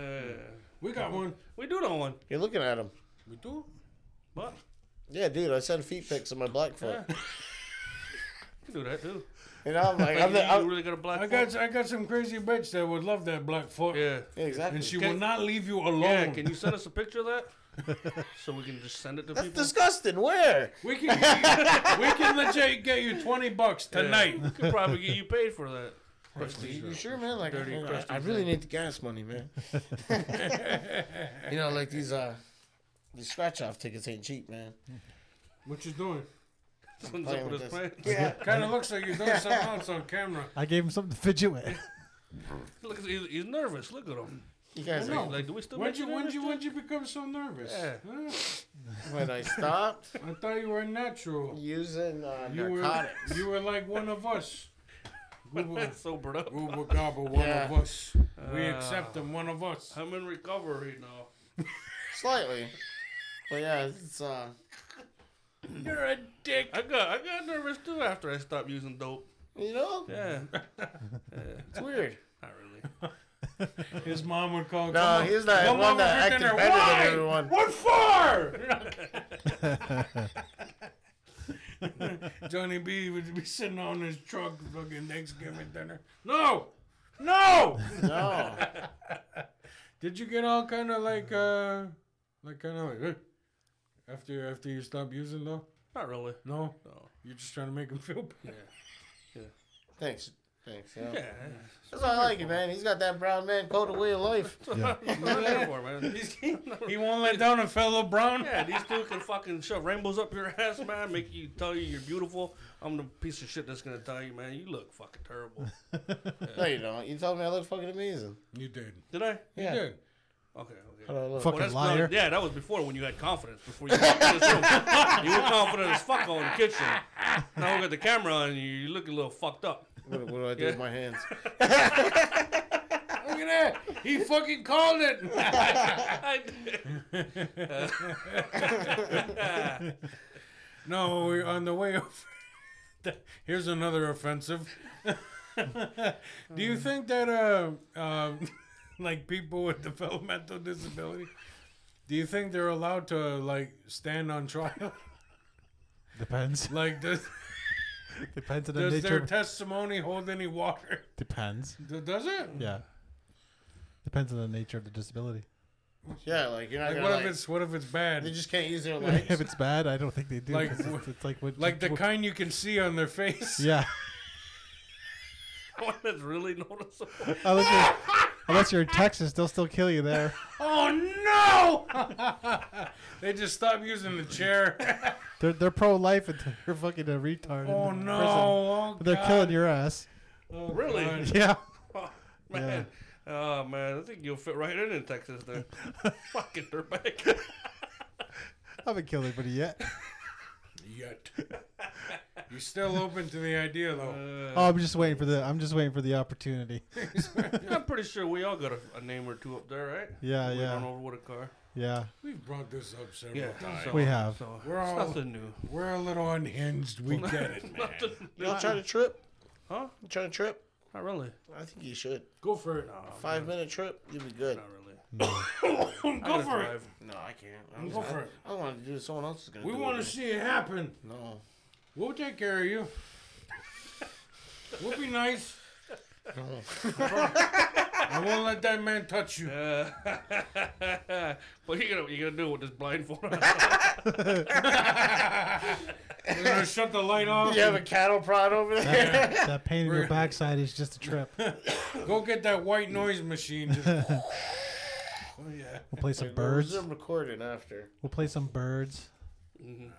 [SPEAKER 4] we got one.
[SPEAKER 1] we do know one,
[SPEAKER 2] You're looking at him.
[SPEAKER 4] We do.
[SPEAKER 1] but
[SPEAKER 2] Yeah, dude. I send feet pics of my black foot.
[SPEAKER 1] we can do that too.
[SPEAKER 2] You know, I'm like, I'm the, uh,
[SPEAKER 1] you,
[SPEAKER 2] I'm,
[SPEAKER 1] you really got a black.
[SPEAKER 4] I
[SPEAKER 1] foot?
[SPEAKER 4] got I got some crazy bitch that would love that black foot.
[SPEAKER 1] Yeah.
[SPEAKER 2] yeah, exactly.
[SPEAKER 4] And she
[SPEAKER 1] Can-
[SPEAKER 4] will not leave you alone.
[SPEAKER 1] Yeah. Can you send us a picture of that? so we can just send it to
[SPEAKER 2] That's
[SPEAKER 1] people.
[SPEAKER 2] disgusting. Where?
[SPEAKER 4] we can we, can legit get you twenty bucks
[SPEAKER 1] Yeah,
[SPEAKER 4] tonight.
[SPEAKER 1] We could probably get you paid for that.
[SPEAKER 2] You, you sure, man? Like,
[SPEAKER 1] Dirty
[SPEAKER 2] I- I-
[SPEAKER 1] crusty
[SPEAKER 2] I, really
[SPEAKER 1] thing.
[SPEAKER 2] need the gas money, man. you know, like these uh, these scratch off tickets ain't cheap, man.
[SPEAKER 4] What you doing?
[SPEAKER 1] Comes up with his
[SPEAKER 2] Playing
[SPEAKER 1] plan.
[SPEAKER 2] with this. Yeah.
[SPEAKER 4] Kind of looks like you're doing something else on camera.
[SPEAKER 3] I gave him something to fidget with.
[SPEAKER 1] Look, he's, he's nervous. Look at him.
[SPEAKER 2] You guys,
[SPEAKER 4] No.
[SPEAKER 2] like,
[SPEAKER 1] Like, do we still?
[SPEAKER 4] When'd
[SPEAKER 1] mention
[SPEAKER 4] you when'd you
[SPEAKER 1] that?
[SPEAKER 4] when'd you become so nervous?
[SPEAKER 1] Yeah.
[SPEAKER 4] Huh?
[SPEAKER 2] when I stopped
[SPEAKER 4] I thought you were a natural.
[SPEAKER 2] using uh,
[SPEAKER 4] You were
[SPEAKER 2] narcotics,
[SPEAKER 4] you were like one of us. Gooba
[SPEAKER 1] sobered up.
[SPEAKER 4] Gooba Gaba, one
[SPEAKER 2] Yeah. Uh,
[SPEAKER 4] of us. We accept him, one of us.
[SPEAKER 1] Uh, I'm in recovery now.
[SPEAKER 2] slightly. But yeah, it's uh,
[SPEAKER 4] You're a dick.
[SPEAKER 1] I got I got nervous too after I stopped using dope.
[SPEAKER 2] you know,
[SPEAKER 1] Yeah, not
[SPEAKER 2] it's weird.
[SPEAKER 1] really.
[SPEAKER 4] His mom would call.
[SPEAKER 2] No,
[SPEAKER 4] "Come on,
[SPEAKER 2] he's not
[SPEAKER 4] come
[SPEAKER 2] one that
[SPEAKER 4] over for
[SPEAKER 2] acted
[SPEAKER 4] dinner."
[SPEAKER 2] better than
[SPEAKER 4] Why?
[SPEAKER 2] everyone.
[SPEAKER 4] What for? Johnny B would be sitting on his truck fucking Thanksgiving dinner. No, no.
[SPEAKER 2] No,
[SPEAKER 4] Did you get all kind of like uh, like kind of like eh, after after you stop using though?
[SPEAKER 1] Not really.
[SPEAKER 4] No,
[SPEAKER 1] No.
[SPEAKER 4] you're just trying to make him feel
[SPEAKER 1] Yeah.
[SPEAKER 4] bad.
[SPEAKER 2] thanks, thanks. Yeah.
[SPEAKER 1] Yeah.
[SPEAKER 2] That's why I like it, man. He's got that brown man code of way of life.
[SPEAKER 3] Yeah.
[SPEAKER 1] That's what I'm there for, man.
[SPEAKER 4] He's- he won't let down a fellow brown.
[SPEAKER 1] Yeah, these two can fucking shove rainbows up your ass, man. Make you tell you you're beautiful. I'm the piece of shit that's gonna tell you, man, you look fucking terrible.
[SPEAKER 2] No, you don't. You told me I look fucking amazing.
[SPEAKER 4] You did.
[SPEAKER 1] Did I?
[SPEAKER 4] You
[SPEAKER 2] Yeah,
[SPEAKER 4] did.
[SPEAKER 1] Okay, okay.
[SPEAKER 2] Hold on, look.
[SPEAKER 3] Fucking
[SPEAKER 1] that's not-
[SPEAKER 3] liar.
[SPEAKER 1] yeah, that was before when you had confidence. Before you walked in this room, you were confident as fuck on the kitchen. Now we got the camera on you. You look a little fucked up.
[SPEAKER 2] What, what do I do with my hands?
[SPEAKER 4] Look at that. He fucking called it.
[SPEAKER 1] I did.
[SPEAKER 4] No, we on the way over. Here's another offensive. Do you think that uh, uh, like people with developmental disability, do you think they're allowed to like stand on trial?
[SPEAKER 3] Depends.
[SPEAKER 4] Like does
[SPEAKER 3] Depends on the
[SPEAKER 4] does
[SPEAKER 3] nature.
[SPEAKER 4] their
[SPEAKER 3] of-
[SPEAKER 4] testimony hold any water?
[SPEAKER 3] Depends.
[SPEAKER 4] D- Does it?
[SPEAKER 3] Yeah. Depends on the nature of the disability.
[SPEAKER 2] Yeah, like you're not
[SPEAKER 4] Like
[SPEAKER 2] gonna.
[SPEAKER 4] what
[SPEAKER 2] Like,
[SPEAKER 4] if it's what if it's
[SPEAKER 2] they
[SPEAKER 4] bad?
[SPEAKER 2] just can't use their legs.
[SPEAKER 3] if it's bad, I don't think they do.
[SPEAKER 4] Like
[SPEAKER 3] 'cause it's,
[SPEAKER 4] wh-
[SPEAKER 3] it's like what,
[SPEAKER 4] Like the
[SPEAKER 3] what-
[SPEAKER 4] kind you can see on their face.
[SPEAKER 3] yeah.
[SPEAKER 1] One that's really noticeable.
[SPEAKER 3] Unless you're, unless you're in Texas, they'll still kill you there.
[SPEAKER 4] Oh no! they just stop using the chair.
[SPEAKER 3] They're they're pro life and they're fucking a retard. in
[SPEAKER 4] oh
[SPEAKER 3] the
[SPEAKER 4] no!
[SPEAKER 3] prison.
[SPEAKER 4] Oh,
[SPEAKER 3] They're
[SPEAKER 4] God.
[SPEAKER 3] killing your ass.
[SPEAKER 4] Oh,
[SPEAKER 1] Really?
[SPEAKER 4] God.
[SPEAKER 3] Yeah.
[SPEAKER 1] Oh, man. Oh man, I think you'll fit right in in Texas there. Fucking dirtbag.
[SPEAKER 3] I haven't killed anybody yet.
[SPEAKER 4] Yet. You're still open to the idea, though.
[SPEAKER 1] Uh,
[SPEAKER 3] Oh, I'm just waiting for the I'm just waiting for the opportunity.
[SPEAKER 1] I'm pretty sure we all got a, a name or two up there, right?
[SPEAKER 3] Yeah,
[SPEAKER 4] Uh,
[SPEAKER 1] we Run
[SPEAKER 3] yeah,
[SPEAKER 1] over with a car.
[SPEAKER 3] yeah.
[SPEAKER 4] We've brought this up several
[SPEAKER 1] Yeah,
[SPEAKER 4] times.
[SPEAKER 1] so-
[SPEAKER 3] We have.
[SPEAKER 1] Oh, So
[SPEAKER 4] We're
[SPEAKER 1] it's
[SPEAKER 4] all-
[SPEAKER 1] nothing new.
[SPEAKER 4] We're a little unhinged. We get it, man.
[SPEAKER 1] Nothing
[SPEAKER 2] You don't try to trip.
[SPEAKER 1] Huh?
[SPEAKER 2] You trying to trip?
[SPEAKER 1] Not really.
[SPEAKER 2] I think you should.
[SPEAKER 4] Go for it.
[SPEAKER 2] Five minute trip, you'll be good.
[SPEAKER 1] Not really.
[SPEAKER 4] Go for it.
[SPEAKER 1] Drive.
[SPEAKER 2] No, I can't. I'm
[SPEAKER 4] Go for
[SPEAKER 2] I,
[SPEAKER 4] it.
[SPEAKER 2] I want to do what someone else is gonna
[SPEAKER 4] We
[SPEAKER 2] do.
[SPEAKER 4] want to
[SPEAKER 2] with me.
[SPEAKER 4] see it happen.
[SPEAKER 2] No.
[SPEAKER 4] We'll take care of you. We'll be nice. I won't let that man touch you.
[SPEAKER 1] Uh, but you're gonna you're gonna do it with this blindfold. on.
[SPEAKER 4] We're gonna shut the light off.
[SPEAKER 2] You have a cattle prod over there.
[SPEAKER 3] That, that pain in your backside is just a trip. We'll
[SPEAKER 4] Go get that white noise machine. Just, oh yeah.
[SPEAKER 3] play some birds.
[SPEAKER 2] I'm recording after.
[SPEAKER 3] We'll play some birds.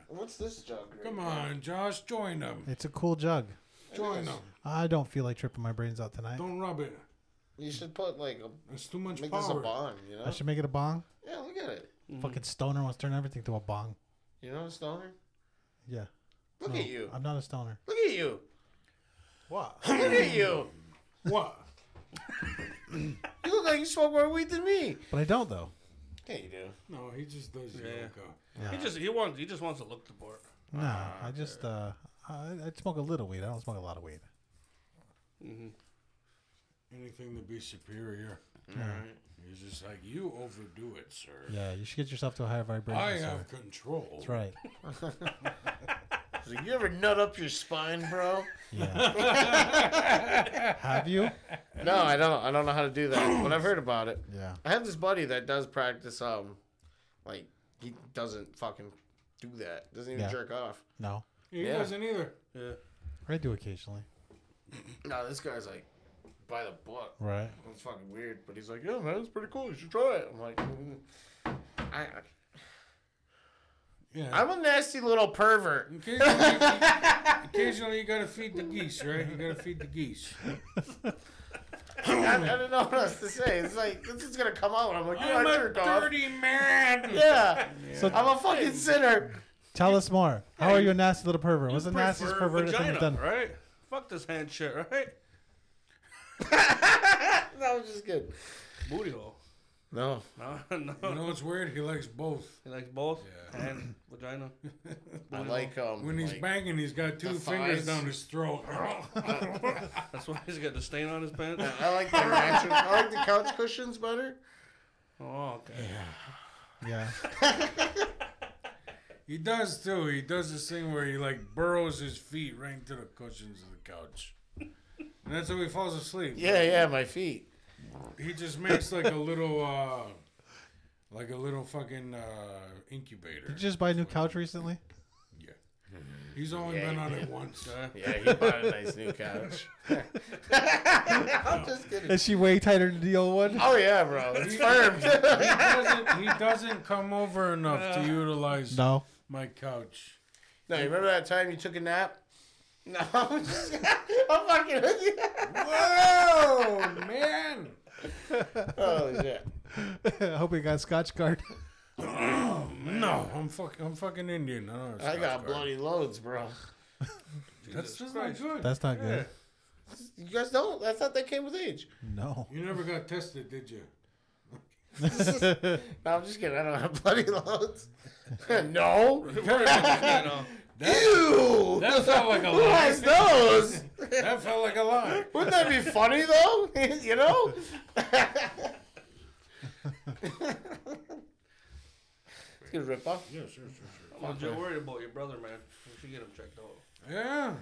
[SPEAKER 2] What's this jug? right
[SPEAKER 4] Come
[SPEAKER 2] here?
[SPEAKER 4] on, Josh. Join them.
[SPEAKER 3] It's a cool jug.
[SPEAKER 4] Join them.
[SPEAKER 3] I don't feel like tripping my brains out tonight.
[SPEAKER 4] Don't rub it.
[SPEAKER 2] You should put like a
[SPEAKER 4] It's too much
[SPEAKER 2] make this a
[SPEAKER 4] power.
[SPEAKER 2] bong. You know?
[SPEAKER 3] I should make it a bong.
[SPEAKER 2] Yeah, look at it.
[SPEAKER 3] Fucking stoner wants to turn everything to a bong.
[SPEAKER 2] You know, stoner.
[SPEAKER 3] Yeah.
[SPEAKER 2] Look
[SPEAKER 3] No,
[SPEAKER 2] at you.
[SPEAKER 3] I'm not a stoner.
[SPEAKER 2] Look at you.
[SPEAKER 3] What?
[SPEAKER 2] Look at you.
[SPEAKER 4] What?
[SPEAKER 2] You look like you smoke more weed than me.
[SPEAKER 3] But I don't though.
[SPEAKER 2] Yeah, you do.
[SPEAKER 4] No, he just does yoga.
[SPEAKER 1] He just he wants he just wants to look the part.
[SPEAKER 3] No, I just uh, I, I smoke a little weed. I don't smoke a lot of weed.
[SPEAKER 4] Mm-hmm. Anything to be superior. He's just like, you overdo it, sir.
[SPEAKER 3] Yeah, you should get yourself to a higher vibration.
[SPEAKER 4] I
[SPEAKER 3] sir.
[SPEAKER 4] have control.
[SPEAKER 3] That's right.
[SPEAKER 2] It's Like, you ever nut up your spine, bro?
[SPEAKER 3] Yeah. have you?
[SPEAKER 2] No, I don't. I don't know how to do that, but I've heard about it.
[SPEAKER 3] Yeah.
[SPEAKER 2] I have this buddy that does practice. Um, like he doesn't fucking do that. Doesn't even
[SPEAKER 3] Yeah.
[SPEAKER 2] jerk off.
[SPEAKER 3] No.
[SPEAKER 4] He
[SPEAKER 2] Yeah.
[SPEAKER 4] doesn't either.
[SPEAKER 1] Yeah.
[SPEAKER 3] I do occasionally.
[SPEAKER 2] No, this guy's like by the book.
[SPEAKER 3] Right.
[SPEAKER 2] It's fucking weird, but he's like, yeah, man, it's pretty cool. You should try it. I'm like, mm, I,
[SPEAKER 4] Yeah.
[SPEAKER 2] I'm a nasty little pervert.
[SPEAKER 4] occasionally, occasionally, you gotta feed the geese, right? You gotta feed the geese.
[SPEAKER 2] I, I don't know what else to say. It's like this is gonna come out. I'm like, yeah,
[SPEAKER 4] I'm
[SPEAKER 2] I
[SPEAKER 4] a
[SPEAKER 2] jerk off.
[SPEAKER 4] dirty man.
[SPEAKER 2] Yeah,
[SPEAKER 3] So
[SPEAKER 2] I'm a fucking sinner.
[SPEAKER 3] tell us more. How are you a nasty little pervert? What's the nastiest
[SPEAKER 1] Prefer
[SPEAKER 3] perverted thing
[SPEAKER 1] vagina,
[SPEAKER 3] you've done?
[SPEAKER 1] right? Fuck this hand shit, right?
[SPEAKER 2] That was just good.
[SPEAKER 1] Booty hole.
[SPEAKER 2] No,
[SPEAKER 1] No, no.
[SPEAKER 4] You know what's weird? He likes both.
[SPEAKER 1] He likes both
[SPEAKER 4] Yeah.
[SPEAKER 1] hand, vagina.
[SPEAKER 2] I like um.
[SPEAKER 4] When he's
[SPEAKER 2] like-
[SPEAKER 4] banging, he's got two
[SPEAKER 2] the
[SPEAKER 4] fingers
[SPEAKER 2] thighs. Uh,
[SPEAKER 4] down his throat.
[SPEAKER 1] That's why he's got the stain on his pants.
[SPEAKER 2] I like the mattress. I like the couch cushions better.
[SPEAKER 1] Oh, okay.
[SPEAKER 3] Yeah.
[SPEAKER 4] he does too. He does this thing where he like burrows his feet right into the cushions of the couch, and that's how he falls asleep.
[SPEAKER 2] Yeah, yeah, my feet.
[SPEAKER 4] He just makes like a little, uh, like a little fucking uh, incubator.
[SPEAKER 3] Did you just buy a new couch recently?
[SPEAKER 4] Yeah. He's only
[SPEAKER 2] Yeah,
[SPEAKER 4] been
[SPEAKER 2] he
[SPEAKER 4] on it once.
[SPEAKER 2] Yeah, he bought a nice new couch. I'm just kidding.
[SPEAKER 3] Is she way tighter than the old one?
[SPEAKER 2] Oh yeah, bro, it's firm.
[SPEAKER 4] Uh, He doesn't, he doesn't come over enough to utilize
[SPEAKER 3] No.
[SPEAKER 4] my couch.
[SPEAKER 2] no, you remember that time you took a nap? No, I'm just. I'm fucking with you.
[SPEAKER 4] Whoa, man!
[SPEAKER 2] Holy Oh, shit.
[SPEAKER 3] I hope we got Scotch card.
[SPEAKER 4] Oh, No, I'm fucking, I'm fucking Indian. I, don't have
[SPEAKER 2] I
[SPEAKER 4] Scotch
[SPEAKER 2] got
[SPEAKER 4] card.
[SPEAKER 2] bloody loads, bro.
[SPEAKER 4] That's
[SPEAKER 1] Jesus
[SPEAKER 4] just not
[SPEAKER 1] Christ.
[SPEAKER 4] good.
[SPEAKER 3] That's not good.
[SPEAKER 2] You guys don't? I thought that came with age.
[SPEAKER 3] No.
[SPEAKER 4] You never got tested, did you?
[SPEAKER 2] No, I'm just kidding. I don't have bloody loads. no.
[SPEAKER 1] You know,
[SPEAKER 2] Ew.
[SPEAKER 4] That felt like a
[SPEAKER 2] Who has
[SPEAKER 4] lie.
[SPEAKER 2] those?
[SPEAKER 4] That felt like a lie.
[SPEAKER 2] Wouldn't that be funny though? you know? it's a rip off.
[SPEAKER 4] Yeah, sure, sure, sure.
[SPEAKER 1] I'm just worried about your brother, man. We should get him checked out.
[SPEAKER 4] Yeah.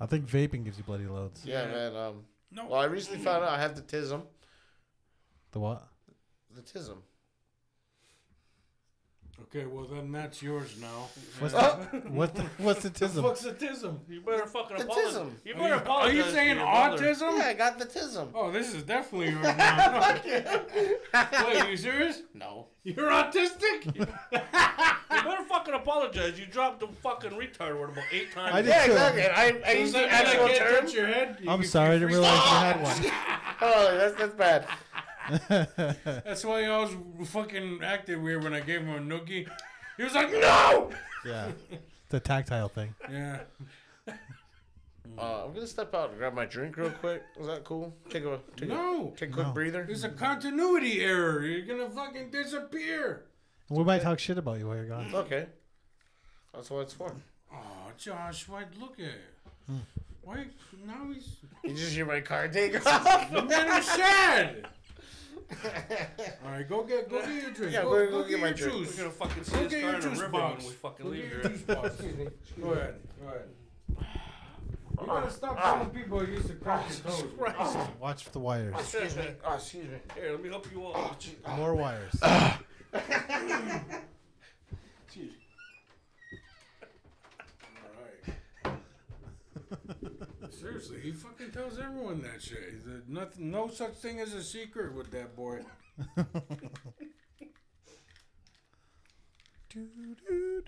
[SPEAKER 3] I think vaping gives you bloody loads.
[SPEAKER 2] Yeah, man. Um,
[SPEAKER 4] No.
[SPEAKER 2] well, I recently found out I have the tism.
[SPEAKER 3] The what?
[SPEAKER 2] The tism.
[SPEAKER 4] Okay, well then that's yours now.
[SPEAKER 3] What's
[SPEAKER 2] Oh,
[SPEAKER 3] the, what the, what's the tism?
[SPEAKER 4] What's autism?
[SPEAKER 1] You better fucking
[SPEAKER 2] It's
[SPEAKER 1] apologize.
[SPEAKER 2] ism.
[SPEAKER 1] You
[SPEAKER 4] Are you,
[SPEAKER 1] better
[SPEAKER 4] are
[SPEAKER 1] apologize.
[SPEAKER 4] you
[SPEAKER 1] to
[SPEAKER 4] saying
[SPEAKER 1] your brother.
[SPEAKER 4] autism?
[SPEAKER 2] yeah, I got the tism.
[SPEAKER 4] Oh, this is definitely yours now. Wait, you serious?
[SPEAKER 2] No.
[SPEAKER 4] You're autistic?
[SPEAKER 1] You better fucking apologize. You dropped the fucking retard word about eight times.
[SPEAKER 3] I did-
[SPEAKER 2] Yeah,
[SPEAKER 3] Sure.
[SPEAKER 2] exactly. I, I
[SPEAKER 4] Does
[SPEAKER 2] used
[SPEAKER 4] that
[SPEAKER 2] the
[SPEAKER 4] mean I
[SPEAKER 2] actual
[SPEAKER 4] can't
[SPEAKER 2] term.
[SPEAKER 4] touch your head? You-
[SPEAKER 3] I'm
[SPEAKER 4] you-
[SPEAKER 3] sorry, I
[SPEAKER 4] you
[SPEAKER 3] didn't
[SPEAKER 4] freeze-
[SPEAKER 3] realize you had one.
[SPEAKER 2] Oh, that's that's bad.
[SPEAKER 4] That's why he always fucking acted weird when I gave him a noogie. He was like, no!
[SPEAKER 3] Yeah. The tactile thing.
[SPEAKER 4] Yeah.
[SPEAKER 2] Uh, I'm gonna step out and grab my drink real quick. Is that cool? Take a take a,
[SPEAKER 4] No.
[SPEAKER 2] take a quick
[SPEAKER 3] No.
[SPEAKER 2] breather.
[SPEAKER 4] There's a continuity error. You're gonna fucking disappear.
[SPEAKER 3] We might talk shit about you while you're gone.
[SPEAKER 2] Okay. That's what it's for.
[SPEAKER 4] Oh, Josh, why'd look at it? Why? Now he's.
[SPEAKER 2] You just hear my car take off.
[SPEAKER 4] I'm in the shed! Alright, go get go get your drink.
[SPEAKER 2] Yeah,
[SPEAKER 4] go,
[SPEAKER 2] go-
[SPEAKER 4] go,
[SPEAKER 2] go
[SPEAKER 4] get,
[SPEAKER 2] get my
[SPEAKER 4] your
[SPEAKER 2] drink.
[SPEAKER 1] We're
[SPEAKER 4] juice.
[SPEAKER 1] gonna fucking see
[SPEAKER 4] Go
[SPEAKER 1] this
[SPEAKER 4] get
[SPEAKER 1] guy
[SPEAKER 4] your
[SPEAKER 1] in a
[SPEAKER 4] juice
[SPEAKER 1] river
[SPEAKER 4] box.
[SPEAKER 1] when we fucking
[SPEAKER 4] Go
[SPEAKER 1] leave
[SPEAKER 4] get your
[SPEAKER 1] here.
[SPEAKER 4] juice box. Go ahead. Go ahead. You gotta stop telling people who used to crack your toes.
[SPEAKER 3] Watch the wires.
[SPEAKER 2] excuse me. Oh, excuse me.
[SPEAKER 1] Here, let me help you out.
[SPEAKER 3] More wires.
[SPEAKER 4] Seriously, he fucking tells everyone that shit. There's nothing, no such thing as a secret with that boy.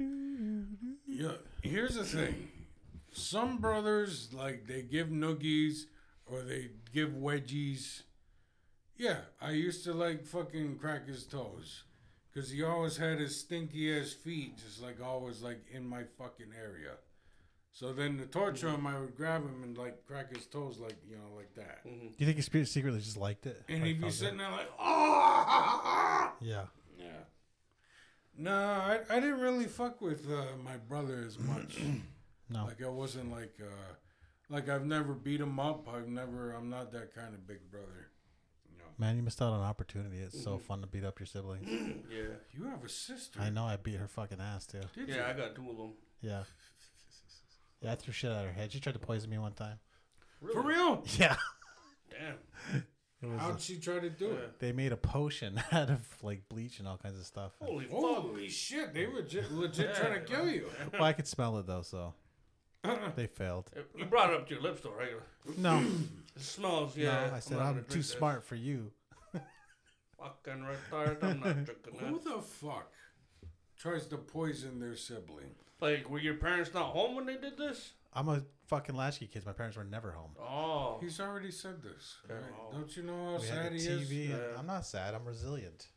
[SPEAKER 4] Yeah, here's the thing. Some brothers like they give noogies or they give wedgies. Yeah, I used to like fucking crack his toes. Cause he always had his stinky ass feet, just like always like in my fucking area. So then to torture him, I would grab him and like crack his toes, like you know, like that.
[SPEAKER 3] Do you think your spirit secretly just liked it?
[SPEAKER 4] And
[SPEAKER 3] Like,
[SPEAKER 4] he'd be
[SPEAKER 3] felt
[SPEAKER 4] sitting
[SPEAKER 3] it?
[SPEAKER 4] there like, oh.
[SPEAKER 3] Yeah.
[SPEAKER 4] Yeah. No, I, I didn't really fuck with uh, my brother as much.
[SPEAKER 3] No.
[SPEAKER 4] Like I wasn't like, uh, like I've never beat him up. I've never. I'm not that kind of big brother.
[SPEAKER 3] Man, you missed out on opportunity. It's so fun to beat up your siblings.
[SPEAKER 1] Yeah.
[SPEAKER 4] You have a sister.
[SPEAKER 3] I know I beat her fucking ass too.
[SPEAKER 4] Did
[SPEAKER 1] Yeah, I got two of them.
[SPEAKER 3] Yeah. Yeah, I threw shit at her head. She tried to poison me one time.
[SPEAKER 4] you? For real?
[SPEAKER 3] Yeah.
[SPEAKER 1] Damn.
[SPEAKER 3] It was
[SPEAKER 4] How'd she try to do it?
[SPEAKER 3] they made a potion out of like bleach and all kinds of stuff. And-
[SPEAKER 1] Holy fuck.
[SPEAKER 4] Holy shit! They were legit, legit trying to kill you.
[SPEAKER 3] Well, I could smell it though, so they failed.
[SPEAKER 1] You brought it up to your lips though, right?
[SPEAKER 3] No,
[SPEAKER 1] It smells, yeah.
[SPEAKER 3] no, I said
[SPEAKER 1] not
[SPEAKER 3] I'm,
[SPEAKER 1] gonna
[SPEAKER 3] too
[SPEAKER 1] drink that.
[SPEAKER 3] smart for you.
[SPEAKER 1] Fucking retard. I'm not drinking
[SPEAKER 4] Who
[SPEAKER 1] that.
[SPEAKER 4] the fuck tries to poison their sibling?
[SPEAKER 1] Like, were your parents not home when they did this?
[SPEAKER 3] I'm a fucking latchkey kid. My parents were never home.
[SPEAKER 1] Oh.
[SPEAKER 4] He's already said this. right?
[SPEAKER 1] Oh.
[SPEAKER 4] Don't you know how
[SPEAKER 3] We
[SPEAKER 4] sad
[SPEAKER 3] had the
[SPEAKER 4] he
[SPEAKER 3] TV.
[SPEAKER 4] is?
[SPEAKER 1] Yeah.
[SPEAKER 3] I'm not sad. I'm resilient.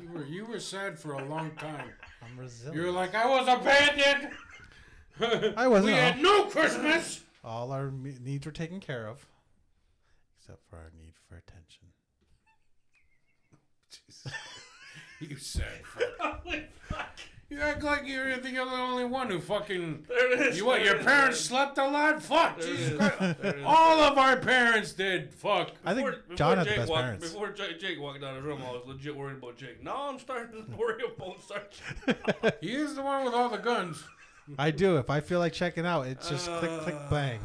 [SPEAKER 4] You were you were sad for a long time.
[SPEAKER 3] I'm resilient.
[SPEAKER 4] You were like, I was abandoned.
[SPEAKER 3] I wasn't.
[SPEAKER 4] We had
[SPEAKER 3] All,
[SPEAKER 4] no Christmas.
[SPEAKER 3] all our me- needs were taken care of, except for our need for attention.
[SPEAKER 4] You sad fuck. You act like you're, you think you're the only one who fucking.
[SPEAKER 1] There it is.
[SPEAKER 4] You what?
[SPEAKER 1] there
[SPEAKER 4] Your
[SPEAKER 1] it is,
[SPEAKER 4] parents slept a lot. Fuck.
[SPEAKER 1] There it
[SPEAKER 4] Jesus
[SPEAKER 1] is.
[SPEAKER 4] Christ.
[SPEAKER 1] There it is.
[SPEAKER 4] All of our parents did. Fuck.
[SPEAKER 3] Oh, I think
[SPEAKER 1] Before-
[SPEAKER 3] John
[SPEAKER 1] before
[SPEAKER 3] had the
[SPEAKER 1] Jake
[SPEAKER 3] best
[SPEAKER 1] walked,
[SPEAKER 3] parents.
[SPEAKER 1] Before Jake, Jake walked out of the room, I was legit worried about Jake. Now I'm starting to worry about Sergeant.
[SPEAKER 4] He is the one with all the guns.
[SPEAKER 3] I do. If I feel like checking out, it's just click, click,
[SPEAKER 4] Uh.
[SPEAKER 3] bang.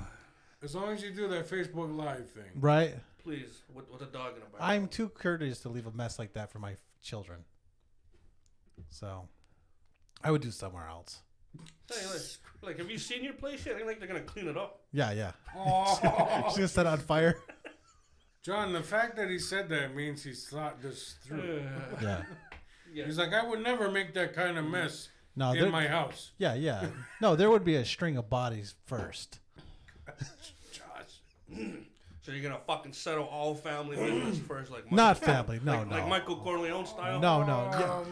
[SPEAKER 4] As long as you do that Facebook Live thing.
[SPEAKER 3] Right?
[SPEAKER 1] Please, with, with a dog in a back.
[SPEAKER 3] I'm too courteous to leave a mess like that for my f- children. So, I would do somewhere else.
[SPEAKER 1] Hey, like, like, have you seen your place yet? I think they're gonna clean it up.
[SPEAKER 3] Yeah, yeah.
[SPEAKER 4] Oh.
[SPEAKER 3] Just gonna set it on fire.
[SPEAKER 4] John, the fact that he said that means he's thought this
[SPEAKER 3] Hmm.
[SPEAKER 4] through.
[SPEAKER 3] Yeah.
[SPEAKER 4] He's like, I would never make that kind of mess
[SPEAKER 3] No,
[SPEAKER 4] in
[SPEAKER 3] there-
[SPEAKER 4] my house.
[SPEAKER 3] Yeah, yeah. No, there would be a string of bodies first.
[SPEAKER 4] Josh.
[SPEAKER 1] So you're gonna fucking settle all family business first, like
[SPEAKER 3] Not family, no,
[SPEAKER 1] like,
[SPEAKER 3] no.
[SPEAKER 1] like Michael Corleone style.
[SPEAKER 3] No,
[SPEAKER 4] Oh,
[SPEAKER 3] Oh, no,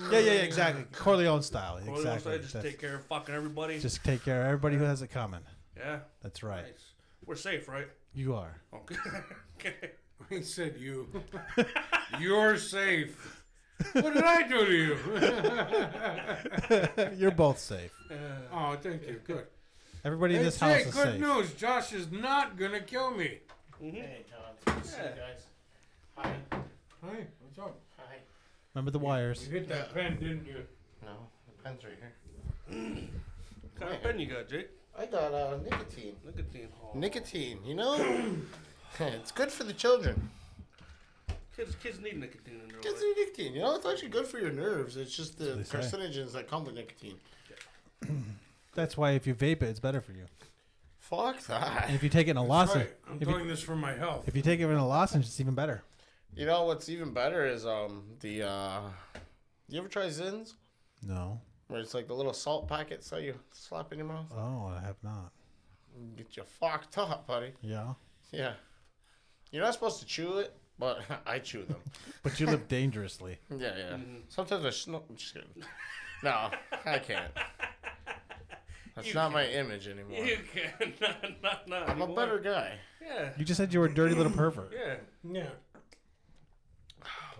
[SPEAKER 3] yeah, yeah, yeah, yeah, exactly. Corleone style,
[SPEAKER 1] Corleone
[SPEAKER 3] exactly.
[SPEAKER 1] style, just
[SPEAKER 3] That's-
[SPEAKER 1] take care of fucking everybody.
[SPEAKER 3] just take care of everybody who has it coming.
[SPEAKER 1] yeah,
[SPEAKER 3] That's right.
[SPEAKER 1] nice. We're safe, right?
[SPEAKER 3] You are.
[SPEAKER 1] Okay. okay.
[SPEAKER 4] He said, "You, you're safe." What did I do to you?
[SPEAKER 3] You're both safe.
[SPEAKER 1] Uh,
[SPEAKER 4] oh, thank you. Good.
[SPEAKER 3] Everybody in
[SPEAKER 4] Hey,
[SPEAKER 3] this
[SPEAKER 4] Jay,
[SPEAKER 3] house is
[SPEAKER 4] good
[SPEAKER 3] safe.
[SPEAKER 4] news. Josh is not gonna kill me.
[SPEAKER 1] Mm-hmm.
[SPEAKER 2] Hey, John. See you guys. Hi.
[SPEAKER 4] Hey, what's up?
[SPEAKER 2] Hi.
[SPEAKER 3] Remember the wires.
[SPEAKER 4] You hit that pen, didn't you?
[SPEAKER 2] No, the pen's right here.
[SPEAKER 1] What kind of pen you got, Jake?
[SPEAKER 2] I got uh, nicotine.
[SPEAKER 1] Nicotine. Oh.
[SPEAKER 2] Nicotine, you know? it's good for the children.
[SPEAKER 1] Kids, kids need nicotine in their
[SPEAKER 2] Kids
[SPEAKER 1] life.
[SPEAKER 2] need nicotine. You know, it's actually good for your nerves. It's just the
[SPEAKER 3] That's what they say.
[SPEAKER 2] carcinogens that come with nicotine.
[SPEAKER 3] That's why if you vape it, it's better for you.
[SPEAKER 2] Fuck that.
[SPEAKER 3] And if you take it in a lozenge,
[SPEAKER 4] Right. I'm
[SPEAKER 3] if, you,
[SPEAKER 4] doing this for my health.
[SPEAKER 3] if you take it in a lozenge, it's even better.
[SPEAKER 2] You know what's even better is um the uh you ever try Zins?
[SPEAKER 3] No.
[SPEAKER 2] Where it's like the little salt packets that you slap in your mouth?
[SPEAKER 3] Oh, I have not.
[SPEAKER 2] Get you fucked up, buddy.
[SPEAKER 3] Yeah.
[SPEAKER 2] Yeah. You're not supposed to chew it, but I chew them.
[SPEAKER 3] But you live dangerously.
[SPEAKER 2] yeah, yeah. Sometimes I sno- I'm just kidding. No, I can't. That's not my image anymore.
[SPEAKER 1] You can not, not, not
[SPEAKER 2] I'm a
[SPEAKER 1] anymore.
[SPEAKER 2] better guy.
[SPEAKER 1] Yeah,
[SPEAKER 3] You just said you were a dirty little pervert.
[SPEAKER 1] yeah.
[SPEAKER 4] Yeah.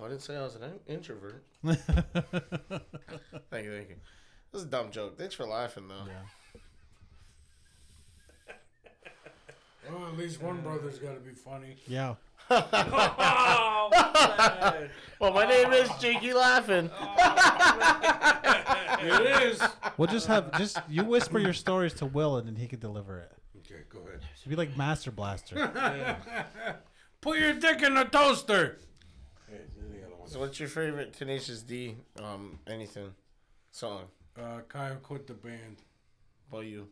[SPEAKER 2] Oh, I didn't say I was an in- introvert. Thank you, thank you. This is a dumb joke. Thanks for laughing, though.
[SPEAKER 4] Well, at least one brother's got to be funny.
[SPEAKER 3] yeah.
[SPEAKER 1] Oh, man.
[SPEAKER 2] Well, my name is Jakey Laughing.
[SPEAKER 4] it is.
[SPEAKER 3] We'll just have just you whisper your stories to Will and then he can deliver it.
[SPEAKER 4] Okay, go ahead.
[SPEAKER 3] Should be like Master Blaster.
[SPEAKER 4] Put your dick in the toaster.
[SPEAKER 2] So, what's your favorite Tenacious D um anything song?
[SPEAKER 4] Uh, Kyle quit the band.
[SPEAKER 2] Well, you.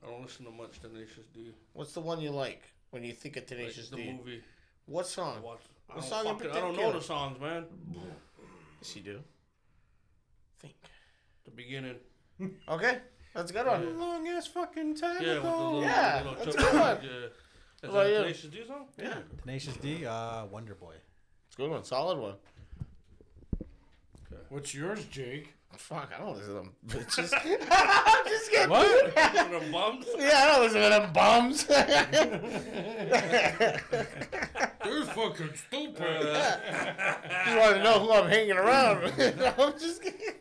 [SPEAKER 1] I don't listen to much Tenacious D.
[SPEAKER 2] What's the one you like when you think of
[SPEAKER 1] Like,
[SPEAKER 2] Tenacious
[SPEAKER 1] the
[SPEAKER 2] D?
[SPEAKER 1] movie.
[SPEAKER 2] What song?
[SPEAKER 1] Watch. I
[SPEAKER 2] What
[SPEAKER 1] don't,
[SPEAKER 2] song in
[SPEAKER 1] fucking, I don't know
[SPEAKER 2] particular?
[SPEAKER 1] the songs, man.
[SPEAKER 2] Yes, you do. Think.
[SPEAKER 1] The beginning.
[SPEAKER 2] Okay, that's a good one.
[SPEAKER 4] Long ass fucking time
[SPEAKER 1] Yeah, with the little,
[SPEAKER 2] Yeah,
[SPEAKER 1] little
[SPEAKER 2] that's
[SPEAKER 1] chip-
[SPEAKER 2] a good one.
[SPEAKER 1] Yeah. Is
[SPEAKER 2] Well,
[SPEAKER 1] that
[SPEAKER 2] yeah.
[SPEAKER 1] Tenacious D song?
[SPEAKER 2] Yeah,
[SPEAKER 3] Tenacious D, uh, Wonder Boy.
[SPEAKER 2] it's a good one. Solid one.
[SPEAKER 4] What's yours, Jake?
[SPEAKER 2] Fuck, I don't listen to them bitches. I'm just kidding.
[SPEAKER 4] What?
[SPEAKER 1] With the bums?
[SPEAKER 2] Yeah, I don't listen to them bums.
[SPEAKER 4] You're fucking stupid.
[SPEAKER 2] just want to know who I'm hanging around. No, I'm just kidding.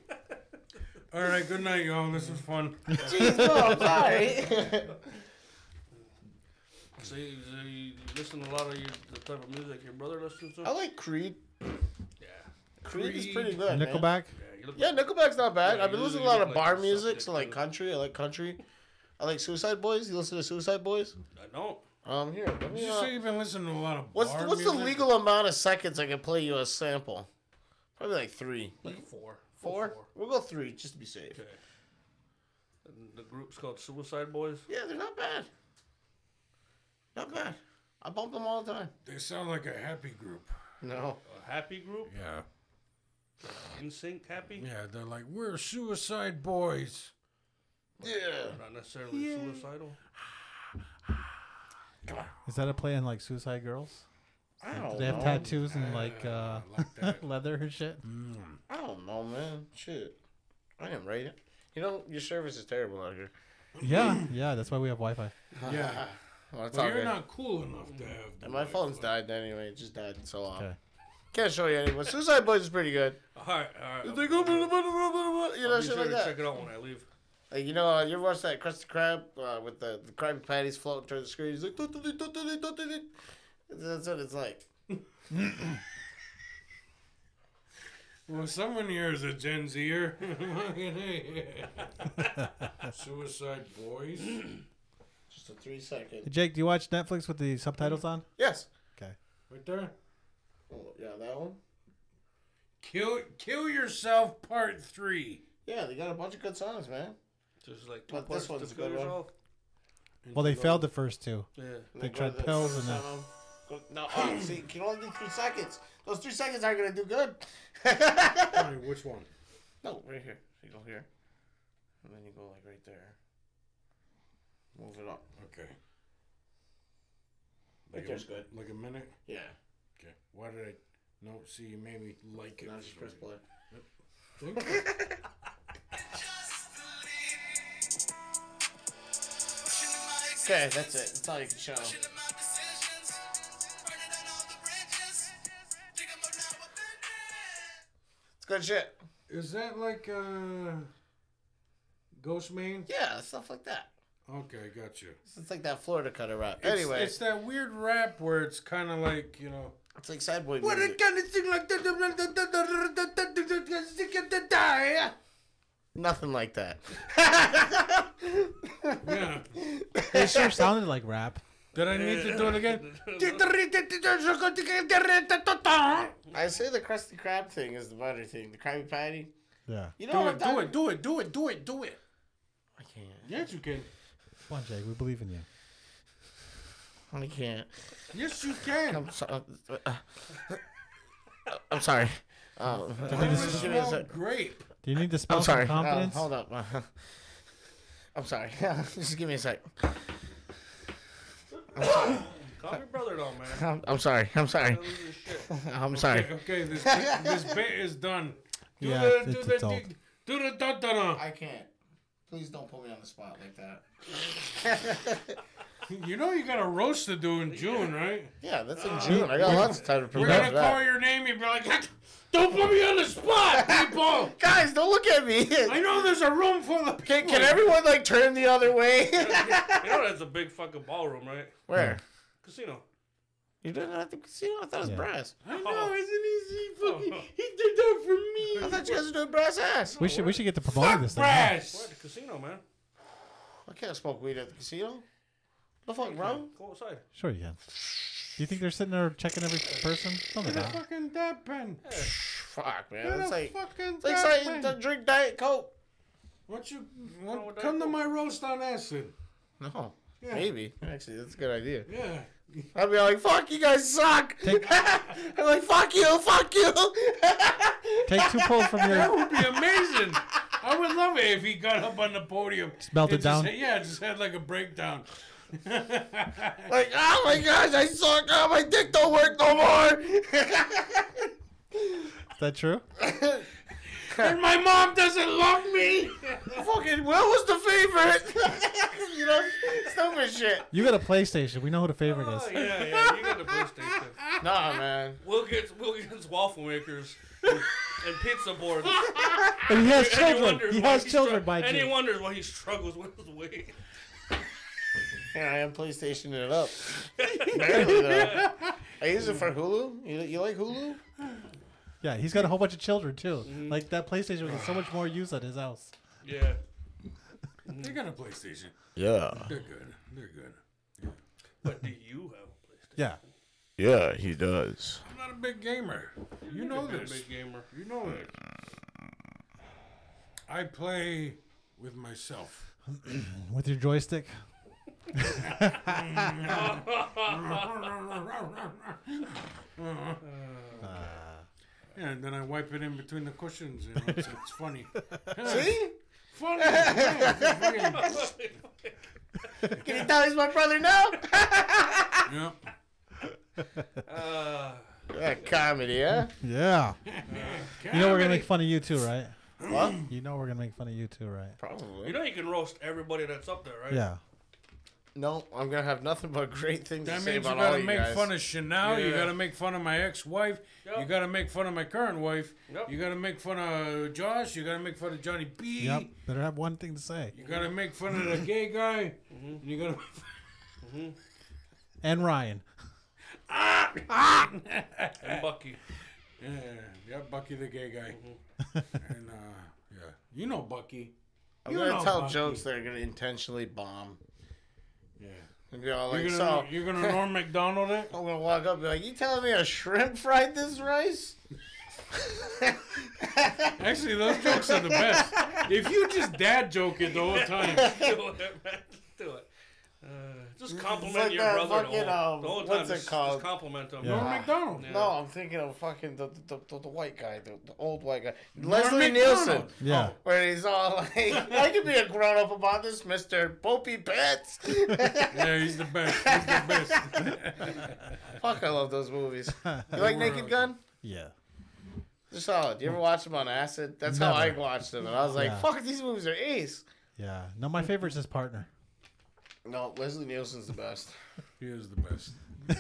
[SPEAKER 4] All right, good night, y'all. This was fun.
[SPEAKER 2] Jeez, no, I'm sorry.
[SPEAKER 1] So you, so you listen to a lot of your, the type of music your brother listens to?
[SPEAKER 2] I like Creed.
[SPEAKER 1] Yeah.
[SPEAKER 2] Creed, is
[SPEAKER 4] Creed.
[SPEAKER 2] pretty good. man.
[SPEAKER 3] Nickelback?
[SPEAKER 1] Yeah, you look
[SPEAKER 2] Yeah, Nickelback's not bad.
[SPEAKER 1] Yeah,
[SPEAKER 2] I've been
[SPEAKER 1] you-
[SPEAKER 2] listening to
[SPEAKER 1] you
[SPEAKER 2] a lot
[SPEAKER 1] look
[SPEAKER 2] of
[SPEAKER 1] like
[SPEAKER 2] bar
[SPEAKER 1] you
[SPEAKER 2] music,
[SPEAKER 1] sucked
[SPEAKER 2] so
[SPEAKER 1] it,
[SPEAKER 2] like
[SPEAKER 1] dude.
[SPEAKER 2] country. I like country. I like Suicide Boys. You listen to Suicide Boys?
[SPEAKER 1] I don't.
[SPEAKER 2] Um, here. Let
[SPEAKER 4] Did
[SPEAKER 2] me,
[SPEAKER 4] you
[SPEAKER 2] uh,
[SPEAKER 4] say you've been listening to a lot of
[SPEAKER 2] what's
[SPEAKER 4] bar
[SPEAKER 2] the, what's the
[SPEAKER 4] music?
[SPEAKER 2] legal amount of seconds I can play you a sample? Probably like three.
[SPEAKER 1] Like four.
[SPEAKER 2] Four? We'll go three just to be safe.
[SPEAKER 1] Okay. And the group's called Suicide Boys.
[SPEAKER 2] Yeah, they're not bad. Not bad. I bump them all the time.
[SPEAKER 4] They sound like a happy group.
[SPEAKER 2] No.
[SPEAKER 1] A happy group.
[SPEAKER 4] Yeah.
[SPEAKER 1] In sync happy.
[SPEAKER 4] Yeah, they're like, we're suicide boys.
[SPEAKER 2] Yeah.
[SPEAKER 1] Not necessarily suicidal.
[SPEAKER 3] Is that a play in like Suicide Girls?
[SPEAKER 2] I
[SPEAKER 3] Do
[SPEAKER 2] don't
[SPEAKER 3] they have
[SPEAKER 2] know.
[SPEAKER 3] tattoos and like uh,
[SPEAKER 4] like that.
[SPEAKER 3] leather and shit?
[SPEAKER 2] I don't know, man. Shit. I am right. You know, your service is terrible out here.
[SPEAKER 3] Yeah, yeah, that's why we have Wi Fi.
[SPEAKER 4] Yeah.
[SPEAKER 2] Well, it's
[SPEAKER 4] Well,
[SPEAKER 2] all
[SPEAKER 4] you're
[SPEAKER 2] good.
[SPEAKER 4] not cool enough to have. the
[SPEAKER 2] And my
[SPEAKER 4] mic.
[SPEAKER 2] phone's died anyway. It just died so long.
[SPEAKER 3] Okay.
[SPEAKER 2] Can't show you anymore. Suicide Boys is pretty good.
[SPEAKER 1] All right, all right.
[SPEAKER 2] They go blah, blah, blah, blah, blah, blah, you know,
[SPEAKER 1] I'll be
[SPEAKER 2] shit like
[SPEAKER 1] sure to check
[SPEAKER 2] that.
[SPEAKER 1] it out when I leave.
[SPEAKER 2] Like, you know, uh, you ever watch that Krusty Krab uh, with the, the Krabby Patties floating through the screen? He's like, "Doo, doo, doo, doo, doo, doo, doo, doo." that's what it's like.
[SPEAKER 4] Well, someone here is a Gen Zer. suicide boys.
[SPEAKER 2] Just a three second.
[SPEAKER 3] Jake, do you watch Netflix with the subtitles on?
[SPEAKER 2] Yes.
[SPEAKER 3] Okay.
[SPEAKER 4] Right there.
[SPEAKER 2] Oh, yeah, that one.
[SPEAKER 4] Kill, kill yourself, part three.
[SPEAKER 2] Yeah, they got a bunch of good songs, man.
[SPEAKER 1] There's like two
[SPEAKER 2] But
[SPEAKER 1] parts
[SPEAKER 2] this one's
[SPEAKER 1] to
[SPEAKER 2] a good
[SPEAKER 1] finish
[SPEAKER 2] one.
[SPEAKER 1] off.
[SPEAKER 3] Well, they failed the first two.
[SPEAKER 1] Yeah.
[SPEAKER 3] They tried pills and then-
[SPEAKER 2] then. No, oh, see, you can only do three seconds. Those three seconds aren't gonna do good.
[SPEAKER 4] Tell me which one?
[SPEAKER 2] no, right here. You go here, and then you go like right there. Move it up.
[SPEAKER 4] Okay. Like
[SPEAKER 2] It tastes
[SPEAKER 4] a,
[SPEAKER 2] good.
[SPEAKER 4] Like a minute.
[SPEAKER 2] Yeah.
[SPEAKER 4] Okay. Why did I? No. See, you made me like it.
[SPEAKER 2] Now just press play.
[SPEAKER 4] Thank you.
[SPEAKER 2] Okay, that's it. That's all you can show. It's good shit.
[SPEAKER 4] Is that like uh, Ghost Main?
[SPEAKER 2] Yeah, stuff like that.
[SPEAKER 4] Okay, got you.
[SPEAKER 2] It's like that Florida cutter rap.
[SPEAKER 4] It's-
[SPEAKER 2] anyway,
[SPEAKER 4] it's,
[SPEAKER 2] it's,
[SPEAKER 4] that weird rap where it's kind of like you know.
[SPEAKER 2] like sad boy
[SPEAKER 4] What a
[SPEAKER 2] music.
[SPEAKER 4] kind of thing like that.
[SPEAKER 2] Nothing like that.
[SPEAKER 4] Yeah.
[SPEAKER 3] It sure sounded like rap.
[SPEAKER 4] Did I need to do it again?
[SPEAKER 2] I say the Krusty Krab thing is the better thing. The Krabby Patty.
[SPEAKER 3] Yeah.
[SPEAKER 2] You know
[SPEAKER 4] Do
[SPEAKER 2] what?
[SPEAKER 4] it, do it, do it, do it, do it, do it.
[SPEAKER 2] I can't.
[SPEAKER 4] Yes, you can.
[SPEAKER 3] Come on, Jake. We believe in you.
[SPEAKER 2] I can't.
[SPEAKER 4] Yes, you can.
[SPEAKER 2] I'm sorry. uh, I'm sorry. Um,
[SPEAKER 4] It would
[SPEAKER 2] give me a
[SPEAKER 4] smell
[SPEAKER 2] sec.
[SPEAKER 4] grape.
[SPEAKER 3] Do you need to spell
[SPEAKER 2] I'm sorry.
[SPEAKER 3] some
[SPEAKER 2] Uh,
[SPEAKER 3] confidence?
[SPEAKER 2] hold up. I'm sorry. Just give me a sec.
[SPEAKER 1] Call your brother down, man.
[SPEAKER 2] I'm, I'm sorry. I'm sorry.
[SPEAKER 1] That was his shit.
[SPEAKER 2] I'm sorry.
[SPEAKER 4] Okay, okay, this this bit is done. Do
[SPEAKER 3] Yeah,
[SPEAKER 4] the-
[SPEAKER 3] it's-
[SPEAKER 4] do
[SPEAKER 3] it's-
[SPEAKER 4] the-
[SPEAKER 3] it's old.
[SPEAKER 4] Do the da da da.
[SPEAKER 2] I can't. Please don't put me on the spot like that.
[SPEAKER 4] You know you got a roast to do in June, right?
[SPEAKER 2] Yeah, that's in June. I got lots of time to
[SPEAKER 4] We're gonna
[SPEAKER 2] prepare for
[SPEAKER 4] call
[SPEAKER 2] that.
[SPEAKER 4] your name. You'd be like, "Don't put me on the spot, people."
[SPEAKER 2] Guys, don't look at me.
[SPEAKER 4] I know there's a room full of people.
[SPEAKER 2] Can, can everyone like turn the other way?
[SPEAKER 1] You know that's a big fucking ballroom, right?
[SPEAKER 2] Where?
[SPEAKER 1] Casino.
[SPEAKER 2] You didn't at the casino? I thought it was
[SPEAKER 3] Yeah.
[SPEAKER 2] brass.
[SPEAKER 4] I know, isn't he? He, fucking, he did that for me.
[SPEAKER 2] I thought you guys were doing brass ass.
[SPEAKER 3] We should we should get to promoting
[SPEAKER 4] Fuck
[SPEAKER 3] this thing. huh?
[SPEAKER 1] We're at
[SPEAKER 4] brass.
[SPEAKER 1] the casino, man.
[SPEAKER 2] I can't smoke weed at the casino. The fuck, bro?
[SPEAKER 1] Go outside.
[SPEAKER 3] Sure you can. Do you think they're sitting there checking every person? No, they're not.
[SPEAKER 4] Fucking dead pen.
[SPEAKER 2] Fuck, man. It's like,
[SPEAKER 4] fucking
[SPEAKER 2] it's like starting to drink Diet Coke.
[SPEAKER 4] What you want-
[SPEAKER 1] with that
[SPEAKER 4] come to
[SPEAKER 1] coke?
[SPEAKER 4] my roast on acid?
[SPEAKER 2] No.
[SPEAKER 4] Yeah.
[SPEAKER 2] Maybe. Actually, that's a good idea.
[SPEAKER 4] Yeah.
[SPEAKER 2] I'd be like, fuck, you guys suck. I'm like, fuck you, fuck you.
[SPEAKER 3] Take two pulls from
[SPEAKER 4] That
[SPEAKER 3] your.
[SPEAKER 4] would be amazing. I would love it if he got up on the podium.
[SPEAKER 3] melted
[SPEAKER 4] and just
[SPEAKER 3] down.
[SPEAKER 4] had- yeah, just had like a breakdown.
[SPEAKER 2] like, oh my gosh, I suck. Oh, my dick don't work no more.
[SPEAKER 3] Is that true?
[SPEAKER 4] and my mom doesn't love me.
[SPEAKER 2] Fucking Will was the favorite. you know, stupid shit.
[SPEAKER 3] You got a PlayStation. We know who the favorite
[SPEAKER 1] Oh,
[SPEAKER 3] is.
[SPEAKER 1] yeah, yeah. You got the PlayStation.
[SPEAKER 2] Nah, man.
[SPEAKER 1] Will gets Will gets waffle makers and, and pizza boards.
[SPEAKER 3] And he has
[SPEAKER 1] And he
[SPEAKER 3] children.
[SPEAKER 1] wonders
[SPEAKER 3] He
[SPEAKER 1] why
[SPEAKER 3] has
[SPEAKER 1] str-
[SPEAKER 3] children by
[SPEAKER 1] And he
[SPEAKER 3] June.
[SPEAKER 1] wonders why he struggles with his weight.
[SPEAKER 2] Here I am PlayStation it up. Barely though. I use it for Hulu. You, you like Hulu?
[SPEAKER 3] Yeah, he's got a whole bunch of children too.
[SPEAKER 2] Mm-hmm.
[SPEAKER 3] Like that PlayStation was so much more use at his house.
[SPEAKER 1] Yeah.
[SPEAKER 4] They got a PlayStation.
[SPEAKER 5] Yeah.
[SPEAKER 4] They're good. They're good.
[SPEAKER 1] But do you have a PlayStation?
[SPEAKER 3] Yeah.
[SPEAKER 5] Yeah, he does.
[SPEAKER 4] I'm not a big gamer. You know
[SPEAKER 1] You're a
[SPEAKER 4] this.
[SPEAKER 1] big gamer.
[SPEAKER 4] You know it. I play with myself.
[SPEAKER 3] With your joystick.
[SPEAKER 4] Uh, Yeah, and then I wipe it in between the cushions. You know, it's, it's funny.
[SPEAKER 2] See?
[SPEAKER 4] Funny. yeah, it's fucking-
[SPEAKER 2] Can you tell he's my brother now?
[SPEAKER 4] yeah.
[SPEAKER 1] Uh,
[SPEAKER 2] that comedy, huh?
[SPEAKER 3] Yeah. You know we're gonna make fun of you too, right?
[SPEAKER 2] What?
[SPEAKER 3] You know we're gonna make fun of you too, right?
[SPEAKER 1] you
[SPEAKER 2] Probably.
[SPEAKER 1] know you can roast everybody that's up there, right?
[SPEAKER 3] Yeah.
[SPEAKER 2] No, I'm gonna have nothing but great things
[SPEAKER 4] That
[SPEAKER 2] to say
[SPEAKER 4] means you
[SPEAKER 2] about all
[SPEAKER 4] gotta
[SPEAKER 2] you
[SPEAKER 4] make
[SPEAKER 2] guys.
[SPEAKER 4] fun of Chanel. You
[SPEAKER 1] Yeah.
[SPEAKER 4] gotta make fun of my ex-wife. You
[SPEAKER 1] Yep.
[SPEAKER 4] gotta make fun of my current wife.
[SPEAKER 1] Yep.
[SPEAKER 4] You gotta make fun of Josh. You gotta make fun of Johnny B.
[SPEAKER 3] Yep. Better have one thing to say.
[SPEAKER 4] You gotta make fun of the gay guy.
[SPEAKER 2] Mm-hmm.
[SPEAKER 4] And you gotta.
[SPEAKER 3] And Ryan.
[SPEAKER 1] And Bucky.
[SPEAKER 4] Yeah, yeah, Bucky the gay guy. and uh, yeah, you know Bucky.
[SPEAKER 2] I'm
[SPEAKER 4] You
[SPEAKER 2] gonna
[SPEAKER 4] know
[SPEAKER 2] tell
[SPEAKER 4] Bucky.
[SPEAKER 2] jokes that are gonna intentionally bomb.
[SPEAKER 4] Yeah.
[SPEAKER 2] And be all
[SPEAKER 4] You're
[SPEAKER 2] like,
[SPEAKER 4] gonna
[SPEAKER 2] so
[SPEAKER 4] you're gonna Norm Macdonald it.
[SPEAKER 2] I'm gonna walk up and be like, You telling me a shrimp fried this rice?
[SPEAKER 4] Actually, those jokes are the best. If you just dad joke it the whole time,
[SPEAKER 1] Do it, man. Do it. Uh, just compliment
[SPEAKER 2] like
[SPEAKER 1] your
[SPEAKER 2] that
[SPEAKER 1] brother the
[SPEAKER 2] fucking,
[SPEAKER 1] whole,
[SPEAKER 2] um,
[SPEAKER 1] the whole time.
[SPEAKER 2] what's it
[SPEAKER 1] just,
[SPEAKER 2] called?
[SPEAKER 1] Just compliment him.
[SPEAKER 4] Norm
[SPEAKER 3] Yeah.
[SPEAKER 4] McDonald.
[SPEAKER 1] Yeah.
[SPEAKER 2] No, I'm thinking of fucking the the, the, the white guy, the, the old white guy, Leslie Nielsen.
[SPEAKER 4] McDonald.
[SPEAKER 3] Yeah.
[SPEAKER 2] Where he's all like, I could be a grown up about this, Mister Popey Pets.
[SPEAKER 4] Yeah, he's the best. He's the best.
[SPEAKER 2] Fuck, I love those movies. You like Naked Gun?
[SPEAKER 3] Yeah.
[SPEAKER 2] They're solid. You ever watch them on acid? That's how I
[SPEAKER 3] Never.
[SPEAKER 2] watched them, and I was like,
[SPEAKER 3] Yeah.
[SPEAKER 2] fuck, these movies are ace.
[SPEAKER 3] Yeah. No, my favorite's his partner.
[SPEAKER 2] No, Leslie Nielsen's the best.
[SPEAKER 4] He is the best.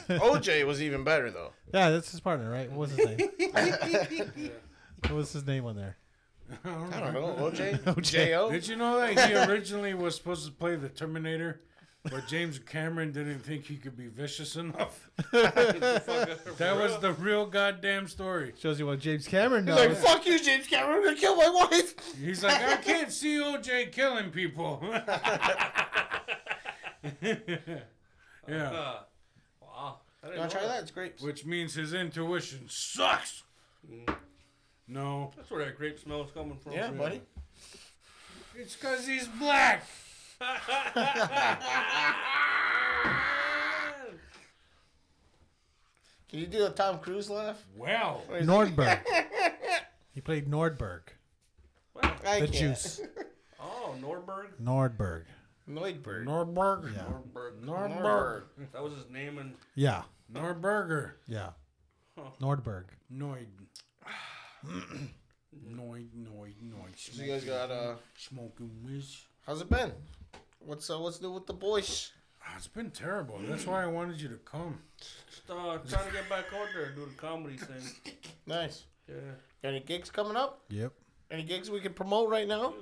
[SPEAKER 2] OJ was even better though.
[SPEAKER 3] Yeah, that's his partner, right? What was his name? what was his name on there?
[SPEAKER 2] I don't know OJ.
[SPEAKER 3] OJ.
[SPEAKER 2] JO.
[SPEAKER 4] Did you know that he originally was supposed to play the Terminator, but James Cameron didn't think he could be vicious enough? That was the real goddamn story.
[SPEAKER 3] Shows you what James Cameron
[SPEAKER 2] He's
[SPEAKER 3] knows.
[SPEAKER 2] like, fuck you, James Cameron. I'm gonna kill my wife.
[SPEAKER 4] He's like, I can't see OJ killing people. yeah,
[SPEAKER 1] Uh, wow.
[SPEAKER 2] You
[SPEAKER 1] I didn't
[SPEAKER 2] wanna
[SPEAKER 1] know
[SPEAKER 2] try that? It's great.
[SPEAKER 4] which means his intuition sucks. No,
[SPEAKER 1] That's where that grape smell is coming from.
[SPEAKER 2] Yeah, buddy.
[SPEAKER 4] it's because he's black.
[SPEAKER 2] Can you do a Tom Cruise laugh?
[SPEAKER 4] Well,
[SPEAKER 3] Nordberg. he played Nordberg.
[SPEAKER 2] I
[SPEAKER 3] The
[SPEAKER 2] can't.
[SPEAKER 3] juice.
[SPEAKER 1] Oh, Norberg.
[SPEAKER 3] Nordberg.
[SPEAKER 2] Noidberg.
[SPEAKER 4] Norberg.
[SPEAKER 3] Yeah.
[SPEAKER 1] Norberg.
[SPEAKER 4] Norberg.
[SPEAKER 1] That was his name and
[SPEAKER 3] Yeah.
[SPEAKER 4] Norberger.
[SPEAKER 3] Yeah. Nordberg.
[SPEAKER 4] Noid. Noid, Noid, Noid.
[SPEAKER 2] So you guys got uh,
[SPEAKER 4] Smoking whiz.
[SPEAKER 2] how's it been? What's uh, what's new with the boys?
[SPEAKER 4] Ah, it's been terrible. That's why I wanted you to come.
[SPEAKER 1] just uh, trying to get back out there and do the comedy thing.
[SPEAKER 2] Nice.
[SPEAKER 1] Yeah.
[SPEAKER 2] Got any gigs coming up?
[SPEAKER 3] Yep.
[SPEAKER 2] Any gigs we can promote right now?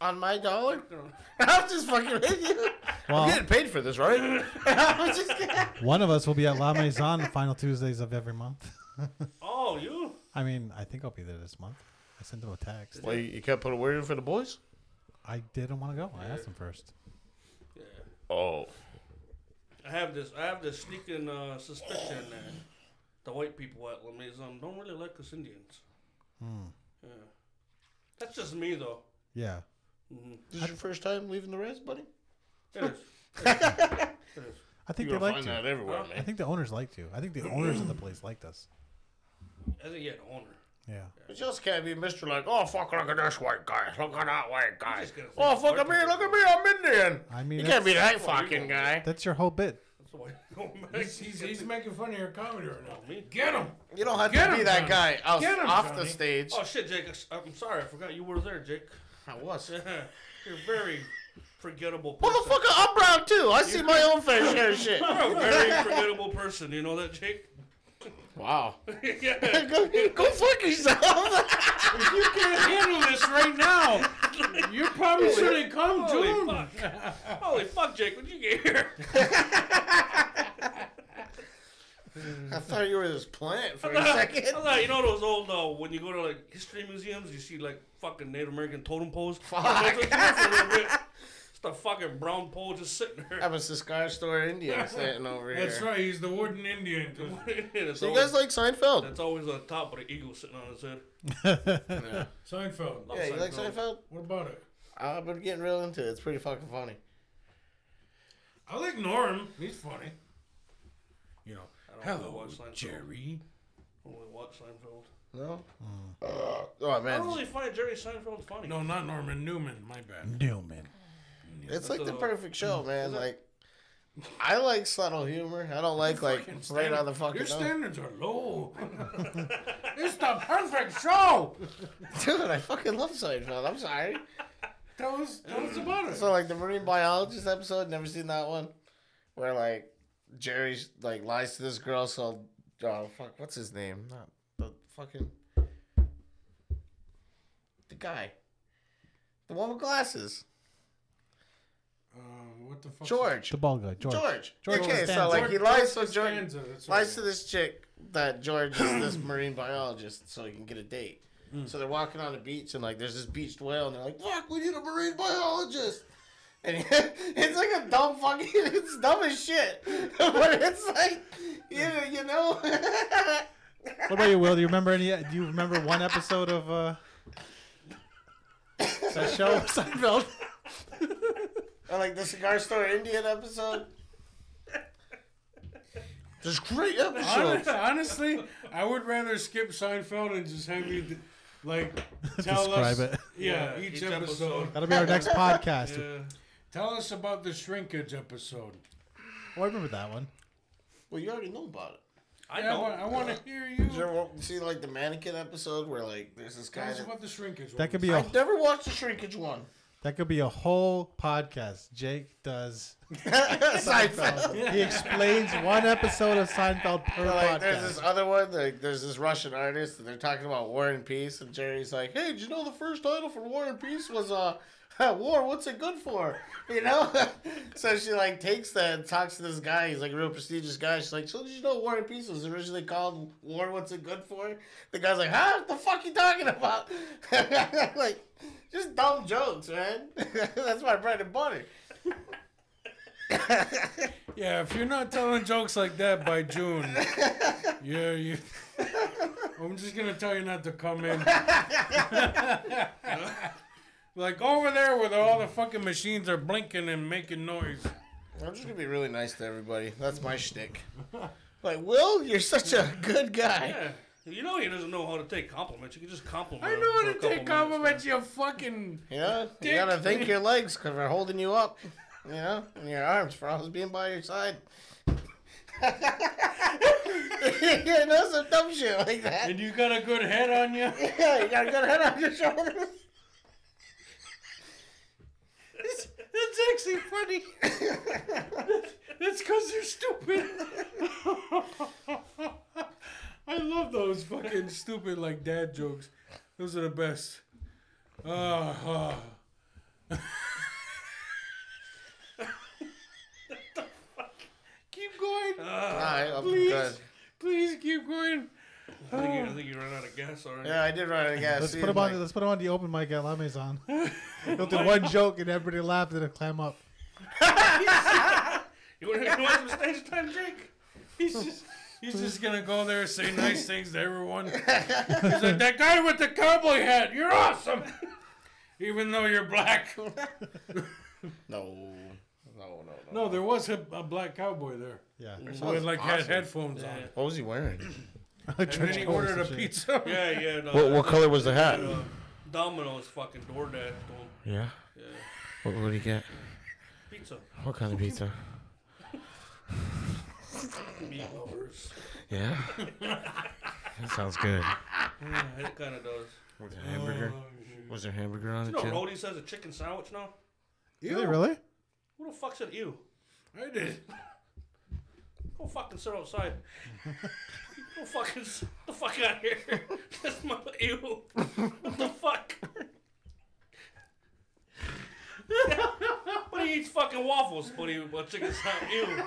[SPEAKER 2] On my dollar?
[SPEAKER 1] You
[SPEAKER 2] I'm just fucking with you. I'm
[SPEAKER 3] Well,
[SPEAKER 2] getting paid for this, right? I'm just kidding.
[SPEAKER 3] one of us will be at La Maison the final Tuesdays of every month.
[SPEAKER 1] know. Oh, you?
[SPEAKER 3] I mean, I think I'll be there this month. I sent him a text.
[SPEAKER 2] Well, you, you can't put a word in for the boys?
[SPEAKER 3] I didn't want to go. I asked him first.
[SPEAKER 1] Yeah.
[SPEAKER 5] Oh.
[SPEAKER 1] I have this. I have this sneaking uh, suspicion that the white people at La Maison don't really like us Indians.
[SPEAKER 4] Hmm.
[SPEAKER 1] Yeah. That's just me though. Mm-hmm.
[SPEAKER 3] Yeah.
[SPEAKER 2] This is your first time leaving the res, buddy?
[SPEAKER 1] It is. It is. It is.
[SPEAKER 3] I think
[SPEAKER 5] You're gonna
[SPEAKER 3] they liked
[SPEAKER 5] find
[SPEAKER 3] you.
[SPEAKER 5] that everywhere,
[SPEAKER 3] I
[SPEAKER 5] man.
[SPEAKER 3] think the owners liked you. I think the owners of the place liked us.
[SPEAKER 1] I think he had owner.
[SPEAKER 3] Yeah.
[SPEAKER 2] You just can't be Mr. Like, oh, fuck, look at this white guy. Look at that white guy.
[SPEAKER 1] just gonna think
[SPEAKER 2] Oh,
[SPEAKER 1] it's
[SPEAKER 2] fuck
[SPEAKER 1] white
[SPEAKER 2] at me.
[SPEAKER 1] people.
[SPEAKER 2] Look at me. I'm Indian.
[SPEAKER 3] I mean,
[SPEAKER 2] You
[SPEAKER 3] that's,
[SPEAKER 2] can't be that
[SPEAKER 1] why you
[SPEAKER 2] fucking
[SPEAKER 1] don't-
[SPEAKER 2] guy.
[SPEAKER 3] that's your whole bit.
[SPEAKER 1] That's why going back.
[SPEAKER 4] He's, he's, he's making fun of your comedy right now.
[SPEAKER 1] me.
[SPEAKER 4] Get him.
[SPEAKER 2] You don't have
[SPEAKER 4] Get
[SPEAKER 2] to be
[SPEAKER 4] him,
[SPEAKER 2] that
[SPEAKER 4] Johnny.
[SPEAKER 2] guy off,
[SPEAKER 4] Get him,
[SPEAKER 2] off the
[SPEAKER 4] Johnny.
[SPEAKER 2] stage.
[SPEAKER 1] Oh shit, Jake! I s- I'm sorry, I forgot you were there, Jake.
[SPEAKER 2] I was.
[SPEAKER 1] You're a very forgettable. Person.
[SPEAKER 2] Motherfucker, I'm brown too. I see my own fair share of shit.
[SPEAKER 1] You're a very forgettable person. You know that, Jake?
[SPEAKER 2] Wow.
[SPEAKER 1] yeah.
[SPEAKER 2] go, go fuck yourself.
[SPEAKER 4] If you can't handle this right now, you probably should have come to
[SPEAKER 1] Holy
[SPEAKER 4] him.
[SPEAKER 1] fuck! Holy fuck, Jake! When'd you get here?
[SPEAKER 2] I thought you were this plant for a second.
[SPEAKER 1] I thought, you know those old uh, when you go to like history museums, you see like fucking Native American totem poles. Fuck. It's the fucking brown pole just sitting
[SPEAKER 2] I
[SPEAKER 1] there.
[SPEAKER 2] was this guy store Indian standing over here.
[SPEAKER 4] That's right. He's the wooden Indian.
[SPEAKER 1] it's,
[SPEAKER 2] So you
[SPEAKER 1] always,
[SPEAKER 2] guys like Seinfeld?
[SPEAKER 1] it's always on top of the eagle sitting on his head.
[SPEAKER 4] Seinfeld.
[SPEAKER 2] Yeah, you like
[SPEAKER 1] Seinfeld.
[SPEAKER 2] Seinfeld?
[SPEAKER 4] What about it?
[SPEAKER 2] I've been getting real into it. It's pretty fucking funny.
[SPEAKER 4] I like Norm. He's funny. You know.
[SPEAKER 1] don't
[SPEAKER 4] Hello,
[SPEAKER 1] watch Seinfeld.
[SPEAKER 4] Jerry.
[SPEAKER 1] When we watch Seinfeld,
[SPEAKER 2] No? oh,
[SPEAKER 1] I
[SPEAKER 2] man.
[SPEAKER 1] don't really find Jerry Seinfeld funny.
[SPEAKER 4] No, not Norman Newman. My bad.
[SPEAKER 3] Newman.
[SPEAKER 2] It's like the
[SPEAKER 1] Uh,
[SPEAKER 2] perfect show, man. Like, I like subtle humor. I don't like, like, right on the fucking
[SPEAKER 4] Your
[SPEAKER 2] nose.
[SPEAKER 4] standards are low. it's the perfect show.
[SPEAKER 2] Dude, I fucking love Seinfeld. I'm sorry.
[SPEAKER 4] Tell us, tell us about it.
[SPEAKER 2] So like the marine biologist episode, never seen that one, where like Jerry like lies to this girl. So oh fuck, what's his name? Not the fucking the guy, the one with glasses,
[SPEAKER 4] Uh, what the fuck?
[SPEAKER 2] George.
[SPEAKER 3] The bald guy, George.
[SPEAKER 2] George.
[SPEAKER 3] George
[SPEAKER 2] okay, so
[SPEAKER 3] Costanza.
[SPEAKER 2] like he
[SPEAKER 4] George
[SPEAKER 2] lies to George,
[SPEAKER 4] Costanza, that's
[SPEAKER 2] lies
[SPEAKER 4] right.
[SPEAKER 2] to this chick that George is this marine biologist, so he can get a date.
[SPEAKER 3] Mm.
[SPEAKER 2] So they're walking on the beach, and like there's this beached whale, and they're like, "Fuck, we need a marine biologist." And it's like a dumb fucking, it's dumb as shit, but it's like, you know, you know.
[SPEAKER 3] What about you, Will? Do you remember any? Do you remember one episode of uh, that show Seinfeld?
[SPEAKER 2] I like the Cigar Store Indian episode. There's great episodes.
[SPEAKER 4] Honest, honestly, I would rather skip Seinfeld and just have you like tell us
[SPEAKER 3] Describe it.
[SPEAKER 4] Yeah,
[SPEAKER 1] Yeah,
[SPEAKER 4] each,
[SPEAKER 1] each
[SPEAKER 4] episode.
[SPEAKER 1] episode.
[SPEAKER 3] That'll be our next podcast.
[SPEAKER 1] Yeah.
[SPEAKER 4] Tell us about the shrinkage episode.
[SPEAKER 3] Oh, I remember that one.
[SPEAKER 2] Well, you already know about it.
[SPEAKER 1] I
[SPEAKER 4] Yeah,
[SPEAKER 1] know.
[SPEAKER 4] I, want to hear you.
[SPEAKER 2] Did you ever wa- see like the mannequin episode where like there's this
[SPEAKER 4] Tell
[SPEAKER 2] guy
[SPEAKER 4] us
[SPEAKER 2] that
[SPEAKER 4] about the shrinkage.
[SPEAKER 3] That could be a
[SPEAKER 2] I've never watched the shrinkage one.
[SPEAKER 3] that could be a whole podcast. Jake does.
[SPEAKER 2] Seinfeld.
[SPEAKER 3] He explains one episode of Seinfeld per
[SPEAKER 2] But, like, there's
[SPEAKER 3] podcast.
[SPEAKER 2] this other one. Like, there's this Russian artist, and they're talking about War and Peace. And Jerry's like, "Hey, did you know the first title for War and Peace was uh, War? What's it good for? You know?" so she like takes that and talks to this guy. He's like a real prestigious guy. She's like, "So did you know War and Peace was originally called War? What's it good for?" The guy's like, "Huh? What the fuck you talking about?" like, just dumb jokes, man. That's my bread and butter.
[SPEAKER 4] Yeah, if you're not telling jokes like that by June, yeah, you. I'm just gonna tell you not to come in. like over there where the- all the fucking machines are blinking and making noise.
[SPEAKER 2] I'm just gonna be really nice to everybody. That's my shtick. Like, Will, you're such a good guy.
[SPEAKER 1] Yeah. You know he doesn't know how to take compliments. You can just compliment
[SPEAKER 4] I
[SPEAKER 1] him
[SPEAKER 4] know how
[SPEAKER 1] for a
[SPEAKER 4] to
[SPEAKER 1] couple
[SPEAKER 4] take
[SPEAKER 1] minutes,
[SPEAKER 4] compliments. You fucking.
[SPEAKER 2] You know, you
[SPEAKER 4] Dick.
[SPEAKER 2] gotta thank your legs because they're holding you up. You know, and your arms for always being by your side. you know, some dumb shit like that.
[SPEAKER 4] And you got a good head on you.
[SPEAKER 2] Yeah, you got a good head on your shoulders.
[SPEAKER 4] It's, it's actually funny. It's because you're stupid. I love those fucking stupid like dad jokes. Those are the best. Uh, uh. keep going.
[SPEAKER 1] Ah,
[SPEAKER 2] All right, I'm
[SPEAKER 4] Please.
[SPEAKER 2] good.
[SPEAKER 4] Please keep going.
[SPEAKER 1] I think, you, I think you ran out of gas already.
[SPEAKER 2] Yeah, I did run out of gas.
[SPEAKER 3] Let's
[SPEAKER 2] See,
[SPEAKER 3] put him
[SPEAKER 2] like,
[SPEAKER 3] on. Let's put him on the open mic at La Maison. He'll do one joke and everybody laughs and he'll clam up.
[SPEAKER 1] You want to do some stage time, Jake?
[SPEAKER 4] He's just he's just gonna go there and say nice things to everyone. He's like that guy with the cowboy hat. You're awesome, even though you're black.
[SPEAKER 2] No, no, no, no.
[SPEAKER 4] No, there was a, a black cowboy there.
[SPEAKER 3] Yeah.
[SPEAKER 4] Who had, like had
[SPEAKER 2] awesome.
[SPEAKER 4] headphones on.
[SPEAKER 2] What was he wearing?
[SPEAKER 4] And then he ordered a pizza.
[SPEAKER 1] Yeah, yeah. No,
[SPEAKER 2] What, what color was the hat?
[SPEAKER 1] uh, Domino's fucking DoorDash doing
[SPEAKER 2] Yeah.
[SPEAKER 1] Yeah.
[SPEAKER 2] What would he get?
[SPEAKER 1] pizza.
[SPEAKER 2] What kind of pizza?
[SPEAKER 1] Meat lovers.
[SPEAKER 2] Yeah. that sounds good.
[SPEAKER 1] Yeah, it kind of does.
[SPEAKER 2] Was there hamburger? was there hamburger on
[SPEAKER 1] You know, Rody says a chicken sandwich now?
[SPEAKER 3] Really? Really?
[SPEAKER 1] Who the fuck said ew?
[SPEAKER 4] I did.
[SPEAKER 1] Go fucking sit outside. Go fucking s- the fuck out here. That's my ew. What the fuck? but he eats fucking waffles, but he but chicken sandwich. Ew.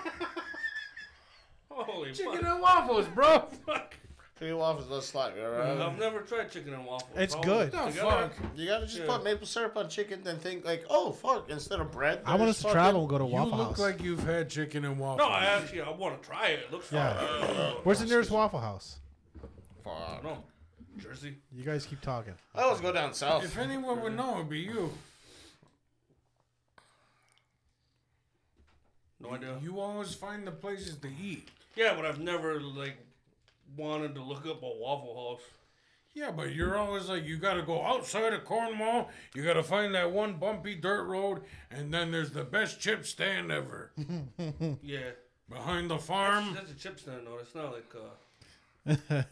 [SPEAKER 1] Holy
[SPEAKER 4] Chicken
[SPEAKER 1] fuck.
[SPEAKER 4] and waffles, bro.
[SPEAKER 1] fuck.
[SPEAKER 2] Three waffles, no slack. All right.
[SPEAKER 1] I've never tried chicken and waffles.
[SPEAKER 3] It's
[SPEAKER 2] Oh,
[SPEAKER 1] All
[SPEAKER 3] good.
[SPEAKER 4] The
[SPEAKER 1] together?
[SPEAKER 4] fuck.
[SPEAKER 2] You gotta just
[SPEAKER 1] Yeah.
[SPEAKER 2] put maple syrup on chicken, then think like, oh fuck, instead of bread.
[SPEAKER 3] I want us
[SPEAKER 2] there's
[SPEAKER 3] to
[SPEAKER 2] fucking-
[SPEAKER 3] travel and go to
[SPEAKER 4] You
[SPEAKER 3] Waffle
[SPEAKER 4] look
[SPEAKER 3] House.
[SPEAKER 4] like you've had chicken and waffles.
[SPEAKER 1] No, I actually I want to try it. It looks
[SPEAKER 3] Yeah.
[SPEAKER 1] fun.
[SPEAKER 3] Where's the nearest Waffle House?
[SPEAKER 1] I don't know. Jersey.
[SPEAKER 3] You guys keep talking.
[SPEAKER 2] I always go down south.
[SPEAKER 4] If anyone would know, it'd be you.
[SPEAKER 1] No idea.
[SPEAKER 4] You always find the places to eat.
[SPEAKER 1] Yeah, but I've never like wanted to look up a Waffle House.
[SPEAKER 4] Yeah, but you're always like, you gotta go outside of Cornwall. You gotta find that one bumpy dirt road, and then there's the best chip stand ever
[SPEAKER 1] Yeah.
[SPEAKER 4] behind the farm.
[SPEAKER 1] That's a chip stand though. It's not like uh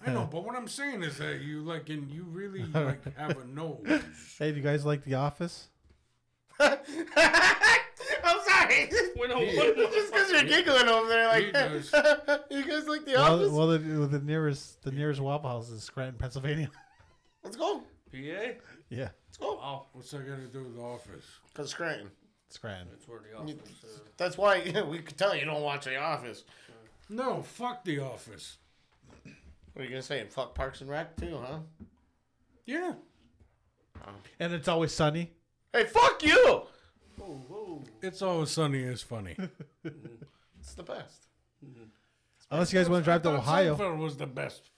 [SPEAKER 4] I know, but what I'm saying is that you like, and you really like have a nose.
[SPEAKER 3] Hey, do you guys like The Office?
[SPEAKER 2] I'm sorry.
[SPEAKER 1] we know what the
[SPEAKER 2] just
[SPEAKER 1] fuck-
[SPEAKER 2] because you're giggling over there,
[SPEAKER 4] He
[SPEAKER 2] like
[SPEAKER 4] does.
[SPEAKER 2] you guys like the
[SPEAKER 3] Well,
[SPEAKER 2] office.
[SPEAKER 3] well the, the nearest the nearest Waffle House is Scranton, Pennsylvania.
[SPEAKER 2] Let's go.
[SPEAKER 1] PA?
[SPEAKER 3] yeah,
[SPEAKER 2] Let's go.
[SPEAKER 1] Wow,
[SPEAKER 4] What's that gotta do with the office?
[SPEAKER 2] Cause Scranton.
[SPEAKER 3] Scranton.
[SPEAKER 1] that's where the office is.
[SPEAKER 2] That's why we could tell you don't watch The Office.
[SPEAKER 4] No, fuck the office.
[SPEAKER 2] What are you gonna say? And fuck Parks and Rec too, huh?
[SPEAKER 4] Yeah.
[SPEAKER 3] And it's always sunny.
[SPEAKER 2] Hey, fuck you.
[SPEAKER 1] Oh, whoa.
[SPEAKER 4] It's always sunny is funny.
[SPEAKER 2] It's the best.
[SPEAKER 3] Unless you guys want to drive to
[SPEAKER 4] I thought
[SPEAKER 3] Ohio.
[SPEAKER 4] Seinfeld was the best.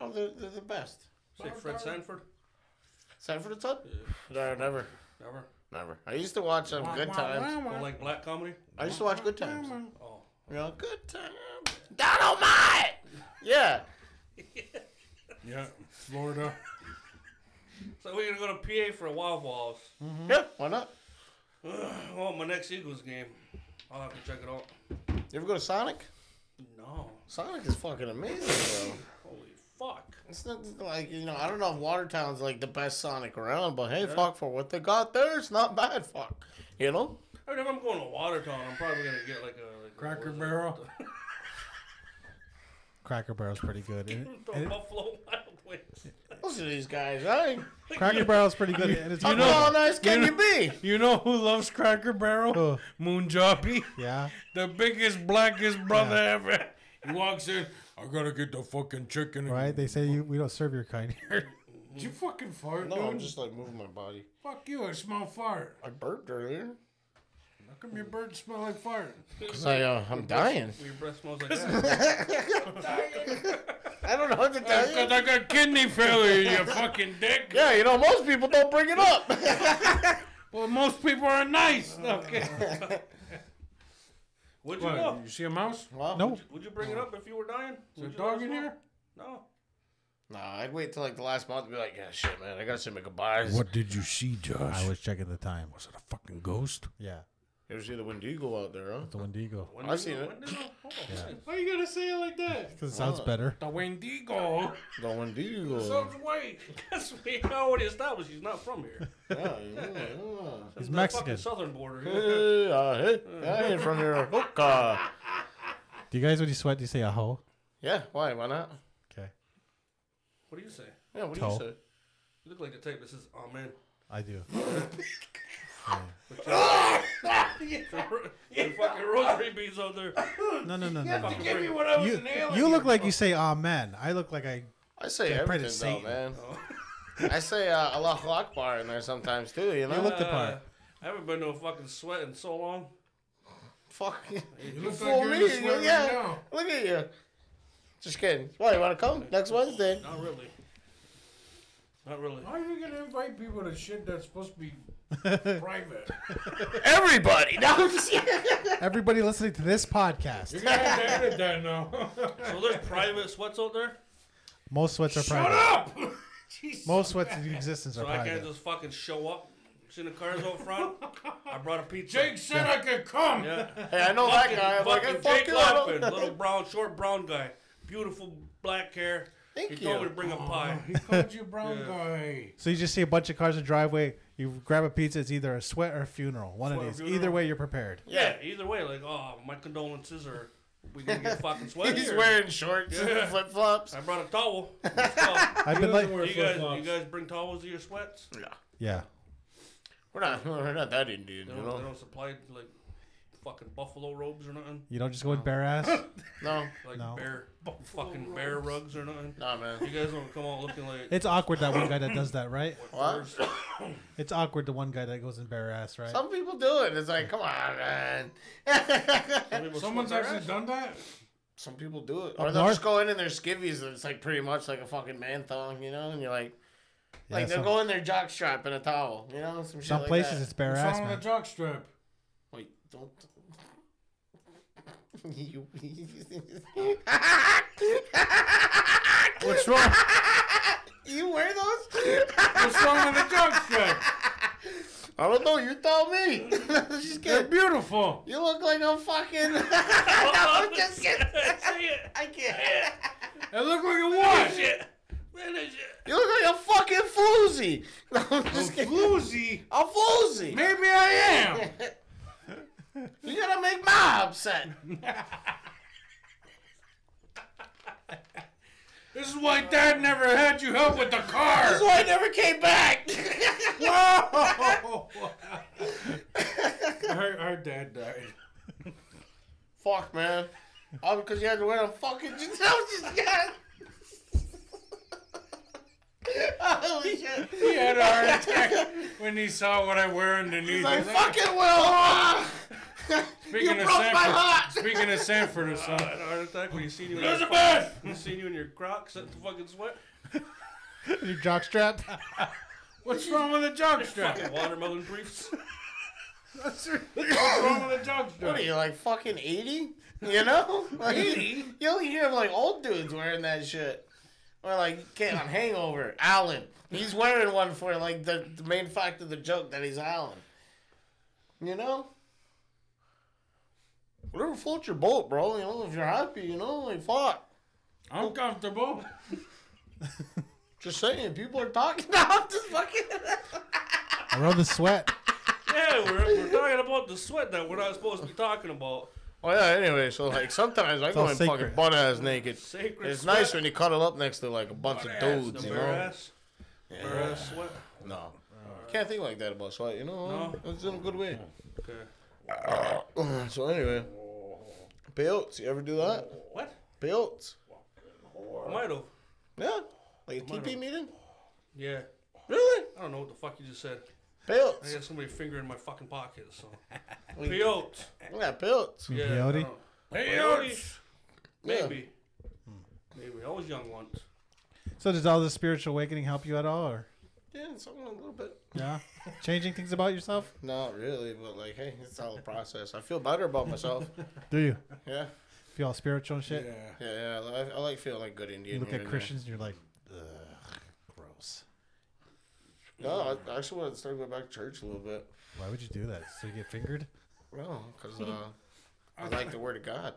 [SPEAKER 2] Oh, they're, they're the best.
[SPEAKER 1] Say Fred Sanford?
[SPEAKER 2] Sanford and Son? No, never.
[SPEAKER 1] Never.
[SPEAKER 2] Never. I used to watch some good times.
[SPEAKER 1] Don't like black comedy?
[SPEAKER 2] I used to watch good times.
[SPEAKER 1] Oh.
[SPEAKER 2] You know, good times. Dynamite. Yeah.
[SPEAKER 4] Yeah, Florida.
[SPEAKER 1] So we're gonna go to PA for a Wild Walls.
[SPEAKER 2] Yeah. Why not?
[SPEAKER 1] Oh, my next Eagles game. I'll have to check it out.
[SPEAKER 2] You ever go to Sonic?
[SPEAKER 1] No.
[SPEAKER 2] Sonic is fucking amazing, bro.
[SPEAKER 1] Holy fuck.
[SPEAKER 2] It's not like you know. I don't know if Watertown's like the best Sonic around, but hey, fuck for what they got there, it's not bad. Fuck, you know.
[SPEAKER 1] I mean, if I'm going to Watertown, I'm probably gonna get like a like a-
[SPEAKER 4] Cracker
[SPEAKER 1] what is it?
[SPEAKER 4] Barrel.
[SPEAKER 3] Cracker Barrel's pretty good. And it-
[SPEAKER 1] The
[SPEAKER 3] and it-
[SPEAKER 1] Buffalo Wild Wings.
[SPEAKER 2] Listen to these guys, eh?
[SPEAKER 3] Cracker Barrel's pretty good. and it's
[SPEAKER 2] How
[SPEAKER 3] you know-
[SPEAKER 2] nice can you be?
[SPEAKER 4] You know who loves Cracker Barrel?
[SPEAKER 3] Oh,
[SPEAKER 4] Moonjabi,
[SPEAKER 3] yeah.
[SPEAKER 4] the biggest, blackest brother ever. He walks in. I gotta get the fucking chicken. and-"
[SPEAKER 3] Right? They say you we don't serve your kind here.
[SPEAKER 4] Did you fucking fart,
[SPEAKER 2] No,
[SPEAKER 4] dude?
[SPEAKER 2] I'm just like moving my body.
[SPEAKER 4] Fuck you! I smell fart.
[SPEAKER 2] I burped earlier.
[SPEAKER 4] How come your bird smell like fart?
[SPEAKER 2] Cause I, uh, I'm dying.
[SPEAKER 1] Your breath smells like that.
[SPEAKER 2] I don't know what to
[SPEAKER 4] That's 'cause
[SPEAKER 2] tell you.
[SPEAKER 4] I got kidney failure. You fucking dick.
[SPEAKER 2] Yeah, you know most people don't bring it up.
[SPEAKER 4] Well, most people are nice. Okay.
[SPEAKER 1] Would you
[SPEAKER 4] What?
[SPEAKER 1] know?
[SPEAKER 4] You see a mouse?
[SPEAKER 2] well,
[SPEAKER 3] No.
[SPEAKER 1] Would you bring it up if you were dying?
[SPEAKER 4] Oh. Is there a
[SPEAKER 1] Would you let
[SPEAKER 4] dog
[SPEAKER 1] us
[SPEAKER 4] in
[SPEAKER 1] know?
[SPEAKER 4] here?
[SPEAKER 1] No.
[SPEAKER 2] Nah, I'd wait till like the last month and be like, yeah, shit, man, I gotta say my goodbyes.
[SPEAKER 4] did you see, Josh?
[SPEAKER 3] I was checking the time.
[SPEAKER 4] Was it a fucking ghost?
[SPEAKER 3] Yeah.
[SPEAKER 2] You ever see the Wendigo out there, huh?
[SPEAKER 3] The Wendigo.
[SPEAKER 1] When
[SPEAKER 2] I've
[SPEAKER 1] did you-
[SPEAKER 2] seen it.
[SPEAKER 1] when did you- oh, shit.
[SPEAKER 4] Why you gotta say it like that?
[SPEAKER 3] Because it sounds better.
[SPEAKER 4] The Wendigo.
[SPEAKER 2] The Wendigo.
[SPEAKER 4] Sounds white.
[SPEAKER 1] Yes, we already established he's not from here.
[SPEAKER 2] yeah, yeah, yeah.
[SPEAKER 3] He's
[SPEAKER 1] The
[SPEAKER 3] Mexican.
[SPEAKER 1] fucking southern border. here.
[SPEAKER 2] Hey, uh, hey, hey, from your hook. Uh,
[SPEAKER 3] Do you guys, when you sweat, do you say aho?
[SPEAKER 2] yeah, why? Why not?
[SPEAKER 3] Okay.
[SPEAKER 1] What do you say?
[SPEAKER 2] Yeah, what do
[SPEAKER 3] Toe.
[SPEAKER 2] you say?
[SPEAKER 1] You look like the type that says "Amen."
[SPEAKER 3] I do.
[SPEAKER 1] The fucking rosary beads out there.
[SPEAKER 3] No, no, no, no. no.
[SPEAKER 1] Give me what
[SPEAKER 4] I
[SPEAKER 3] You, you look like you say amen. I look like I.
[SPEAKER 2] I say
[SPEAKER 3] Yeah, pray to
[SPEAKER 2] everything, though,
[SPEAKER 3] Satan.
[SPEAKER 2] man.
[SPEAKER 4] Oh.
[SPEAKER 2] I say uh, Allah Akbar in there sometimes, too, you
[SPEAKER 3] You
[SPEAKER 2] know?
[SPEAKER 3] look the part.
[SPEAKER 1] I haven't been to a fucking sweat in so long.
[SPEAKER 2] Fuck. You
[SPEAKER 4] look
[SPEAKER 2] fool
[SPEAKER 4] like
[SPEAKER 2] me.
[SPEAKER 4] you're in a
[SPEAKER 2] you-
[SPEAKER 4] sweat right
[SPEAKER 2] yeah,
[SPEAKER 4] now.
[SPEAKER 2] look at you. Just kidding. Why, you want to come next Wednesday?
[SPEAKER 1] Not really. Not really.
[SPEAKER 4] How are you gonna invite people to shit that's supposed to be private?
[SPEAKER 2] Everybody! No, I'm just
[SPEAKER 3] Uh. Everybody listening to this podcast,
[SPEAKER 4] You're gonna have to edit that now.
[SPEAKER 1] So there's private sweats out there.
[SPEAKER 3] most sweats are
[SPEAKER 4] Shut
[SPEAKER 3] private.
[SPEAKER 4] up! Jesus.
[SPEAKER 3] Most sweats in existence are
[SPEAKER 1] So I can't
[SPEAKER 3] private.
[SPEAKER 1] just fucking show up. See the cars out front. I brought a pizza.
[SPEAKER 4] Jake said I could come.
[SPEAKER 1] Yeah.
[SPEAKER 2] Hey, I know that
[SPEAKER 1] Fucking-
[SPEAKER 2] guy. I'm like,
[SPEAKER 1] fucking
[SPEAKER 2] hey, fuck
[SPEAKER 1] Jake
[SPEAKER 2] you. I don't-
[SPEAKER 1] Laughlin, little brown, short brown guy, beautiful black hair.
[SPEAKER 2] Thank
[SPEAKER 1] he told me
[SPEAKER 2] you.
[SPEAKER 1] to bring a
[SPEAKER 4] Oh,
[SPEAKER 1] pie.
[SPEAKER 4] he called you brown guy.
[SPEAKER 3] So you just see a bunch of cars in the driveway. You grab a pizza. It's either a sweat or a funeral. One
[SPEAKER 1] Sweat or
[SPEAKER 3] of these.
[SPEAKER 1] funeral.
[SPEAKER 3] Either way, you're prepared.
[SPEAKER 1] Yeah. Either way, like, oh, my condolences, or we gonna get fucking sweaty.
[SPEAKER 2] He's
[SPEAKER 1] or-
[SPEAKER 2] wearing shorts
[SPEAKER 1] Yeah.
[SPEAKER 2] and flip flops.
[SPEAKER 1] I brought a towel. Let's go.
[SPEAKER 3] I've been like,
[SPEAKER 4] doesn't wear
[SPEAKER 1] you guys, you
[SPEAKER 4] flip-flops.
[SPEAKER 1] guys bring towels to your sweats.
[SPEAKER 2] Yeah.
[SPEAKER 3] yeah.
[SPEAKER 2] We're not, we're not that Indian,
[SPEAKER 1] They
[SPEAKER 2] you
[SPEAKER 1] don't, they
[SPEAKER 2] know?
[SPEAKER 1] don't supply like fucking buffalo robes or nothing.
[SPEAKER 3] You don't just go in bare ass.
[SPEAKER 2] No,
[SPEAKER 1] Like
[SPEAKER 3] No.
[SPEAKER 1] bear, fucking bear rugs or nothing.
[SPEAKER 2] nah,
[SPEAKER 1] You
[SPEAKER 2] man.
[SPEAKER 1] guys don't come out looking like
[SPEAKER 3] It's awkward that one guy that does that, right?
[SPEAKER 2] What?
[SPEAKER 1] furs.
[SPEAKER 3] It's awkward the one guy that goes in bare ass, right?
[SPEAKER 2] Some people do it. It's like, come on, man.
[SPEAKER 1] Some people
[SPEAKER 4] Someone's
[SPEAKER 1] sweat their
[SPEAKER 4] actually
[SPEAKER 1] ass.
[SPEAKER 4] done that.
[SPEAKER 2] Some people do it, or
[SPEAKER 3] Up
[SPEAKER 2] they'll
[SPEAKER 3] north?
[SPEAKER 2] just go in in their skivvies. And it's like pretty much like a fucking man thong, you know. And you're like,
[SPEAKER 3] Yeah,
[SPEAKER 2] like they'll
[SPEAKER 3] some-
[SPEAKER 2] go in their jock strap and a towel, you know, some shit
[SPEAKER 3] Some
[SPEAKER 2] like
[SPEAKER 3] places
[SPEAKER 2] that.
[SPEAKER 3] it's bare
[SPEAKER 4] What's
[SPEAKER 3] ass,
[SPEAKER 4] wrong
[SPEAKER 3] man.
[SPEAKER 4] with the jock strap?
[SPEAKER 2] Wait, don't. you.
[SPEAKER 4] What's wrong?
[SPEAKER 2] you wear those?
[SPEAKER 4] What's wrong with the jock strap?
[SPEAKER 2] I don't know. You tell me. just
[SPEAKER 4] They're
[SPEAKER 2] kidding.
[SPEAKER 4] beautiful.
[SPEAKER 2] You look like a fucking. no, I'm just kidding.
[SPEAKER 1] See it?
[SPEAKER 2] I can't.
[SPEAKER 4] They look like a watch.
[SPEAKER 1] Shit. Man, that shit.
[SPEAKER 2] You look like a fucking floozy. No, I'm just kidding.
[SPEAKER 4] Floozy.
[SPEAKER 2] A floozy.
[SPEAKER 4] Maybe I am.
[SPEAKER 2] You gotta make my upset.
[SPEAKER 4] This is why Dad never had you help with the car.
[SPEAKER 2] That's why I never came back.
[SPEAKER 4] Whoa! our, our dad died.
[SPEAKER 2] Fuck, man. All because you had to wear a fucking. I was just yeah. Holy shit.
[SPEAKER 4] He had a heart attack when he saw what I wear underneath. He's
[SPEAKER 2] I
[SPEAKER 4] like,
[SPEAKER 2] fucking will. Ah! you
[SPEAKER 4] Speaking
[SPEAKER 2] broke
[SPEAKER 4] of
[SPEAKER 2] my heart.
[SPEAKER 4] Sanford, speaking of Sanford or something.
[SPEAKER 1] Oh, I had a heart attack when you seen you. in your-
[SPEAKER 4] Elizabeth!
[SPEAKER 1] when you seen you in your Crocs at the fucking sweat.
[SPEAKER 3] Your jock strap.
[SPEAKER 4] What's wrong with a jog strap?
[SPEAKER 1] Watermelon briefs.
[SPEAKER 4] What's wrong with a jog
[SPEAKER 2] What
[SPEAKER 4] strap?
[SPEAKER 2] are you like fucking eighty? You know, like,
[SPEAKER 4] 80?
[SPEAKER 2] You only hear of like old dudes wearing that shit. Or like, okay, on Hangover, Alan. He's wearing one for like the, the main fact of the joke that he's Alan. You know. Whatever floats your boat, bro. You know, if you're happy, you know, like fuck.
[SPEAKER 4] I'm comfortable.
[SPEAKER 2] Just saying, people are talking. No, I'm just fucking.
[SPEAKER 3] I rode the sweat.
[SPEAKER 1] yeah, we're, we're talking about the sweat that we're not supposed to be talking about.
[SPEAKER 2] Oh yeah. Anyway, so like sometimes I go
[SPEAKER 3] all
[SPEAKER 2] in
[SPEAKER 3] sacred.
[SPEAKER 2] fucking butt ass naked.
[SPEAKER 1] Sacred
[SPEAKER 2] It's
[SPEAKER 1] sweat.
[SPEAKER 2] nice when you cuddle up next to like a bunch of
[SPEAKER 1] Butt ass,
[SPEAKER 2] dudes,
[SPEAKER 1] the
[SPEAKER 2] you
[SPEAKER 1] bare
[SPEAKER 2] know.
[SPEAKER 1] ass, bare ass sweat.
[SPEAKER 2] No. Can't think like that about sweat, you know? It's in a good way.
[SPEAKER 1] Okay.
[SPEAKER 2] so anyway. Peyotes, you ever do that?
[SPEAKER 1] What?
[SPEAKER 2] Peyotes.
[SPEAKER 1] Mito.
[SPEAKER 2] Yeah. Like a TP meeting?
[SPEAKER 1] Yeah.
[SPEAKER 2] Really?
[SPEAKER 1] I don't know what the fuck you just said. I
[SPEAKER 2] Peyotes.
[SPEAKER 1] got somebody finger in my fucking pocket, so.
[SPEAKER 2] Like-
[SPEAKER 1] Peyote.
[SPEAKER 2] Yeah, peyotes.
[SPEAKER 1] Yeah. I
[SPEAKER 3] Peyote?
[SPEAKER 1] don't know.
[SPEAKER 4] Peyote.
[SPEAKER 1] Maybe. Maybe. I was young once.
[SPEAKER 3] So does all this spiritual awakening help you at all, or
[SPEAKER 2] Yeah, something a little bit.
[SPEAKER 3] yeah, changing things about yourself?
[SPEAKER 2] Not really, but like, hey, it's all a process. I feel better about myself.
[SPEAKER 3] Do you
[SPEAKER 2] Yeah.
[SPEAKER 3] feel all spiritual and shit?
[SPEAKER 4] Yeah.
[SPEAKER 2] Yeah, yeah. I, I like feeling like good Indian.
[SPEAKER 3] You look
[SPEAKER 2] here
[SPEAKER 3] at
[SPEAKER 2] and there.
[SPEAKER 3] Christians and you're like, ugh, gross.
[SPEAKER 2] No, I I actually want to start going back to church a little bit.
[SPEAKER 3] Why would you do that? So you get fingered?
[SPEAKER 2] No, because uh, I like the Word of God.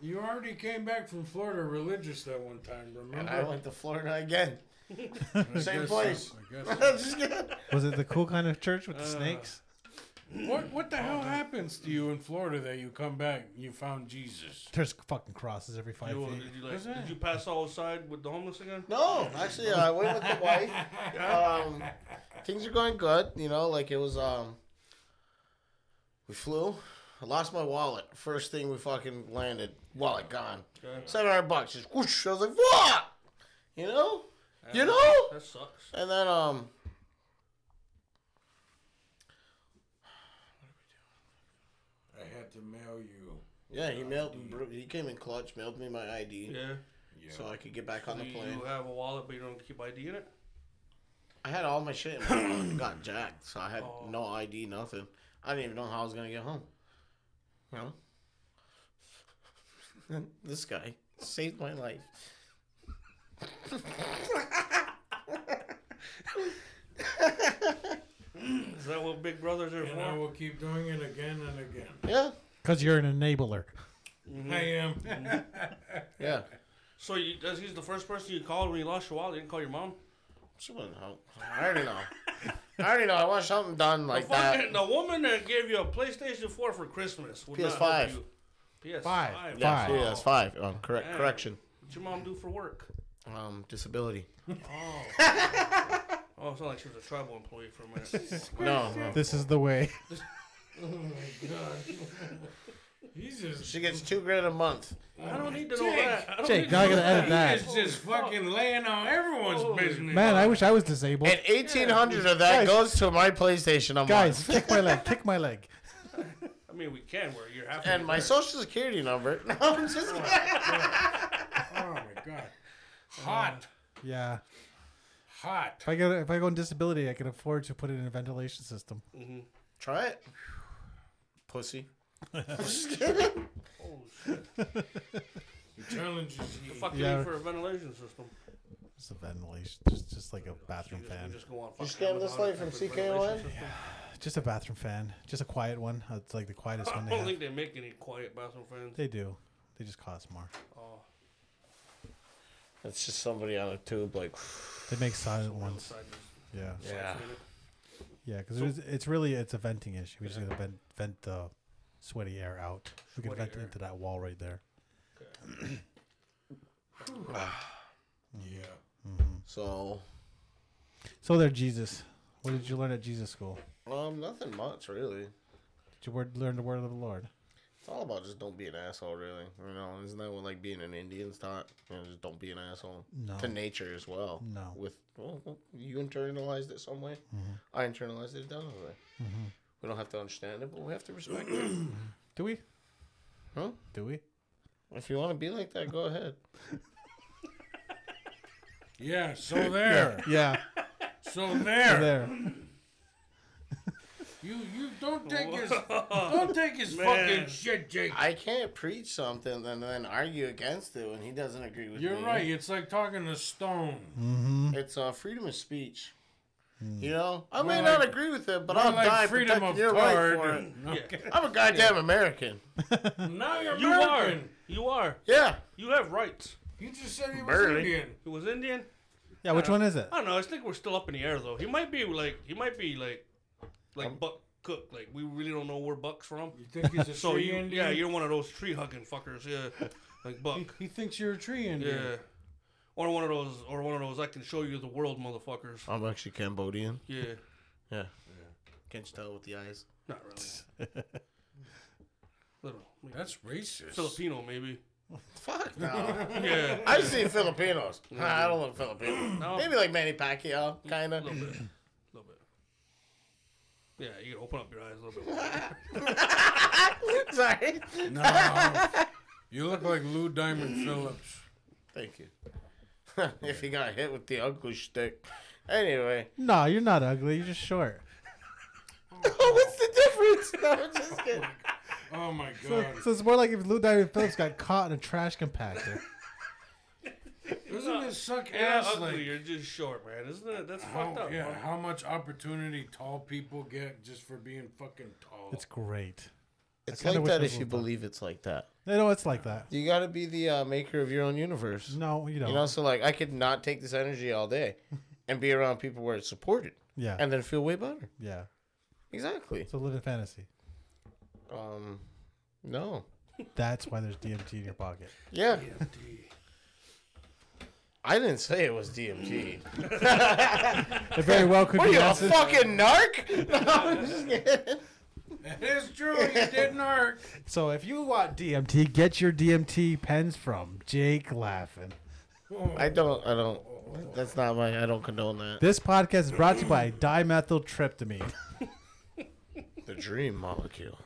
[SPEAKER 4] You already came back from Florida religious that one time,
[SPEAKER 2] And
[SPEAKER 4] remember?
[SPEAKER 2] I went to Florida again.
[SPEAKER 4] I
[SPEAKER 2] Same
[SPEAKER 4] guess
[SPEAKER 2] place.
[SPEAKER 4] so, I guess so.
[SPEAKER 2] I'm just kidding.
[SPEAKER 3] Was it the cool kind of church with the snakes?
[SPEAKER 4] What what the hell happens to you in Florida that you come back and you found Jesus?
[SPEAKER 3] There's fucking crosses every five
[SPEAKER 1] You,
[SPEAKER 3] feet.
[SPEAKER 1] did, you like,
[SPEAKER 4] What's that?
[SPEAKER 1] did you pass outside with the homeless again?
[SPEAKER 2] No, actually, I went with the wife. Um, things are going good. You know, like it was. Um, we flew. I lost my wallet. First thing we fucking landed, wallet gone.
[SPEAKER 1] Okay.
[SPEAKER 2] Seven hundred bucks. Just whoosh. I was like, what? You know? You know?
[SPEAKER 1] That sucks.
[SPEAKER 2] And then um.
[SPEAKER 4] I had to mail you.
[SPEAKER 2] Yeah, he mailed. He came in clutch. Mailed me my ID,
[SPEAKER 1] Yeah.
[SPEAKER 2] so I could get back on the
[SPEAKER 1] You-
[SPEAKER 2] plane.
[SPEAKER 1] You have a wallet, but you don't keep ID in it?
[SPEAKER 2] I had all my shit. and got jacked, so I had
[SPEAKER 1] Oh.
[SPEAKER 2] no ID, nothing. I didn't even know how I was gonna get home. You know, And this guy saved my life.
[SPEAKER 1] Is that what big brothers are
[SPEAKER 4] And I
[SPEAKER 1] for?
[SPEAKER 4] will keep doing it again and again.
[SPEAKER 2] Yeah,
[SPEAKER 3] Because you're an enabler.
[SPEAKER 2] Mm-hmm.
[SPEAKER 4] I am.
[SPEAKER 2] yeah.
[SPEAKER 1] So you, that's, he's the first person you called when you lost your wallet. You didn't call your mom?
[SPEAKER 2] She wasn't help. I already know. I already know. I want something done like that.
[SPEAKER 1] Fucking, the woman that gave you a PlayStation 4 for Christmas. Would Not
[SPEAKER 2] PS5.
[SPEAKER 1] help you. PS5.
[SPEAKER 3] Five.
[SPEAKER 1] Wow.
[SPEAKER 2] Yeah, yeah, it's five. Um, correct.
[SPEAKER 1] Dang.
[SPEAKER 2] Correction.
[SPEAKER 1] What'd your mom do for work?
[SPEAKER 2] Um, disability.
[SPEAKER 1] Oh, it sounded like she was a tribal employee for a minute.
[SPEAKER 2] No, no.
[SPEAKER 3] This is the way.
[SPEAKER 4] He's just,
[SPEAKER 2] She gets two grand a month.
[SPEAKER 1] I don't need to know
[SPEAKER 4] Jake.
[SPEAKER 1] that. I don't
[SPEAKER 3] Jake,
[SPEAKER 1] need
[SPEAKER 3] now I
[SPEAKER 1] to know
[SPEAKER 3] gotta edit that.
[SPEAKER 4] he's just fucking laying on everyone's
[SPEAKER 1] Holy
[SPEAKER 4] business.
[SPEAKER 3] Man, I wish I was disabled.
[SPEAKER 2] And eighteen hundred of that
[SPEAKER 3] Guys.
[SPEAKER 2] goes to my PlayStation a month.
[SPEAKER 3] Guys, kick my leg, kick my leg.
[SPEAKER 1] I mean, we can. We're you're halfway.
[SPEAKER 2] and my
[SPEAKER 1] there.
[SPEAKER 2] social security number. No, I'm just kidding.
[SPEAKER 4] Oh my god. Hot.
[SPEAKER 3] Yeah.
[SPEAKER 4] Hot.
[SPEAKER 3] If I go if I go on disability, I can afford to put it in a ventilation system.
[SPEAKER 2] Try it. Pussy. I'm just kidding.
[SPEAKER 1] Oh, shit.
[SPEAKER 4] Challenges you.
[SPEAKER 1] Fuck you
[SPEAKER 3] Yeah.
[SPEAKER 1] need for a ventilation system.
[SPEAKER 3] Just a ventilation, just, just like a bathroom
[SPEAKER 1] You just,
[SPEAKER 3] fan.
[SPEAKER 1] you just go on. fucking
[SPEAKER 2] scan this
[SPEAKER 1] Amazon
[SPEAKER 2] light
[SPEAKER 1] and
[SPEAKER 2] from
[SPEAKER 1] type in
[SPEAKER 2] CKON?
[SPEAKER 1] ventilation system.
[SPEAKER 3] Just a bathroom fan. Just a quiet one. Uh, It's like the quietest one
[SPEAKER 1] I
[SPEAKER 3] they
[SPEAKER 1] don't
[SPEAKER 3] have.
[SPEAKER 1] think they make any quiet bathroom fans.
[SPEAKER 3] They do. They just cost more.
[SPEAKER 1] Oh,
[SPEAKER 2] That's just somebody on a tube, like.
[SPEAKER 3] They make silent ones.
[SPEAKER 1] outside this.
[SPEAKER 3] Yeah.
[SPEAKER 2] Yeah.
[SPEAKER 3] Yeah, because it's, it's really it's a venting issue. We just gotta vent vent the sweaty air out. We can
[SPEAKER 1] Sweaty
[SPEAKER 3] vent
[SPEAKER 1] air.
[SPEAKER 3] into that wall right there.
[SPEAKER 4] Yeah.
[SPEAKER 2] So,
[SPEAKER 3] Mm-hmm. So there, Jesus. What did you learn at Jesus school?
[SPEAKER 2] um, nothing much really.
[SPEAKER 3] Did you word, learn the word of the Lord?
[SPEAKER 2] It's all about just don't be an asshole, really. You know, isn't that what like being an Indian's taught? You know, just don't be an asshole
[SPEAKER 3] No.
[SPEAKER 2] to nature as well.
[SPEAKER 3] No.
[SPEAKER 2] With well, well, you internalized it some way. I internalized it another way. We don't have to understand it, but we have to respect it.
[SPEAKER 3] Do we?
[SPEAKER 2] Huh?
[SPEAKER 3] Do we?
[SPEAKER 2] If you want to be like that, go ahead.
[SPEAKER 4] Yeah, so there.
[SPEAKER 3] Yeah.
[SPEAKER 4] So there.
[SPEAKER 3] there.
[SPEAKER 4] You you don't take his don't take his fucking
[SPEAKER 1] Man.
[SPEAKER 4] shit, Jake.
[SPEAKER 2] I can't preach something and then argue against it when he doesn't agree with
[SPEAKER 4] You're
[SPEAKER 2] me.
[SPEAKER 4] right. It's like talking to stone.
[SPEAKER 2] It's uh, freedom of speech. You know, I
[SPEAKER 4] More
[SPEAKER 2] may not
[SPEAKER 4] like-
[SPEAKER 2] agree with it, but
[SPEAKER 4] I
[SPEAKER 2] I'll
[SPEAKER 4] like
[SPEAKER 2] die
[SPEAKER 4] freedom
[SPEAKER 2] protecting
[SPEAKER 4] of
[SPEAKER 2] your right for it.
[SPEAKER 4] card. Okay.
[SPEAKER 2] I'm a goddamn American.
[SPEAKER 4] Now you're
[SPEAKER 1] You are.
[SPEAKER 4] American.
[SPEAKER 1] You are.
[SPEAKER 2] Yeah.
[SPEAKER 1] You have rights.
[SPEAKER 4] You just said he was
[SPEAKER 2] Barely.
[SPEAKER 4] Indian.
[SPEAKER 1] He was Indian.
[SPEAKER 3] Yeah, which one is it?
[SPEAKER 1] I don't know. I think we're still up in the air though. He might be like he might be like like Buck Cook. Like we really don't know where Buck's from.
[SPEAKER 4] You think he's a
[SPEAKER 1] So
[SPEAKER 4] tree
[SPEAKER 1] you,
[SPEAKER 4] Indian?
[SPEAKER 1] yeah, you're one of those tree hugging fuckers. Yeah, like Buck.
[SPEAKER 4] He, he thinks you're a tree Indian.
[SPEAKER 1] Yeah. Or one of those, or one of those. I can show you the world, motherfuckers.
[SPEAKER 2] I'm actually Cambodian.
[SPEAKER 1] Yeah,
[SPEAKER 2] Yeah. Can't you tell with the eyes?
[SPEAKER 1] not really. Little maybe
[SPEAKER 4] That's racist.
[SPEAKER 1] Filipino, maybe.
[SPEAKER 2] Fuck no.
[SPEAKER 1] Yeah,
[SPEAKER 2] I've seen Filipinos. Nah, I don't look Filipino.
[SPEAKER 1] No.
[SPEAKER 2] Maybe like Manny Pacquiao, kind
[SPEAKER 1] a
[SPEAKER 2] of.
[SPEAKER 1] little bit, a little bit. Yeah, you can open up your eyes a little bit.
[SPEAKER 2] Sorry.
[SPEAKER 1] wider.
[SPEAKER 4] No. you look like Lou Diamond Phillips.
[SPEAKER 2] Thank you. if he got hit with the ugly stick. Anyway.
[SPEAKER 3] No, you're not ugly. You're just short.
[SPEAKER 2] Oh, What's the difference? No, I'm just kidding.
[SPEAKER 4] Oh my
[SPEAKER 3] So,
[SPEAKER 4] god.
[SPEAKER 3] so it's more like if Lou Diamond Phillips got caught in a trash compactor.
[SPEAKER 4] Doesn't it suck
[SPEAKER 1] You're not
[SPEAKER 4] ass
[SPEAKER 1] ugly.
[SPEAKER 4] like
[SPEAKER 1] You're just short, man. Isn't it? That's
[SPEAKER 4] how,
[SPEAKER 1] fucked up.
[SPEAKER 4] Oh, yeah,
[SPEAKER 1] man.
[SPEAKER 4] how much opportunity tall people get just for being fucking tall?
[SPEAKER 3] It's great.
[SPEAKER 2] It's
[SPEAKER 3] kinda
[SPEAKER 2] like
[SPEAKER 3] wish
[SPEAKER 2] that
[SPEAKER 3] I was
[SPEAKER 2] if
[SPEAKER 3] a
[SPEAKER 2] you
[SPEAKER 3] little-
[SPEAKER 2] believe it's like that.
[SPEAKER 3] No, no, it's like that.
[SPEAKER 2] You got to be the uh, maker of your own universe.
[SPEAKER 3] No, you don't.
[SPEAKER 2] You know, so like I could not take this energy all day and be around people where it's supported
[SPEAKER 3] yeah,
[SPEAKER 2] and then feel way better.
[SPEAKER 3] yeah.
[SPEAKER 2] Exactly.
[SPEAKER 3] So live in fantasy.
[SPEAKER 2] Um, no.
[SPEAKER 3] That's why there's DMT in your pocket.
[SPEAKER 2] Yeah,
[SPEAKER 1] DMT.
[SPEAKER 2] I didn't say it was DMT.
[SPEAKER 3] It very well could
[SPEAKER 2] What are
[SPEAKER 3] be
[SPEAKER 2] you, a
[SPEAKER 3] acid.
[SPEAKER 2] fucking narc? No, I'm just kidding.
[SPEAKER 4] It is true. He didn't hurt.
[SPEAKER 3] So if you want DMT, get your DMT pens from Jake Laughing.
[SPEAKER 2] I don't, I don't. That's not my, I don't condone that.
[SPEAKER 3] This podcast is brought to you by dimethyltryptamine.
[SPEAKER 2] The dream molecule.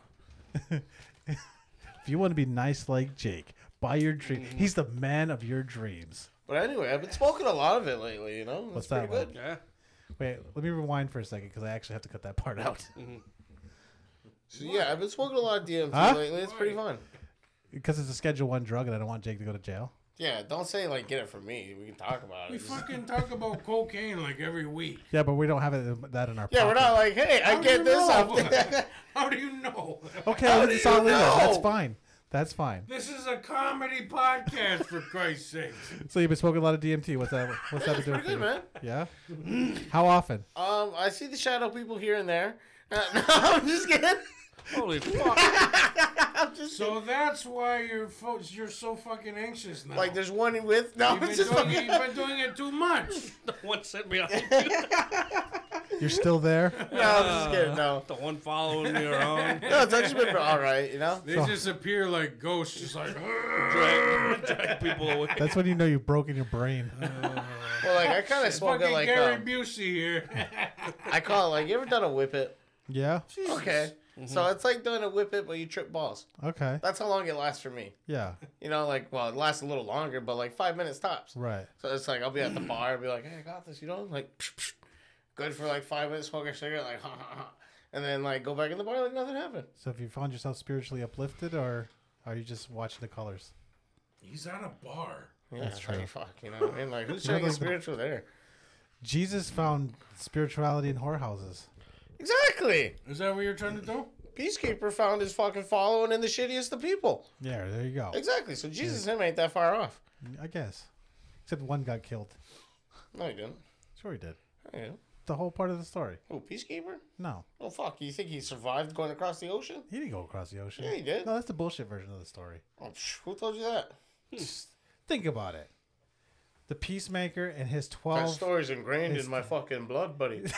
[SPEAKER 3] If you want to be nice like Jake, buy your dream.
[SPEAKER 2] Mm-hmm.
[SPEAKER 3] He's the man of your dreams.
[SPEAKER 2] But anyway, I've been smoking a lot of it lately, you know? That's
[SPEAKER 3] What's
[SPEAKER 2] pretty
[SPEAKER 3] that one?
[SPEAKER 2] good.
[SPEAKER 1] Yeah.
[SPEAKER 3] Wait, let me rewind for a second because I actually have to cut that part out
[SPEAKER 2] Mm-hmm. So yeah, I've been smoking a lot of DMT
[SPEAKER 3] Huh?
[SPEAKER 2] lately. It's pretty fun.
[SPEAKER 3] because it's a Schedule One drug, and I don't want Jake to go to jail.
[SPEAKER 2] Yeah, don't say like get it from me. We can talk about
[SPEAKER 4] We
[SPEAKER 2] it. Just-
[SPEAKER 4] fucking talk about cocaine like every week.
[SPEAKER 3] Yeah, but we don't have it, um, that in our.
[SPEAKER 2] Yeah, we're
[SPEAKER 3] pocket.
[SPEAKER 2] not like, hey, I
[SPEAKER 4] How do you
[SPEAKER 2] get this
[SPEAKER 4] know?
[SPEAKER 2] off there.
[SPEAKER 4] How do you know?
[SPEAKER 3] Okay,
[SPEAKER 2] How do
[SPEAKER 3] it's
[SPEAKER 2] you
[SPEAKER 3] all legal.
[SPEAKER 2] know?
[SPEAKER 3] That's fine. That's fine.
[SPEAKER 4] This is a comedy podcast, for Christ's sake.
[SPEAKER 3] So you've been smoking a lot of DMT. What's that? What's that been doing
[SPEAKER 2] pretty
[SPEAKER 3] for you?
[SPEAKER 2] good, man.
[SPEAKER 3] Yeah. How often?
[SPEAKER 2] Um, I see the shadow people here and there. Uh, no, I'm just kidding.
[SPEAKER 1] Holy fuck.
[SPEAKER 2] I'm just
[SPEAKER 4] So that's why you're fo- you're so fucking anxious now.
[SPEAKER 2] like there's one with. No,
[SPEAKER 4] you've
[SPEAKER 2] I'm
[SPEAKER 4] been,
[SPEAKER 2] just
[SPEAKER 4] doing,
[SPEAKER 2] fucking.
[SPEAKER 4] you've been doing it too much.
[SPEAKER 1] the one sent me out.
[SPEAKER 3] You're still there.
[SPEAKER 2] No, I'm just kidding. No,
[SPEAKER 1] The one following me around.
[SPEAKER 2] no, it's actually been all right. You know.
[SPEAKER 4] They just appear like ghosts, just like.
[SPEAKER 1] Drag, drag people away.
[SPEAKER 3] That's when you know you've broken your brain.
[SPEAKER 2] Well, like I kind of smoke it
[SPEAKER 4] Fucking
[SPEAKER 2] like
[SPEAKER 4] Gary
[SPEAKER 2] um,
[SPEAKER 4] Busey here.
[SPEAKER 2] I call it like you ever done a whip it?
[SPEAKER 3] Yeah.
[SPEAKER 2] Okay.
[SPEAKER 4] Mm-hmm.
[SPEAKER 2] So it's like doing a whip it, but you trip balls.
[SPEAKER 3] Okay.
[SPEAKER 2] That's how long it lasts for me.
[SPEAKER 3] Yeah.
[SPEAKER 2] You know, like well, it lasts a little longer, but like five minutes tops.
[SPEAKER 3] Right.
[SPEAKER 2] So it's like I'll be at the bar, be like, "Hey, I got this," you know, like psh, psh. good for like five minutes, smoke a cigarette, like ha ha ha, and then like go back in the bar, like nothing happened.
[SPEAKER 3] So if you found yourself spiritually uplifted, or are you just watching the colors?
[SPEAKER 4] He's at a bar.
[SPEAKER 2] Yeah, That's like, fuck, you know, what I mean, like who's trying to get spiritual there?
[SPEAKER 3] Jesus found spirituality in whorehouses.
[SPEAKER 2] Exactly.
[SPEAKER 4] Is that what you're trying to do?
[SPEAKER 2] Peacekeeper found his fucking following in the shittiest of people.
[SPEAKER 3] Yeah. There you go.
[SPEAKER 2] Exactly. So Jesus and him ain't that far off.
[SPEAKER 3] I guess. Except one got killed.
[SPEAKER 2] No, he didn't.
[SPEAKER 3] Sure, he did.
[SPEAKER 2] No, he didn't.
[SPEAKER 3] The whole part of the story.
[SPEAKER 2] Who, Peacekeeper?
[SPEAKER 3] No,
[SPEAKER 2] Oh fuck, you think he survived going across the ocean?
[SPEAKER 3] he didn't go across the ocean.
[SPEAKER 2] Yeah, he did.
[SPEAKER 3] No, that's the bullshit version of the story.
[SPEAKER 2] Oh, psh, who told you that?
[SPEAKER 3] Think about it. The peacemaker and his
[SPEAKER 2] That
[SPEAKER 3] twelve.
[SPEAKER 2] story's ingrained in my fucking blood, buddy.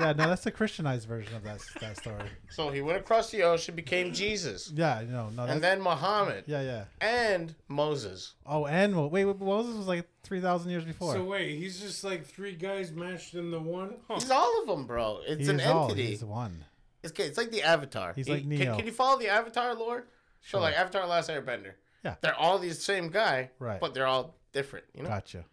[SPEAKER 3] Yeah, no, that's the Christianized version of that that story.
[SPEAKER 2] so he went across the ocean, became Jesus,
[SPEAKER 3] Yeah, no, no. That's,
[SPEAKER 2] and then Muhammad.
[SPEAKER 3] yeah, yeah.
[SPEAKER 2] and Moses.
[SPEAKER 3] Oh, and Mo- wait, wait, Moses was like three thousand years before.
[SPEAKER 4] So wait, he's just like three guys mashed into one.
[SPEAKER 1] Oh.
[SPEAKER 2] He's all of them, bro. It's
[SPEAKER 3] He
[SPEAKER 2] an
[SPEAKER 3] is all.
[SPEAKER 2] entity.
[SPEAKER 3] He's one.
[SPEAKER 2] It's, okay, it's like the Avatar.
[SPEAKER 3] He's
[SPEAKER 2] He-
[SPEAKER 3] like Neo.
[SPEAKER 2] Can, can you follow the Avatar lore? So like Avatar: Last Airbender.
[SPEAKER 3] Yeah.
[SPEAKER 2] They're all the same guy,
[SPEAKER 3] Right.
[SPEAKER 2] But they're all different. You know.
[SPEAKER 3] Gotcha.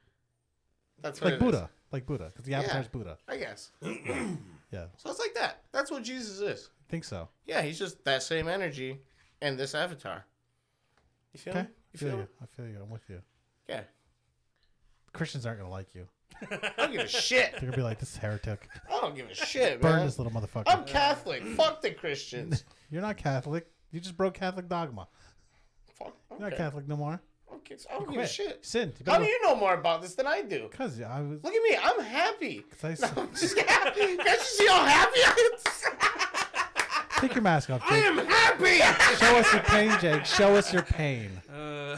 [SPEAKER 2] That's what
[SPEAKER 3] like
[SPEAKER 2] it is.
[SPEAKER 3] Buddha, like Buddha, because the avatar's Buddha.
[SPEAKER 2] I guess.
[SPEAKER 3] Yeah,
[SPEAKER 2] So it's like that. That's what Jesus is.
[SPEAKER 3] I think so.
[SPEAKER 2] Yeah, he's just that same energy and this avatar. You feel
[SPEAKER 3] Okay,
[SPEAKER 2] me?
[SPEAKER 3] I
[SPEAKER 2] You feel,
[SPEAKER 3] feel
[SPEAKER 2] me?
[SPEAKER 3] you. I feel you. I'm with you.
[SPEAKER 2] Yeah.
[SPEAKER 3] Christians aren't gonna like you.
[SPEAKER 2] I don't give a shit.
[SPEAKER 3] They're gonna be like, "This is heretic.
[SPEAKER 2] I don't give a shit,
[SPEAKER 3] Burn
[SPEAKER 2] man.
[SPEAKER 3] this little motherfucker."
[SPEAKER 2] I'm Catholic. Fuck the Christians.
[SPEAKER 3] You're not Catholic. You just broke Catholic dogma.
[SPEAKER 2] Fuck.
[SPEAKER 3] You're
[SPEAKER 2] Okay.
[SPEAKER 3] not Catholic no more.
[SPEAKER 2] Okay, so I don't give a
[SPEAKER 3] Quit.
[SPEAKER 2] shit.
[SPEAKER 3] Sin.
[SPEAKER 2] How do you know more about this than I do?
[SPEAKER 3] Because I was.
[SPEAKER 2] Look at me. I'm happy.
[SPEAKER 3] 'cause I s-
[SPEAKER 2] I'm just happy. Can't you see how happy I
[SPEAKER 3] take your mask off,
[SPEAKER 2] am? I
[SPEAKER 3] Jake.
[SPEAKER 2] am happy.
[SPEAKER 3] Show us your pain, Jake. Show us your pain.
[SPEAKER 1] Uh,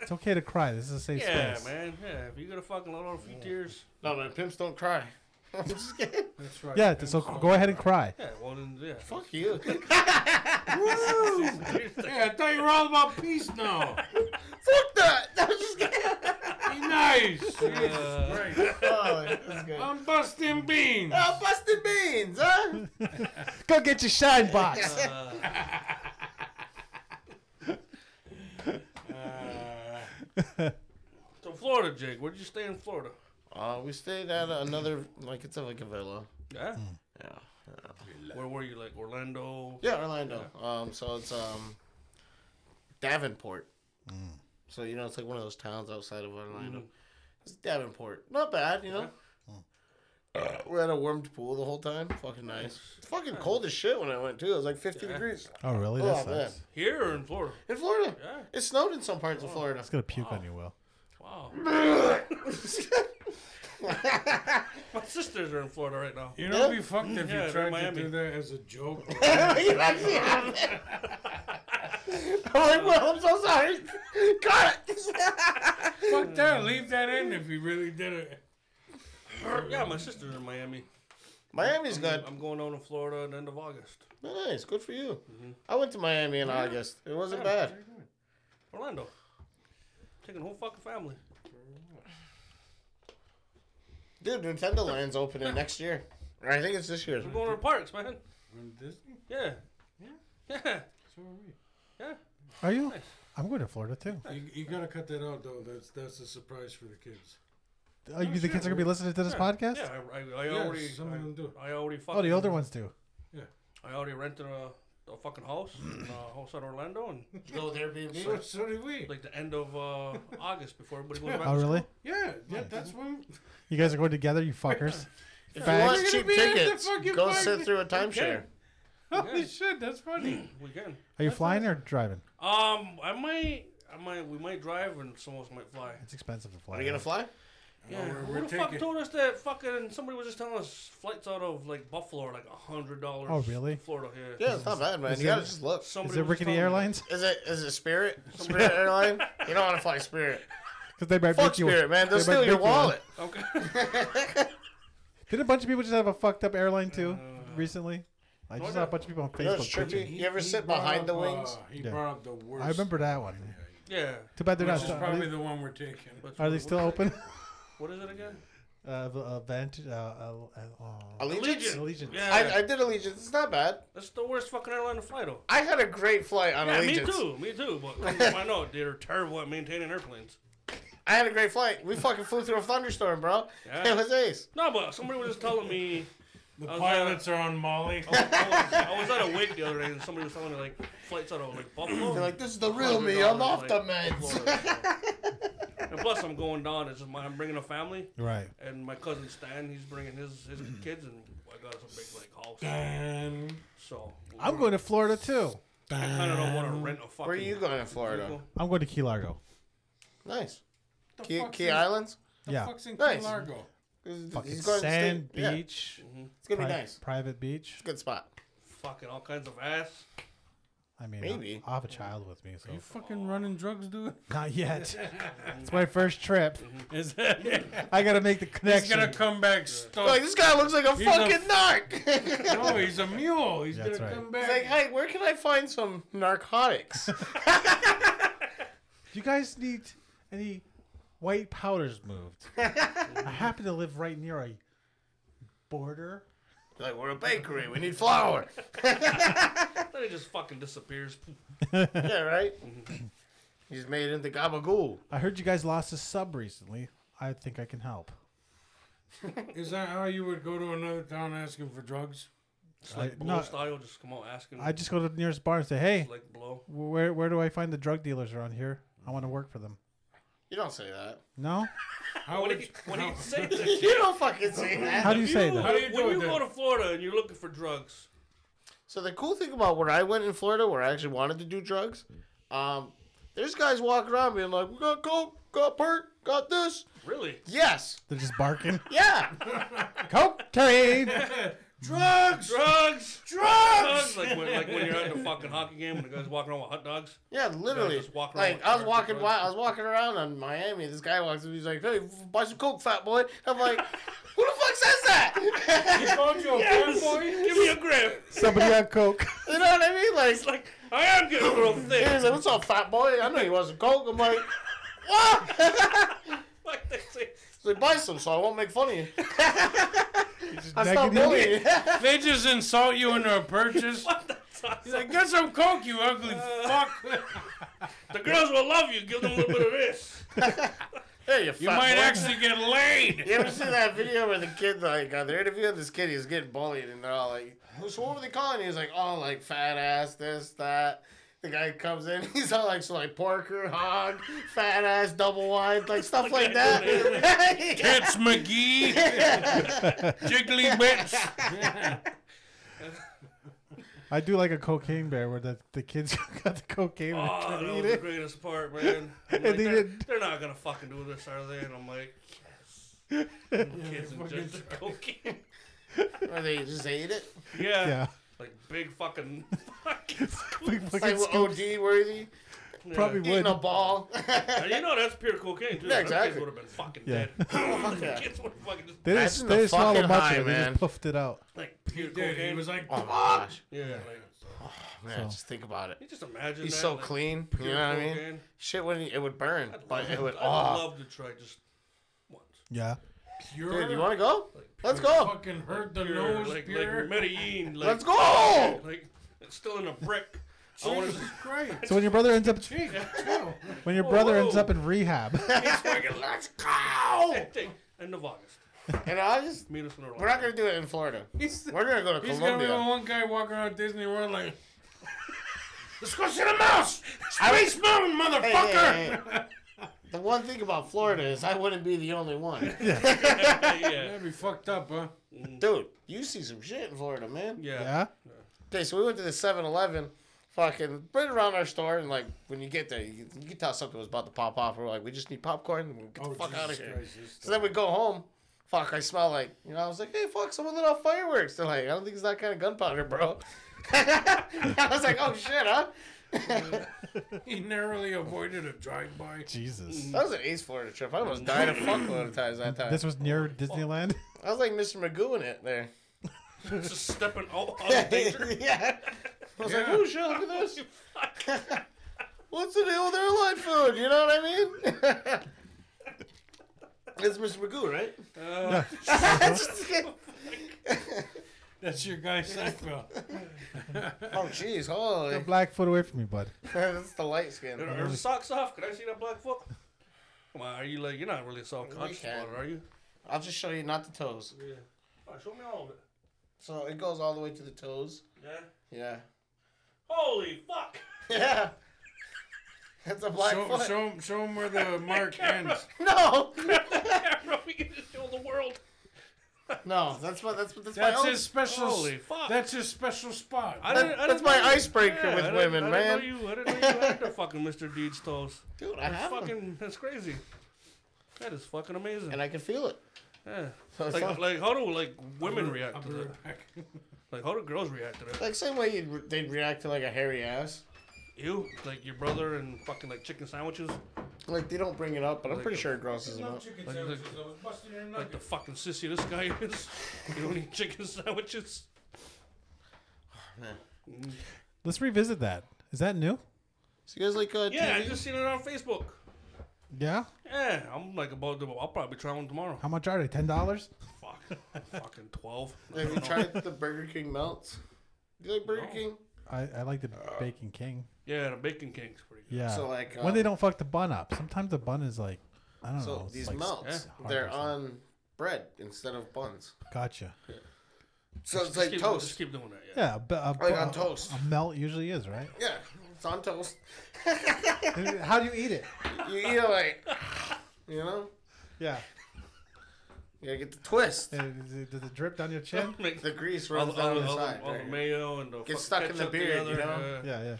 [SPEAKER 3] It's okay to cry. This is a safe
[SPEAKER 1] yeah,
[SPEAKER 3] space.
[SPEAKER 1] man. Yeah, if you gotta fucking let out a few tears,
[SPEAKER 2] no, man. Pimps don't cry. I'm just kidding.
[SPEAKER 4] That's right.
[SPEAKER 3] Yeah, so go ahead and cry.
[SPEAKER 1] yeah, well then, yeah. Uh,
[SPEAKER 2] Fuck you.
[SPEAKER 4] Yeah, I thought you were all about peace now.
[SPEAKER 2] Fuck that. I'm just kidding.
[SPEAKER 4] Be nice.
[SPEAKER 1] Uh,
[SPEAKER 4] Right.
[SPEAKER 2] Oh, that's good.
[SPEAKER 4] I'm busting beans.
[SPEAKER 2] Oh, busted beans, huh?
[SPEAKER 3] Go get your shine box.
[SPEAKER 1] uh,
[SPEAKER 4] Uh,
[SPEAKER 1] so Florida, Jake. Where'd you stay in Florida?
[SPEAKER 2] Uh, we stayed at another, like, it's a, like a villa.
[SPEAKER 1] Yeah.
[SPEAKER 2] Yeah.
[SPEAKER 1] Where were you? Like Orlando.
[SPEAKER 2] Yeah, Orlando. Um, so it's um, Davenport. So you know, it's like one of those towns outside of Orlando. It's Davenport. Not bad, you know. Uh, we're at a warmed pool the whole time. Fucking nice. It's fucking cold as shit when I went too. It was like 50 degrees.
[SPEAKER 3] Oh, really?
[SPEAKER 2] Oh,
[SPEAKER 3] That
[SPEAKER 2] man.
[SPEAKER 3] sucks.
[SPEAKER 1] Here or in Florida?
[SPEAKER 2] In Florida,
[SPEAKER 1] Yeah.
[SPEAKER 2] it snowed in some parts of Florida.
[SPEAKER 3] It's gonna puke
[SPEAKER 1] Oh.
[SPEAKER 3] on you, Will.
[SPEAKER 1] Wow. My sisters are in Florida right now.
[SPEAKER 4] you know, it'd be fucked if
[SPEAKER 1] Yeah,
[SPEAKER 4] you
[SPEAKER 1] they're
[SPEAKER 4] tried to
[SPEAKER 1] in Miami.
[SPEAKER 4] do that as a joke.
[SPEAKER 2] you actually have it. I'm like, well, I'm so sorry. Cut.
[SPEAKER 4] Fuck that. Leave that in if you really did it.
[SPEAKER 1] Yeah, my sisters are in Miami.
[SPEAKER 2] Miami's good.
[SPEAKER 1] I'm going down to Florida at the end of August.
[SPEAKER 2] Nice, good for you. I went to Miami in August. It wasn't bad.
[SPEAKER 1] Orlando. Taking the whole fucking family.
[SPEAKER 2] Dude, Nintendo Land's opening next year. Or I think it's this year's.
[SPEAKER 1] We're going to the parks, man.
[SPEAKER 4] From Disney?
[SPEAKER 1] Yeah. Yeah.
[SPEAKER 4] So are we.
[SPEAKER 1] Yeah.
[SPEAKER 3] Are you? I'm going to Florida too.
[SPEAKER 4] You, you gotta cut that out though. That's that's a surprise for the kids.
[SPEAKER 3] Oh, you the kids are gonna be listening to this podcast?
[SPEAKER 1] Yeah, I, I, I
[SPEAKER 4] Yeah,
[SPEAKER 1] already.
[SPEAKER 4] some of them do.
[SPEAKER 1] I, I already fucking.
[SPEAKER 3] Oh, the older ones do.
[SPEAKER 1] I already rented a, a fucking house in uh, house in Orlando and
[SPEAKER 2] Go there,
[SPEAKER 4] So, so do we.
[SPEAKER 1] like the end of uh, August before everybody goes back.
[SPEAKER 3] Oh,
[SPEAKER 1] to
[SPEAKER 3] really?
[SPEAKER 4] Yeah, yeah, that's when.
[SPEAKER 3] You guys are going together, you fuckers.
[SPEAKER 2] If you
[SPEAKER 3] Fags.
[SPEAKER 2] want
[SPEAKER 4] You're
[SPEAKER 2] cheap
[SPEAKER 4] gonna be at the
[SPEAKER 2] tickets,
[SPEAKER 4] fucking
[SPEAKER 2] go
[SPEAKER 4] party.
[SPEAKER 2] sit through a timeshare.
[SPEAKER 4] Holy shit, that's funny.
[SPEAKER 1] school. We can.
[SPEAKER 3] Are you flying or driving?
[SPEAKER 1] Um, I might. I might. We might drive and someone else might fly.
[SPEAKER 3] It's expensive to fly.
[SPEAKER 2] Are you gonna fly?
[SPEAKER 1] Yeah.
[SPEAKER 4] we're-
[SPEAKER 1] Who
[SPEAKER 4] we're
[SPEAKER 1] the fuck
[SPEAKER 4] taking-
[SPEAKER 1] told us that fucking somebody was just telling us flights out of like Buffalo are like a hundred dollars.
[SPEAKER 3] Oh, really?
[SPEAKER 1] Florida. Yeah.
[SPEAKER 2] Yeah, it's not bad, man.
[SPEAKER 3] is
[SPEAKER 2] You gotta
[SPEAKER 3] it-
[SPEAKER 2] just look.
[SPEAKER 1] Somebody
[SPEAKER 3] Is it
[SPEAKER 1] was
[SPEAKER 3] Rickety
[SPEAKER 1] telling me.
[SPEAKER 3] Airlines?
[SPEAKER 2] Is it is it Spirit? Spirit airline? You don't want to fly Spirit.
[SPEAKER 3] Because they might
[SPEAKER 2] Fuck
[SPEAKER 3] make you.
[SPEAKER 2] Spirit, man. They'll
[SPEAKER 3] they might
[SPEAKER 2] steal your
[SPEAKER 3] make you one.
[SPEAKER 2] wallet.
[SPEAKER 1] Okay.
[SPEAKER 3] Did a bunch of people just have a fucked up airline too recently? I just saw a bunch of people on
[SPEAKER 2] You know what's
[SPEAKER 3] Facebook.
[SPEAKER 2] trippy?
[SPEAKER 3] bitching.
[SPEAKER 2] You ever
[SPEAKER 4] He
[SPEAKER 2] sit
[SPEAKER 4] brought
[SPEAKER 2] behind the
[SPEAKER 4] up, uh,
[SPEAKER 2] wings?
[SPEAKER 4] he
[SPEAKER 3] Yeah.
[SPEAKER 4] brought up the worst.
[SPEAKER 3] I remember that one.
[SPEAKER 1] yeah.
[SPEAKER 3] Too bad they're
[SPEAKER 4] Which
[SPEAKER 3] not.
[SPEAKER 4] is
[SPEAKER 3] Are
[SPEAKER 4] probably
[SPEAKER 3] they,
[SPEAKER 4] the one we're taking.
[SPEAKER 1] But
[SPEAKER 3] are they still open?
[SPEAKER 1] What is it again?
[SPEAKER 3] Uh, v- uh, Vent- uh, uh, uh, oh.
[SPEAKER 2] Allegiant.
[SPEAKER 3] Allegiant.
[SPEAKER 1] Yeah.
[SPEAKER 2] I, I did Allegiant. It's not bad.
[SPEAKER 1] That's the worst fucking airline to fly though.
[SPEAKER 2] I had a great flight on
[SPEAKER 1] Yeah,
[SPEAKER 2] Allegiant.
[SPEAKER 1] me too. Me too. But come to find out, they're terrible at maintaining airplanes.
[SPEAKER 2] I had a great flight. We fucking flew through a thunderstorm, bro.
[SPEAKER 1] Yeah.
[SPEAKER 2] It was ace.
[SPEAKER 1] No, but somebody was just telling me.
[SPEAKER 4] The
[SPEAKER 1] I was
[SPEAKER 4] pilots are on Molly.
[SPEAKER 1] I was, I was at a wake the other day, and somebody was telling me like flights out of like Buffalo.
[SPEAKER 2] They're like, this is the real me. I'm off the meds.
[SPEAKER 1] and plus, I'm going down. It's just my, I'm bringing a family,
[SPEAKER 3] Right.
[SPEAKER 1] and my cousin Stan, he's bringing his his kids, and I got some big like house.
[SPEAKER 4] and
[SPEAKER 1] So
[SPEAKER 3] I'm going to Florida too.
[SPEAKER 1] I kind of don't want to rent a fucking.
[SPEAKER 2] Where are you going in Florida?
[SPEAKER 1] vehicle.
[SPEAKER 3] I'm going to Key Largo.
[SPEAKER 2] Nice.
[SPEAKER 4] the
[SPEAKER 2] Key,
[SPEAKER 4] fuck's
[SPEAKER 2] Key
[SPEAKER 4] in-
[SPEAKER 2] Islands?
[SPEAKER 4] The
[SPEAKER 3] Yeah.
[SPEAKER 4] fuck's in
[SPEAKER 2] Nice.
[SPEAKER 4] Key Largo?
[SPEAKER 3] Fucking
[SPEAKER 2] He's going to
[SPEAKER 3] sand
[SPEAKER 2] stay- yeah,
[SPEAKER 3] beach.
[SPEAKER 2] it's going to be
[SPEAKER 3] pri-
[SPEAKER 2] nice.
[SPEAKER 3] Private beach.
[SPEAKER 2] Good spot.
[SPEAKER 1] Fucking all kinds of ass.
[SPEAKER 3] I mean,
[SPEAKER 2] Maybe.
[SPEAKER 3] I have a child with me, so
[SPEAKER 4] You fucking running drugs, dude?
[SPEAKER 3] not yet. it's my first trip.
[SPEAKER 4] Is that?
[SPEAKER 3] I gotta make the
[SPEAKER 4] He's
[SPEAKER 3] connection.
[SPEAKER 4] gonna come back
[SPEAKER 2] Like,
[SPEAKER 4] stuck.
[SPEAKER 2] this guy looks like a
[SPEAKER 4] Oh. He's a-
[SPEAKER 2] fucking narc.
[SPEAKER 4] No, he's a mule. He's
[SPEAKER 3] That's
[SPEAKER 4] gonna
[SPEAKER 3] right.
[SPEAKER 4] come
[SPEAKER 2] He's
[SPEAKER 4] back.
[SPEAKER 2] like, hey, where can I find some narcotics?
[SPEAKER 3] you guys need any white powders moved? I happen to live right near a border.
[SPEAKER 2] like, we're a bakery. We need flour.
[SPEAKER 1] Then it just fucking disappears.
[SPEAKER 2] yeah, right? He's made into gabagool.
[SPEAKER 3] I heard you guys lost a sub recently. I think I can help.
[SPEAKER 4] Is that how you would go to another town asking for drugs?
[SPEAKER 1] It's like
[SPEAKER 3] I-
[SPEAKER 1] blow
[SPEAKER 3] no.
[SPEAKER 1] style. Just come out asking.
[SPEAKER 3] I just go to the nearest bar and say, hey,
[SPEAKER 1] It's like blow.
[SPEAKER 3] where, where do I find the drug dealers around here? I want to work for them.
[SPEAKER 2] You don't say that.
[SPEAKER 3] No?
[SPEAKER 4] How
[SPEAKER 1] What do
[SPEAKER 4] would
[SPEAKER 1] you,
[SPEAKER 4] you-
[SPEAKER 1] what do you
[SPEAKER 4] how-
[SPEAKER 1] say? to that?
[SPEAKER 2] You don't fucking say that.
[SPEAKER 3] How do you say
[SPEAKER 4] How
[SPEAKER 3] that?
[SPEAKER 4] do you do
[SPEAKER 1] when
[SPEAKER 4] it
[SPEAKER 1] you
[SPEAKER 4] then?
[SPEAKER 1] go to Florida and you're looking for drugs,
[SPEAKER 2] So the cool thing about where I went in Florida, where I actually wanted to do drugs, um, there's guys walking around being like, "We got coke, got perk, got this."
[SPEAKER 1] really?
[SPEAKER 2] Yes,
[SPEAKER 3] They're just barking.
[SPEAKER 2] yeah,
[SPEAKER 3] Coke trade.
[SPEAKER 1] Drugs, drugs, drugs. like, when, like when you're at the fucking hockey game and the guy's walking around with hot dogs.
[SPEAKER 2] yeah, literally.
[SPEAKER 1] just walk around
[SPEAKER 2] like
[SPEAKER 1] with
[SPEAKER 2] I was
[SPEAKER 1] perk
[SPEAKER 2] walking,
[SPEAKER 1] and
[SPEAKER 2] wi-
[SPEAKER 1] drugs.
[SPEAKER 2] I was walking around on Miami. This guy walks, and he's like, "Hey, buy some coke, fat boy." I'm like, "Who the fuck says
[SPEAKER 4] He
[SPEAKER 2] that?"
[SPEAKER 4] called you a fanboy?
[SPEAKER 1] Give me a grip.
[SPEAKER 3] Somebody on Coke.
[SPEAKER 2] you know what I mean? Like,
[SPEAKER 1] It's like I am getting real
[SPEAKER 2] and he's
[SPEAKER 1] thick.
[SPEAKER 2] like, "What's up, fat boy?" I know you want some coke. I'm like, "What?"
[SPEAKER 1] Like they say,
[SPEAKER 2] He's like, "Buy some, so I won't make fun of you." I stopped
[SPEAKER 3] Negative.
[SPEAKER 2] bullying.
[SPEAKER 4] They just insult you into a purchase.
[SPEAKER 1] what the fuck?
[SPEAKER 4] He's like, get some coke, you ugly
[SPEAKER 1] Uh.
[SPEAKER 4] fuck.
[SPEAKER 1] The girls will love you. Give them a little bit of this.
[SPEAKER 2] Hey, you,
[SPEAKER 4] You
[SPEAKER 2] fat
[SPEAKER 4] might
[SPEAKER 2] boy.
[SPEAKER 4] actually get laid.
[SPEAKER 2] You ever see that video where the kid like uh, they're interviewing this kid? He's getting bullied, and they're all like, "Who- "So what were they calling?" you?" He's like, "Oh, like fat ass, this, that." The guy comes in, he's all like, "So like porker, hog, fat ass, double wine, like stuff like that."
[SPEAKER 4] It's McGee. Jiggly bits.
[SPEAKER 3] I do like a cocaine bear where the, the kids got the cocaine and
[SPEAKER 1] Oh,
[SPEAKER 3] try
[SPEAKER 1] that
[SPEAKER 3] to
[SPEAKER 1] was
[SPEAKER 3] eat
[SPEAKER 1] the
[SPEAKER 3] it.
[SPEAKER 1] greatest part, man. I'm
[SPEAKER 3] they
[SPEAKER 1] Like, they're,
[SPEAKER 3] didn't.
[SPEAKER 1] they're not gonna fucking do this, are they? And I'm like, yes. And kids and just the cocaine.
[SPEAKER 2] or they just ate it.
[SPEAKER 1] Yeah.
[SPEAKER 3] Yeah.
[SPEAKER 1] Like big fucking.
[SPEAKER 3] Big
[SPEAKER 2] It's
[SPEAKER 3] fucking
[SPEAKER 2] like
[SPEAKER 3] scoop.
[SPEAKER 2] OD worthy,
[SPEAKER 3] Probably
[SPEAKER 2] eating
[SPEAKER 3] would.
[SPEAKER 2] a ball.
[SPEAKER 1] Now, you know that's pure cocaine too.
[SPEAKER 2] Yeah,
[SPEAKER 1] Them
[SPEAKER 2] exactly.
[SPEAKER 1] Kids would have been fucking
[SPEAKER 3] Yeah.
[SPEAKER 1] dead.
[SPEAKER 2] yeah.
[SPEAKER 1] Kids would have fucking just
[SPEAKER 3] They didn't,
[SPEAKER 2] That's in
[SPEAKER 3] they
[SPEAKER 2] the
[SPEAKER 3] didn't swallow
[SPEAKER 2] fucking
[SPEAKER 3] much
[SPEAKER 2] high,
[SPEAKER 3] of it. They
[SPEAKER 2] man.
[SPEAKER 3] just puffed it out.
[SPEAKER 1] like pure
[SPEAKER 4] He did. He
[SPEAKER 1] cocaine.
[SPEAKER 4] was like,
[SPEAKER 2] oh my gosh,
[SPEAKER 1] yeah. Like,
[SPEAKER 2] man,
[SPEAKER 3] So-
[SPEAKER 2] just think about it.
[SPEAKER 1] you just imagine.
[SPEAKER 2] He's
[SPEAKER 1] that,
[SPEAKER 2] so
[SPEAKER 1] like,
[SPEAKER 2] clean. You know
[SPEAKER 1] pure
[SPEAKER 2] what I mean?
[SPEAKER 1] cocaine.
[SPEAKER 2] Shit, wouldn't e, it would burn, but it would.
[SPEAKER 1] I'd
[SPEAKER 2] Oh,
[SPEAKER 1] love to try just once.
[SPEAKER 3] Yeah.
[SPEAKER 4] pure.
[SPEAKER 2] dude, you want to go?
[SPEAKER 1] Like,
[SPEAKER 2] Let's
[SPEAKER 1] pure-
[SPEAKER 2] go.
[SPEAKER 4] Fucking hurt the
[SPEAKER 1] pure,
[SPEAKER 4] nose,
[SPEAKER 1] like,
[SPEAKER 4] pure.
[SPEAKER 1] like Medellin. Like,
[SPEAKER 2] Let's go.
[SPEAKER 1] Like it's still in a brick. I want to
[SPEAKER 4] Jesus Christ.
[SPEAKER 3] So when your brother ends up when your brother ends
[SPEAKER 1] whoa.
[SPEAKER 3] up in rehab,
[SPEAKER 2] Let's go.
[SPEAKER 1] just end of August.
[SPEAKER 2] And I just
[SPEAKER 1] Meet us in Orlando.
[SPEAKER 2] We're not gonna do it in Florida.
[SPEAKER 4] He's,
[SPEAKER 2] We're gonna go to
[SPEAKER 4] he's gonna be the
[SPEAKER 2] Colombia.
[SPEAKER 4] one guy walking around Disney World like,
[SPEAKER 2] Let's go see the mouse.
[SPEAKER 4] Space Mountain,
[SPEAKER 2] Hey,
[SPEAKER 4] motherfucker!
[SPEAKER 2] hey, hey. The one thing about Florida is I wouldn't be the only one.
[SPEAKER 1] yeah.
[SPEAKER 4] That'd be fucked up, huh?
[SPEAKER 2] Dude, you see some shit in Florida, man.
[SPEAKER 1] Yeah.
[SPEAKER 3] yeah.
[SPEAKER 2] Okay, so we went to the 7-Eleven, fucking right around our store, and like when you get there, you, can- you can tell something was about to pop off. We're like, we just need popcorn. and We'll
[SPEAKER 4] Oh,
[SPEAKER 2] get the fuck out of here. So then we go home. Fuck, I smell like you know. I was like, hey, fuck, someone lit off fireworks. They're like, I don't think it's that kind of gunpowder, bro. I was like, oh shit, huh?
[SPEAKER 4] He narrowly avoided a drive-by.
[SPEAKER 3] Jesus.
[SPEAKER 2] That was an Ace Florida trip. I almost died a fuckload of times that time.
[SPEAKER 3] This was near Disneyland.
[SPEAKER 2] I was like Mr. Magoo in it there.
[SPEAKER 1] Just stepping out out of danger.
[SPEAKER 2] yeah. I was like,
[SPEAKER 4] Yeah.
[SPEAKER 2] oh shit, look at this. What's the deal with airline food? You know what I mean? it's Mr. Magoo, right?
[SPEAKER 1] Uh,
[SPEAKER 4] That's your guy Seinfeld.
[SPEAKER 2] oh jeez, holy.
[SPEAKER 3] Get black foot away from me, bud.
[SPEAKER 2] That's the light skin.
[SPEAKER 1] are are the socks off? Can I see that black foot? Come on, are you like you're not really self conscious
[SPEAKER 2] We can.
[SPEAKER 1] about it, are you?
[SPEAKER 2] I'll just show you not the toes.
[SPEAKER 1] Yeah. All right, show me all of it.
[SPEAKER 2] So it goes all the way to the toes.
[SPEAKER 1] Yeah.
[SPEAKER 2] Yeah.
[SPEAKER 1] Holy fuck!
[SPEAKER 2] Yeah. That's a black
[SPEAKER 4] Show,
[SPEAKER 2] foot.
[SPEAKER 4] show, him- show him where the mark ends.
[SPEAKER 2] No.
[SPEAKER 1] Camera, we can just show the world.
[SPEAKER 2] No, that's what that's what that's,
[SPEAKER 4] That's
[SPEAKER 2] my
[SPEAKER 4] his special.
[SPEAKER 1] Holy fuck!
[SPEAKER 4] That's his special spot.
[SPEAKER 1] I
[SPEAKER 2] That-
[SPEAKER 1] didn't- I
[SPEAKER 2] that's
[SPEAKER 1] didn't
[SPEAKER 2] my
[SPEAKER 1] know you-
[SPEAKER 2] icebreaker with
[SPEAKER 1] I didn't-
[SPEAKER 2] women,
[SPEAKER 1] I
[SPEAKER 2] man.
[SPEAKER 1] Didn't know you, I didn't know you had the fucking Mr. Deeds toes.
[SPEAKER 2] own. Dude, I
[SPEAKER 1] That's
[SPEAKER 2] have them.
[SPEAKER 1] fucking. That's crazy. That is fucking amazing.
[SPEAKER 2] and I can feel it.
[SPEAKER 1] yeah.
[SPEAKER 2] So it's
[SPEAKER 1] Like,
[SPEAKER 2] like,
[SPEAKER 1] like, how do like women
[SPEAKER 4] I'll
[SPEAKER 1] react to
[SPEAKER 4] be
[SPEAKER 1] that?
[SPEAKER 4] right back.
[SPEAKER 1] Like, how do girls react to that?
[SPEAKER 2] like same way you'd re- they'd react to like a hairy ass.
[SPEAKER 1] You like your brother and fucking like chicken sandwiches,
[SPEAKER 2] Like they don't bring it up, but I'm
[SPEAKER 1] Like
[SPEAKER 2] pretty
[SPEAKER 1] the-
[SPEAKER 2] sure it grosses them
[SPEAKER 4] Love
[SPEAKER 2] out.
[SPEAKER 4] chicken
[SPEAKER 1] Like the-
[SPEAKER 4] sandwiches. I was busting your
[SPEAKER 1] like the
[SPEAKER 4] nugget.
[SPEAKER 1] fucking sissy this guy is. You don't eat chicken sandwiches.
[SPEAKER 3] Let's revisit that. Is that new?
[SPEAKER 2] So you guys like uh,
[SPEAKER 1] Yeah, I
[SPEAKER 2] TV?
[SPEAKER 1] just seen it on Facebook.
[SPEAKER 3] Yeah.
[SPEAKER 1] Yeah, I'm like about to. I'll probably try one tomorrow.
[SPEAKER 3] How much are they? Ten dollars?
[SPEAKER 1] Fuck, fucking twelve.
[SPEAKER 2] Have you tried the Burger King melts? Do you like Burger
[SPEAKER 1] No.
[SPEAKER 2] King? I
[SPEAKER 3] I, I like the Bacon King.
[SPEAKER 1] Yeah, the Bacon King's pretty good.
[SPEAKER 3] Yeah.
[SPEAKER 2] Uh, So, like,
[SPEAKER 3] when they
[SPEAKER 2] um,
[SPEAKER 3] don't fuck the bun up, sometimes the bun is like I don't
[SPEAKER 1] Oh,
[SPEAKER 3] know.
[SPEAKER 2] So
[SPEAKER 3] it's
[SPEAKER 2] these
[SPEAKER 3] like-
[SPEAKER 2] melts,
[SPEAKER 1] yeah,
[SPEAKER 2] they're
[SPEAKER 3] 100%.
[SPEAKER 2] on bread instead of buns.
[SPEAKER 3] Gotcha.
[SPEAKER 2] So it's
[SPEAKER 1] Just
[SPEAKER 2] like
[SPEAKER 1] keep-
[SPEAKER 2] toast.
[SPEAKER 1] Just keep doing that. Yeah.
[SPEAKER 3] Yeah, but a,
[SPEAKER 2] Like on
[SPEAKER 3] a-
[SPEAKER 2] toast.
[SPEAKER 3] A melt usually is right.
[SPEAKER 2] Yeah, it's on toast.
[SPEAKER 3] How do you eat it?
[SPEAKER 2] You eat it like, you know,
[SPEAKER 3] Yeah.
[SPEAKER 2] you gotta get the twist.
[SPEAKER 3] Uh, Does it, does it drip down your chin?
[SPEAKER 1] Make
[SPEAKER 2] The grease
[SPEAKER 1] all
[SPEAKER 2] runs
[SPEAKER 1] the, all,
[SPEAKER 2] down
[SPEAKER 1] the,
[SPEAKER 2] the
[SPEAKER 1] all, the-
[SPEAKER 2] side,
[SPEAKER 1] all the
[SPEAKER 2] right?
[SPEAKER 1] mayo and the fucking
[SPEAKER 2] stuck in the
[SPEAKER 1] ketchup
[SPEAKER 2] beard, you
[SPEAKER 1] together,
[SPEAKER 2] know?
[SPEAKER 1] uh,
[SPEAKER 3] Yeah, yeah.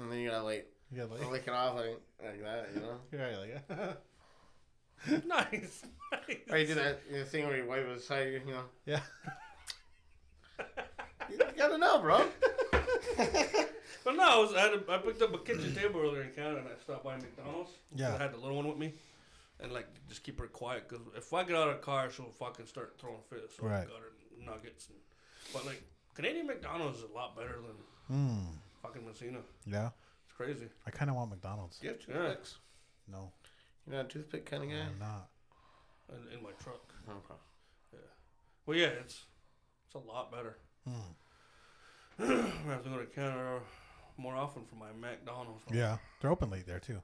[SPEAKER 2] and then you gotta like
[SPEAKER 3] You got like,
[SPEAKER 2] lick it off like, like that, you know.
[SPEAKER 3] you're right, like
[SPEAKER 1] Nice. nice.
[SPEAKER 2] Or you do that you know, thing where you wipe it aside, you know.
[SPEAKER 3] yeah.
[SPEAKER 2] You gotta know, bro.
[SPEAKER 1] But no, I was I, had a, I picked up a kitchen table earlier in Canada and I stopped by McDonald's. 'cause
[SPEAKER 3] Yeah.
[SPEAKER 1] I had the little one with me, and like just keep her quiet because if I get out of the car, she'll fucking start throwing fists. So I
[SPEAKER 3] Right.
[SPEAKER 1] got her nuggets. And, but like Canadian McDonald's is a lot better than
[SPEAKER 3] Mm.
[SPEAKER 1] fucking Messina.
[SPEAKER 3] Yeah.
[SPEAKER 1] It's crazy.
[SPEAKER 3] I kind of want McDonald's.
[SPEAKER 2] Do you have toothpicks?
[SPEAKER 3] No,
[SPEAKER 2] You're not a toothpick kind of guy.
[SPEAKER 3] I'm not.
[SPEAKER 1] In, in my truck.
[SPEAKER 2] Mm, Okay.
[SPEAKER 1] Well, yeah, it's it's a lot better.
[SPEAKER 3] Hmm.
[SPEAKER 1] I have to go to Canada more often for my McDonald's.
[SPEAKER 3] Yeah, they're open late there too.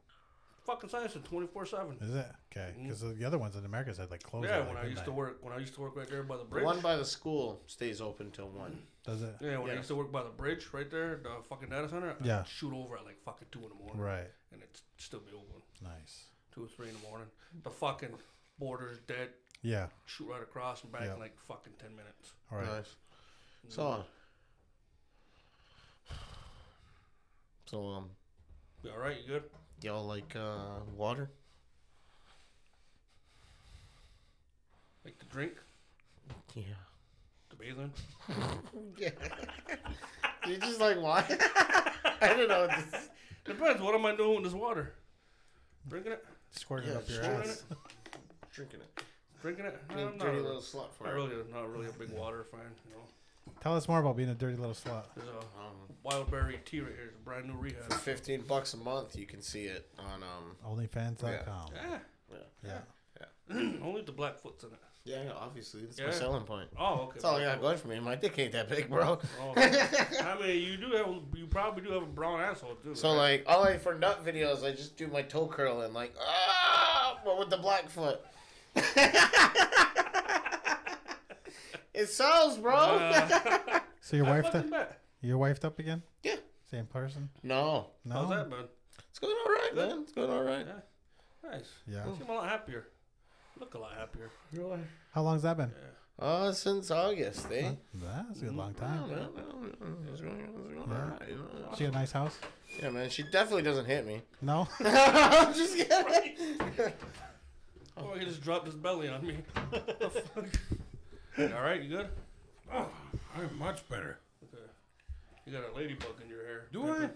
[SPEAKER 1] Fucking science is twenty four seven.
[SPEAKER 3] Is it okay? Because the other ones in America said like close.
[SPEAKER 1] Mm-hmm. Yeah,
[SPEAKER 3] at, like,
[SPEAKER 1] when I used to
[SPEAKER 3] midnight.
[SPEAKER 1] work, when I used to work right there by the
[SPEAKER 2] The
[SPEAKER 1] bridge.
[SPEAKER 2] one by the school stays open till one.
[SPEAKER 3] Does it?
[SPEAKER 1] Yeah, when
[SPEAKER 2] Yeah.
[SPEAKER 1] I used to work by the bridge right there, the fucking data center, I'd
[SPEAKER 3] Yeah.
[SPEAKER 1] shoot over at like fucking two in the morning,
[SPEAKER 3] Right.
[SPEAKER 1] and it'd still be open,
[SPEAKER 3] Nice.
[SPEAKER 1] two or three in the morning. The fucking border's dead.
[SPEAKER 3] Yeah.
[SPEAKER 1] Shoot right across and back
[SPEAKER 3] Yeah.
[SPEAKER 1] in like fucking ten minutes.
[SPEAKER 3] All right.
[SPEAKER 2] Nice. So. uh, So um,
[SPEAKER 1] You all right? You good?
[SPEAKER 2] y'all like uh water?
[SPEAKER 1] Like to drink,
[SPEAKER 2] Yeah.
[SPEAKER 1] to bathe in?
[SPEAKER 2] Yeah. you just like water? I don't know. What this
[SPEAKER 1] Depends. What am I doing with this water? Drinking it?
[SPEAKER 3] Squirt it
[SPEAKER 2] Yeah,
[SPEAKER 3] up your
[SPEAKER 2] squirt
[SPEAKER 3] ass.
[SPEAKER 2] Drinking it.
[SPEAKER 1] Drinking it? No,
[SPEAKER 2] Being
[SPEAKER 1] I'm
[SPEAKER 2] a
[SPEAKER 1] not,
[SPEAKER 2] dirty
[SPEAKER 1] a-
[SPEAKER 2] little slut for
[SPEAKER 1] not
[SPEAKER 2] it.
[SPEAKER 1] really, not really a big water fan. You know,
[SPEAKER 3] Tell us more about being a dirty little slut.
[SPEAKER 1] there's a
[SPEAKER 2] Um,
[SPEAKER 1] wildberry tea right here. It's a brand new rehab.
[SPEAKER 2] for fifteen bucks a month, you can see it on um.
[SPEAKER 3] Onlyfans.com.
[SPEAKER 1] Yeah,
[SPEAKER 3] Yeah.
[SPEAKER 1] Eh. only the Blackfoot's in it.
[SPEAKER 2] Yeah, yeah, obviously that's my
[SPEAKER 1] Yeah.
[SPEAKER 2] selling point.
[SPEAKER 1] Oh, okay.
[SPEAKER 2] That's all I got going for me. My dick ain't that big, bro.
[SPEAKER 1] Oh, I mean, you do have, you probably do have a brown asshole too.
[SPEAKER 2] So like,
[SPEAKER 1] right?
[SPEAKER 2] all I for nut videos, I just do my toe curl and like, ah, but with the black foot. it sells, bro.
[SPEAKER 3] So your
[SPEAKER 1] I
[SPEAKER 3] wife,
[SPEAKER 1] Uh, fucking
[SPEAKER 3] that
[SPEAKER 1] bet.
[SPEAKER 3] you're wifed up again?
[SPEAKER 2] yeah.
[SPEAKER 3] Same person?
[SPEAKER 2] No,
[SPEAKER 3] No.
[SPEAKER 1] How's that, man?
[SPEAKER 2] it's going all right, man. It's going all right.
[SPEAKER 1] Nice.
[SPEAKER 3] Yeah.
[SPEAKER 1] You seem a lot happier. Look a lot happier.
[SPEAKER 3] How long's that been?
[SPEAKER 2] Uh, since August, eh?
[SPEAKER 3] That's a
[SPEAKER 1] Mm,
[SPEAKER 3] long
[SPEAKER 2] Yeah,
[SPEAKER 3] time.
[SPEAKER 2] man, it's going, it's going all right. you know?
[SPEAKER 3] She got a nice house?
[SPEAKER 2] Yeah, man. She definitely doesn't hit me.
[SPEAKER 3] No.
[SPEAKER 2] I'm just kidding.
[SPEAKER 1] Oh, he just dropped his belly on me. the fuck? You all right, you good?
[SPEAKER 4] Oh, I'm much better.
[SPEAKER 1] Okay. You got a ladybug in your hair.
[SPEAKER 4] Do I?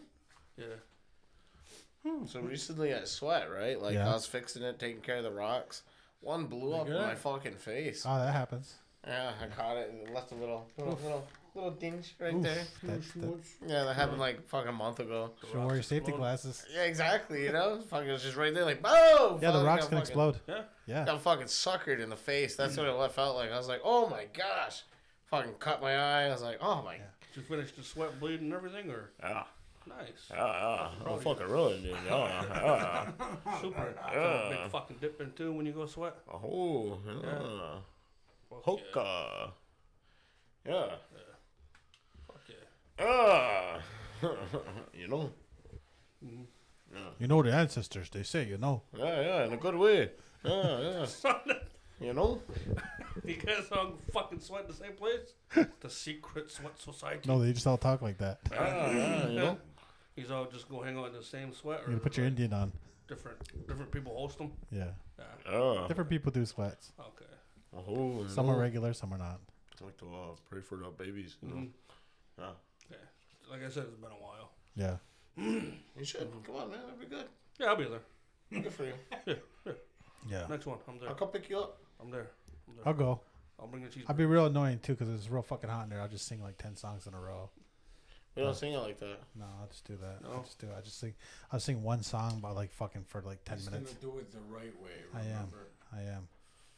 [SPEAKER 1] Yeah.
[SPEAKER 2] So recently I sweat, right? Like
[SPEAKER 3] Yeah.
[SPEAKER 2] I was fixing it, taking care of the rocks. One blew up in
[SPEAKER 4] good.
[SPEAKER 2] my fucking face.
[SPEAKER 3] Oh, that happens.
[SPEAKER 2] Yeah, I caught it and it left a little little little, little dinge right
[SPEAKER 3] Oof,
[SPEAKER 2] there.
[SPEAKER 3] that's the,
[SPEAKER 2] Yeah, that happened like fucking a month ago.
[SPEAKER 1] The
[SPEAKER 3] should wear your
[SPEAKER 1] rocks
[SPEAKER 3] safety
[SPEAKER 1] explode.
[SPEAKER 3] glasses.
[SPEAKER 2] Yeah, exactly. You know, fucking it was just right there, like boom.
[SPEAKER 3] Yeah, the
[SPEAKER 2] Fuck, got
[SPEAKER 3] rocks can
[SPEAKER 2] fucking-
[SPEAKER 3] explode. Mm.
[SPEAKER 1] Yeah.
[SPEAKER 3] Yeah.
[SPEAKER 2] Got fucking suckered in the face. That's what it left felt like. I was like, oh my gosh, fucking cut my eye. I was like, oh my.
[SPEAKER 1] Did you finish the sweat bleed and everything, or
[SPEAKER 5] Ah,
[SPEAKER 1] nice?
[SPEAKER 2] Oh,
[SPEAKER 5] ah, ah. I'm fucking ruined it. Ah, ah.
[SPEAKER 1] Super. Is that a big fucking dip in too when you go sweat.
[SPEAKER 5] Oh, yeah.
[SPEAKER 1] Fuck Yeah.
[SPEAKER 5] Hoka. Yeah.
[SPEAKER 1] Fuck yeah.
[SPEAKER 5] Ah. you know?
[SPEAKER 3] You know the ancestors, they say, you know.
[SPEAKER 5] Yeah, yeah, in a good way. Yeah, yeah. You know?
[SPEAKER 1] you guys all fucking sweat in the same place? the secret sweat society.
[SPEAKER 3] No, they just all talk like that. You
[SPEAKER 5] Ah, yeah, you know?
[SPEAKER 1] He's all just go hang out in the same sweat, or
[SPEAKER 3] gotta put your
[SPEAKER 1] like,
[SPEAKER 3] Indian on.
[SPEAKER 1] different different people host them.
[SPEAKER 3] Yeah.
[SPEAKER 2] Oh,
[SPEAKER 5] Ah.
[SPEAKER 3] Different people do sweats.
[SPEAKER 1] Okay.
[SPEAKER 5] Oh, you
[SPEAKER 3] Some
[SPEAKER 5] know?
[SPEAKER 3] are regular, some are not.
[SPEAKER 5] I like to uh, pray for the babies, you know?
[SPEAKER 1] Mhm.
[SPEAKER 2] Mm-hmm.
[SPEAKER 5] Ah.
[SPEAKER 1] Like I said, it's been a while.
[SPEAKER 3] Yeah.
[SPEAKER 2] You should come on, man. That'd be good.
[SPEAKER 1] Yeah, I'll be there.
[SPEAKER 2] Good for you.
[SPEAKER 3] Yeah.
[SPEAKER 1] Next one, I'm there.
[SPEAKER 2] I'll come pick you up.
[SPEAKER 1] I'm there. I'm there.
[SPEAKER 3] I'll go.
[SPEAKER 1] I'll bring the
[SPEAKER 3] I'll
[SPEAKER 1] cheeseburger.
[SPEAKER 3] be real annoying too because it's real fucking hot in there. I'll just sing like ten songs in a row.
[SPEAKER 2] We don't sing it like that.
[SPEAKER 3] No, I'll just do that. I'll
[SPEAKER 1] No.
[SPEAKER 3] just do. it. I just sing. I'll sing one song, but like fucking for like ten
[SPEAKER 4] He's gonna
[SPEAKER 3] minutes.
[SPEAKER 4] do it the right way.
[SPEAKER 3] I am.
[SPEAKER 4] Remember?
[SPEAKER 3] I am.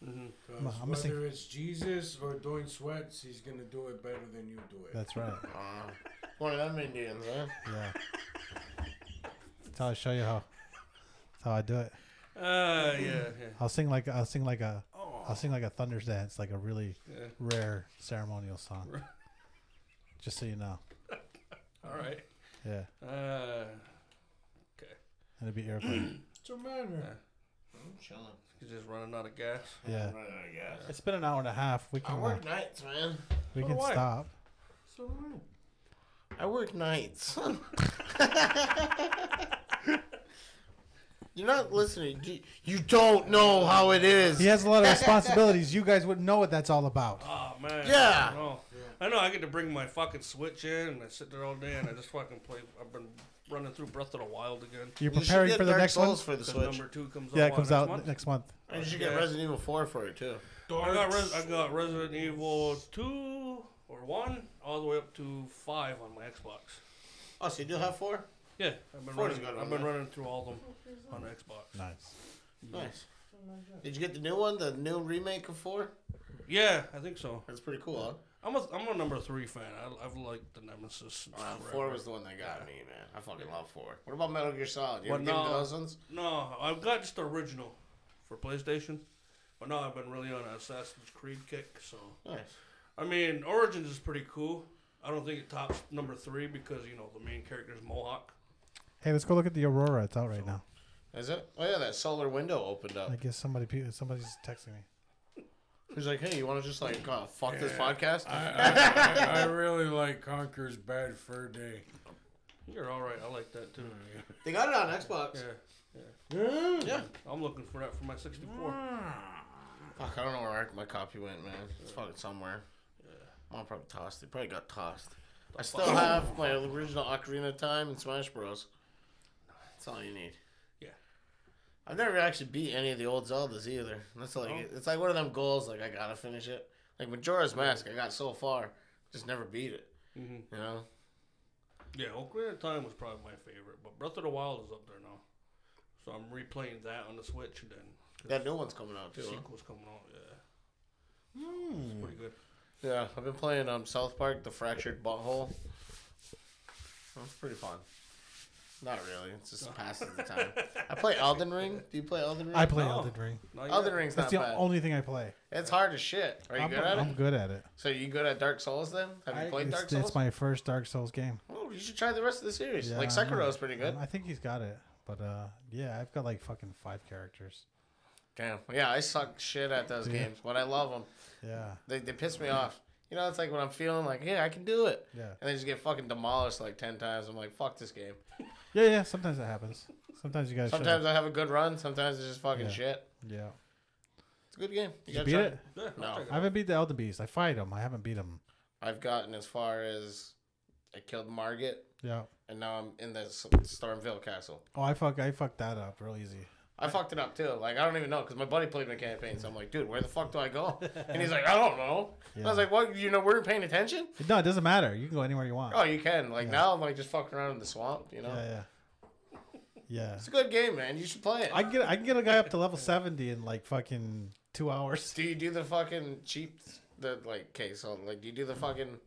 [SPEAKER 1] Mm-hmm.
[SPEAKER 4] 'Cause
[SPEAKER 3] I'm a- I'm a sing-
[SPEAKER 4] whether it's Jesus or doing sweats, he's gonna do it better than you do it.
[SPEAKER 3] That's right.
[SPEAKER 2] Uh, one of them Indians, huh?
[SPEAKER 3] Yeah. That's how I show you how. That's how I do it.
[SPEAKER 1] Uh, yeah, yeah.
[SPEAKER 3] I'll sing like I'll sing like a will sing like a thunders dance, like a really rare ceremonial song. Just so you know,
[SPEAKER 1] All right.
[SPEAKER 3] yeah,
[SPEAKER 1] Uh,
[SPEAKER 3] and it'd be Iroquois.
[SPEAKER 4] What's the matter?
[SPEAKER 2] I'm chilling.
[SPEAKER 1] he's just running out of gas.
[SPEAKER 3] yeah,
[SPEAKER 2] Right, I guess.
[SPEAKER 3] it's been an hour and a half. We
[SPEAKER 2] I
[SPEAKER 3] can uh,
[SPEAKER 2] work nights, man.
[SPEAKER 3] we
[SPEAKER 4] so
[SPEAKER 3] can
[SPEAKER 4] do I.
[SPEAKER 3] stop.
[SPEAKER 4] So what?
[SPEAKER 2] I work nights. You're not listening. You, you don't know how it is.
[SPEAKER 3] He has a lot of responsibilities. You guys wouldn't know what that's all about.
[SPEAKER 2] Uh,
[SPEAKER 1] Oh man.
[SPEAKER 2] Yeah.
[SPEAKER 1] I know. I know. I get to bring my fucking switch in, and I sit there all day, and I just fucking play. I've been running through Breath of the Wild again.
[SPEAKER 3] You're
[SPEAKER 2] You should
[SPEAKER 3] preparing
[SPEAKER 2] get
[SPEAKER 3] for the
[SPEAKER 2] Dark
[SPEAKER 3] next one.
[SPEAKER 2] Souls for the
[SPEAKER 1] Because
[SPEAKER 2] Switch.
[SPEAKER 1] number two comes
[SPEAKER 3] Yeah,
[SPEAKER 1] out.
[SPEAKER 3] it comes
[SPEAKER 1] next
[SPEAKER 3] out
[SPEAKER 1] month.
[SPEAKER 3] next month.
[SPEAKER 2] And you should get
[SPEAKER 1] Yeah.
[SPEAKER 2] Resident Evil 4 for it, too.
[SPEAKER 1] I got, Res- I got Resident Evil two or one, all the way up to five on my Xbox.
[SPEAKER 2] Oh, so you do have 4?
[SPEAKER 1] Yeah, I've been
[SPEAKER 2] Four's
[SPEAKER 1] running.
[SPEAKER 2] got it
[SPEAKER 1] I've
[SPEAKER 2] on
[SPEAKER 1] been
[SPEAKER 2] there.
[SPEAKER 1] running through all of them on Xbox.
[SPEAKER 3] Nice.
[SPEAKER 2] Nice. Mm-hmm. Did you get the new one? The new remake of 4?
[SPEAKER 1] Yeah, I think so.
[SPEAKER 2] That's pretty cool, huh?
[SPEAKER 1] I'm a I'm a number three fan. I, I've liked the Nemesis. Since
[SPEAKER 2] Wow,
[SPEAKER 1] forever.
[SPEAKER 2] 4 was the one that got me, man. I fucking love 4. What about Metal Gear Solid? You
[SPEAKER 1] Well,
[SPEAKER 2] ever get into
[SPEAKER 1] no.
[SPEAKER 2] those ones?
[SPEAKER 1] No, I've got just the original for PlayStation, but now I've been really on an Assassin's Creed kick. So
[SPEAKER 2] Nice.
[SPEAKER 1] I mean, Origins is pretty cool. I don't think it tops number three because you know the main character's Mohawk.
[SPEAKER 3] Hey, let's go look at the aurora. It's out right now.
[SPEAKER 2] Is it? Oh, yeah, that solar window opened up.
[SPEAKER 3] I guess somebody pe- somebody's texting me.
[SPEAKER 2] He's like, hey, you want to just, like, uh, fuck this podcast?
[SPEAKER 4] I, Uh, I, I, I really like Conker's Bad Fur Day.
[SPEAKER 1] You're all right. I like that too.
[SPEAKER 2] They got it on Xbox.
[SPEAKER 1] Yeah,
[SPEAKER 4] Yeah.
[SPEAKER 2] Yeah.
[SPEAKER 1] I'm looking for that for my 64.
[SPEAKER 2] Fuck, I don't know where I- my copy went, man. It's fucking somewhere. Mom probably tossed it. Probably got tossed. I still have my original Ocarina of Time and Smash Bros. That's all you need.
[SPEAKER 1] Yeah.
[SPEAKER 2] I've never actually beat any of the old Zeldas either. That's like it's like one of them goals. Like I gotta finish it. Like Majora's Mask, I got so far, just never beat it.
[SPEAKER 1] Mhm.
[SPEAKER 2] You know.
[SPEAKER 1] Yeah, Ocarina of Time was probably my favorite, but Breath of the Wild is up there now. So I'm replaying that on the Switch and then 'cause
[SPEAKER 2] That new one's coming out
[SPEAKER 1] the
[SPEAKER 2] too. huh?
[SPEAKER 1] sequel's coming out. Yeah,
[SPEAKER 3] Hmm.
[SPEAKER 1] it's pretty good.
[SPEAKER 2] Yeah, I've been playing um South Park: The Fractured Butthole. That's pretty fun. Not really. It's just passes the time. I play Elden Ring. Do you play Elden Ring?
[SPEAKER 3] I play
[SPEAKER 1] No.
[SPEAKER 3] Elden Ring.
[SPEAKER 1] Not yet.
[SPEAKER 2] Elden Ring's
[SPEAKER 3] That's
[SPEAKER 2] not
[SPEAKER 3] the
[SPEAKER 2] bad.
[SPEAKER 3] only thing I play.
[SPEAKER 2] It's hard as shit. Are you
[SPEAKER 3] I'm
[SPEAKER 2] good at
[SPEAKER 3] I'm
[SPEAKER 2] it?
[SPEAKER 3] good at it.
[SPEAKER 2] So you good at Dark Souls then? Have you
[SPEAKER 3] I-
[SPEAKER 2] played
[SPEAKER 3] it's,
[SPEAKER 2] Dark Souls?
[SPEAKER 3] it's my first Dark Souls game.
[SPEAKER 2] oh, you should try the rest of the series. like
[SPEAKER 3] Yeah, I know.
[SPEAKER 2] Sekiro's pretty good.
[SPEAKER 3] Um, I think he's got it, but uh, yeah, I've got like fucking five characters.
[SPEAKER 2] Damn. Yeah, I suck shit at those games, but I love them.
[SPEAKER 3] Yeah,
[SPEAKER 2] They, they piss me off. You know, it's like when I'm feeling like, yeah, I can do it.
[SPEAKER 3] Yeah.
[SPEAKER 2] And they just get fucking demolished like 10 times. I'm like, fuck this game.
[SPEAKER 3] yeah, yeah. Sometimes it happens. Sometimes you guys.
[SPEAKER 2] Sometimes I have a good run. Sometimes it's just fucking
[SPEAKER 3] Yeah.
[SPEAKER 2] shit.
[SPEAKER 3] yeah.
[SPEAKER 2] It's a good game.
[SPEAKER 3] Did you
[SPEAKER 2] gotta
[SPEAKER 3] beat
[SPEAKER 2] try
[SPEAKER 3] it?
[SPEAKER 1] Yeah, I'll
[SPEAKER 2] No.
[SPEAKER 1] check it
[SPEAKER 3] I haven't beat the Elden Beast. I fight him. I haven't beat him.
[SPEAKER 2] I've gotten as far as I killed Margit,
[SPEAKER 3] Yeah.
[SPEAKER 2] and now I'm in the S- Stormville Castle.
[SPEAKER 3] Oh, I fuck. I fucked that up real easy.
[SPEAKER 2] I fucked it up too. Like I don't even know because my buddy played in the campaign, so I'm like, dude, where the fuck do I go? And he's like, I don't know. I was
[SPEAKER 3] Yeah.
[SPEAKER 2] like, what? You know, we're paying attention.
[SPEAKER 3] No, it doesn't matter. You can go anywhere you want.
[SPEAKER 2] Oh, you can. Like now, I'm like just fucking around in the swamp. You know,
[SPEAKER 3] yeah, yeah. Yeah.
[SPEAKER 2] it's a good game, man. You should play it.
[SPEAKER 3] I can get I can get a guy up to level seventy in like fucking two hours.
[SPEAKER 2] do you do the fucking cheap, the like, okay, so like, do you do the fucking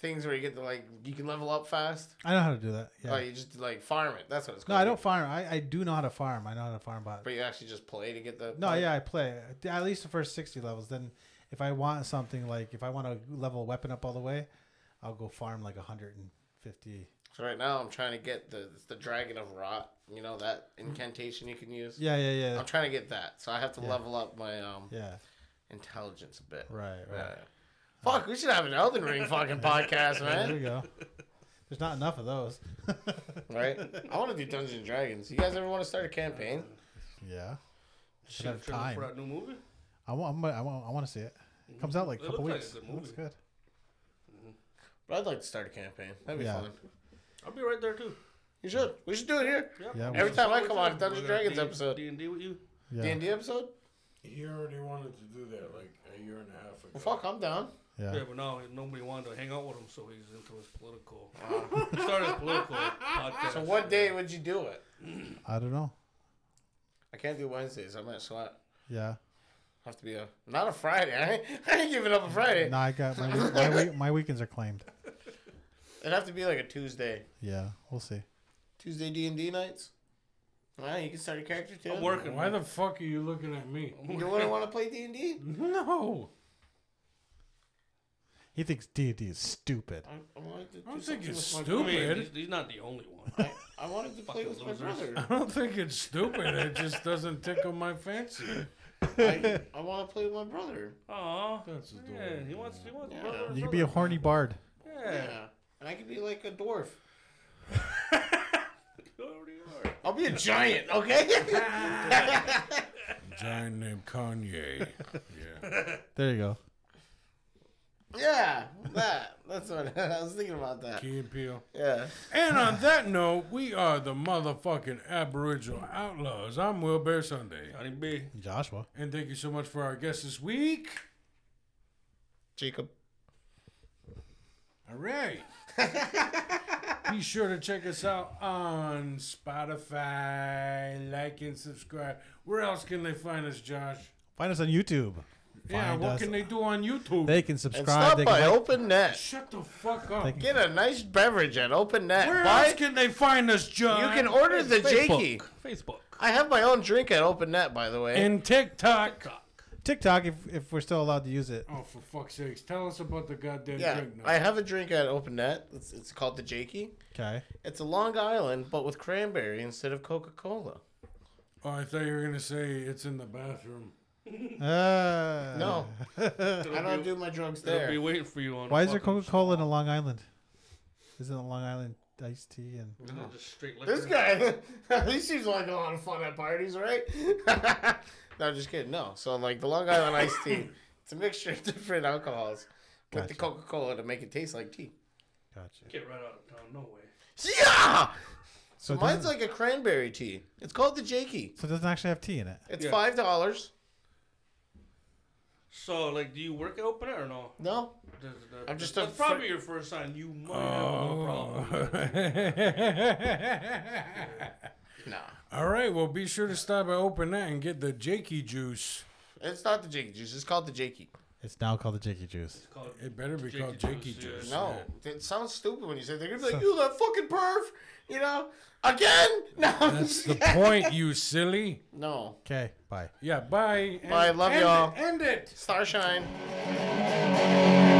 [SPEAKER 2] things where you get the like, you can level up fast?
[SPEAKER 3] I know how to do that. Yeah.
[SPEAKER 2] Oh, you just like farm it. That's what it's
[SPEAKER 3] no,
[SPEAKER 2] called.
[SPEAKER 3] I don't farm. I, I do know how to farm. I know how to farm, but
[SPEAKER 2] But you actually just play to get the.
[SPEAKER 3] No, yeah, I play at least the first sixty levels. Then, if I want something like if I want to level a weapon up all the way, I'll go farm like hundred and fifty.
[SPEAKER 2] So right now, I'm trying to get the the Dragon of Rot. You know that incantation you can use.
[SPEAKER 3] Yeah, yeah, yeah,
[SPEAKER 2] I'm trying to get that, so I have to
[SPEAKER 3] Yeah.
[SPEAKER 2] level up my um
[SPEAKER 3] yeah.
[SPEAKER 2] intelligence a bit.
[SPEAKER 3] Right,
[SPEAKER 2] Yeah.
[SPEAKER 3] right.
[SPEAKER 2] Fuck, we should have an Elden Ring fucking podcast,
[SPEAKER 3] There
[SPEAKER 2] man.
[SPEAKER 3] you go. There's not enough of those.
[SPEAKER 2] Right? I want to do Dungeons and Dragons. You guys ever want to start a campaign?
[SPEAKER 3] yeah,
[SPEAKER 1] Shit,
[SPEAKER 3] have
[SPEAKER 1] trailer
[SPEAKER 3] time.
[SPEAKER 1] for that new movie.
[SPEAKER 3] I want. I'm, I want. I want to see it. It comes out like a
[SPEAKER 1] It
[SPEAKER 3] couple weeks.
[SPEAKER 1] looks like a good
[SPEAKER 3] It looks
[SPEAKER 1] movie.
[SPEAKER 3] good.
[SPEAKER 2] But I'd like to start a campaign. That'd be
[SPEAKER 3] Yeah.
[SPEAKER 2] fun.
[SPEAKER 1] I'll be right there too.
[SPEAKER 2] You should. We should do it here.
[SPEAKER 1] Yep.
[SPEAKER 3] Yeah,
[SPEAKER 2] Every
[SPEAKER 3] we-
[SPEAKER 2] time I come on Dungeons
[SPEAKER 1] We're gonna
[SPEAKER 2] Dragons
[SPEAKER 1] D-
[SPEAKER 2] episode.
[SPEAKER 1] D&D with you.
[SPEAKER 3] Yeah,
[SPEAKER 2] D and D episode.
[SPEAKER 4] He already wanted to do that like a year and a half ago.
[SPEAKER 2] Well, fuck, I'm down.
[SPEAKER 3] yeah.
[SPEAKER 1] Yeah, but now nobody wanted to hang out with him, so he's into his political. he started a political podcast.
[SPEAKER 2] So what day would you do it?
[SPEAKER 3] I don't know.
[SPEAKER 2] I can't do Wednesdays. I'm at SWAT.
[SPEAKER 3] Yeah.
[SPEAKER 2] Have to be a not a Friday. I ain't, I ain't giving up a Friday.
[SPEAKER 3] No, I got my week- my, week, my weekends are claimed.
[SPEAKER 2] It'd have to be like a Tuesday.
[SPEAKER 3] Yeah, we'll see.
[SPEAKER 2] Tuesday D and D nights. Well, you can start a character too.
[SPEAKER 1] I'm working.
[SPEAKER 4] Why the fuck are you looking at me?
[SPEAKER 2] You wouldn't want to play D and D.
[SPEAKER 4] No.
[SPEAKER 3] He thinks D and D is stupid.
[SPEAKER 4] I don't think it's
[SPEAKER 1] I mean,
[SPEAKER 4] stupid.
[SPEAKER 1] he's, he's not the only one.
[SPEAKER 2] I, I wanted to play with my
[SPEAKER 1] Fucking
[SPEAKER 2] brother.
[SPEAKER 4] I don't think it's stupid. It just doesn't tickle my fancy.
[SPEAKER 2] I, I want to play with my brother.
[SPEAKER 1] Aw.
[SPEAKER 4] That's adorable.
[SPEAKER 1] Yeah, he wants. He wants.
[SPEAKER 2] Yeah.
[SPEAKER 1] brother-
[SPEAKER 3] You could be a horny bard.
[SPEAKER 1] Yeah.
[SPEAKER 2] And I could be like a dwarf.
[SPEAKER 1] You already are.
[SPEAKER 2] I'll be a giant, okay?
[SPEAKER 4] Giant named Kanye. Yeah.
[SPEAKER 3] There you go.
[SPEAKER 2] yeah, that. That's what I was thinking about that.
[SPEAKER 4] Key and Peele.
[SPEAKER 2] Yeah.
[SPEAKER 4] And on that note, we are the motherfucking Aboriginal Outlaws. I'm Will Bear Sunday.
[SPEAKER 1] Johnny B.
[SPEAKER 3] Joshua.
[SPEAKER 4] And thank you so much for our guest this week.
[SPEAKER 2] Jacob.
[SPEAKER 4] All right. Be sure to check us out on Spotify. Like and subscribe. Where else can they find us, Josh?
[SPEAKER 3] Find us on YouTube.
[SPEAKER 4] yeah,
[SPEAKER 3] Find
[SPEAKER 4] what
[SPEAKER 3] us-
[SPEAKER 4] can they do on YouTube?
[SPEAKER 3] They can
[SPEAKER 2] And
[SPEAKER 3] subscribe.
[SPEAKER 2] stop
[SPEAKER 3] They
[SPEAKER 2] by
[SPEAKER 3] can like,
[SPEAKER 2] Open Net.
[SPEAKER 4] Shut the fuck up.
[SPEAKER 3] They can-
[SPEAKER 2] Get a nice beverage at Open Net.
[SPEAKER 4] Where
[SPEAKER 2] Buy,
[SPEAKER 4] else can they find us, Josh?
[SPEAKER 2] you can order the Jakey.
[SPEAKER 1] Facebook.
[SPEAKER 2] I have my own drink at Open Net, by the way.
[SPEAKER 4] And TikTok.
[SPEAKER 1] Cock.
[SPEAKER 2] oh.
[SPEAKER 3] TikTok if, if we're still allowed to use it.
[SPEAKER 4] Oh, for fuck's sakes. Tell us about the goddamn
[SPEAKER 2] yeah,
[SPEAKER 4] drink now.
[SPEAKER 2] I have a drink at Open Net. It's, it's called the Jakey.
[SPEAKER 3] Okay.
[SPEAKER 2] It's a Long Island, but with cranberry instead of Coca Cola.
[SPEAKER 4] oh, I thought you were going to say it's in the bathroom.
[SPEAKER 3] Uh,
[SPEAKER 2] No, I don't do my drugs
[SPEAKER 1] They'll
[SPEAKER 2] there.
[SPEAKER 1] be waiting for you on.
[SPEAKER 3] Why is there
[SPEAKER 1] fucking-
[SPEAKER 3] Coca Cola in a Long Island? Isn't a Long Island iced tea and
[SPEAKER 1] Just straight liquor.
[SPEAKER 2] This guy, he seems like a lot of fun at parties, right? no, just kidding. No. So, like the Long Island iced tea, it's a mixture of different alcohols with the Coca Cola to make it taste like tea.
[SPEAKER 3] gotcha.
[SPEAKER 1] Get right out of town. No way.
[SPEAKER 2] Yeah! So,
[SPEAKER 3] So it
[SPEAKER 2] mine's
[SPEAKER 3] doesn't-
[SPEAKER 2] like a cranberry tea. It's called the Jakey.
[SPEAKER 3] So it doesn't actually have tea in it.
[SPEAKER 2] It's
[SPEAKER 1] Yeah.
[SPEAKER 2] $5.
[SPEAKER 1] So, like, do you work at Open Air or no?
[SPEAKER 2] No?
[SPEAKER 1] Does the-
[SPEAKER 2] I'm just a
[SPEAKER 1] That's probably your first sign. You might have no
[SPEAKER 4] Oh.
[SPEAKER 1] problem.
[SPEAKER 2] Nah.
[SPEAKER 4] All right, well, be sure to stop by Open Net and get the Jakey juice.
[SPEAKER 2] It's not the Jakey juice. It's called the Jakey.
[SPEAKER 3] It's now called the Jakey Juice.
[SPEAKER 1] It's called-
[SPEAKER 4] It better be
[SPEAKER 1] Jakey
[SPEAKER 4] called Jakey
[SPEAKER 1] juice,
[SPEAKER 4] juice.
[SPEAKER 1] yeah.
[SPEAKER 2] No. It sounds stupid when you say it. They're going to be like, you that fucking perv. You know? Again? No. I'm
[SPEAKER 4] That's
[SPEAKER 2] just
[SPEAKER 4] the
[SPEAKER 2] kidding.
[SPEAKER 4] point, you silly.
[SPEAKER 2] No.
[SPEAKER 3] Okay. Bye.
[SPEAKER 4] Yeah, bye. and
[SPEAKER 2] Bye, love
[SPEAKER 4] end
[SPEAKER 2] y'all.
[SPEAKER 4] it, End it.
[SPEAKER 2] Starshine.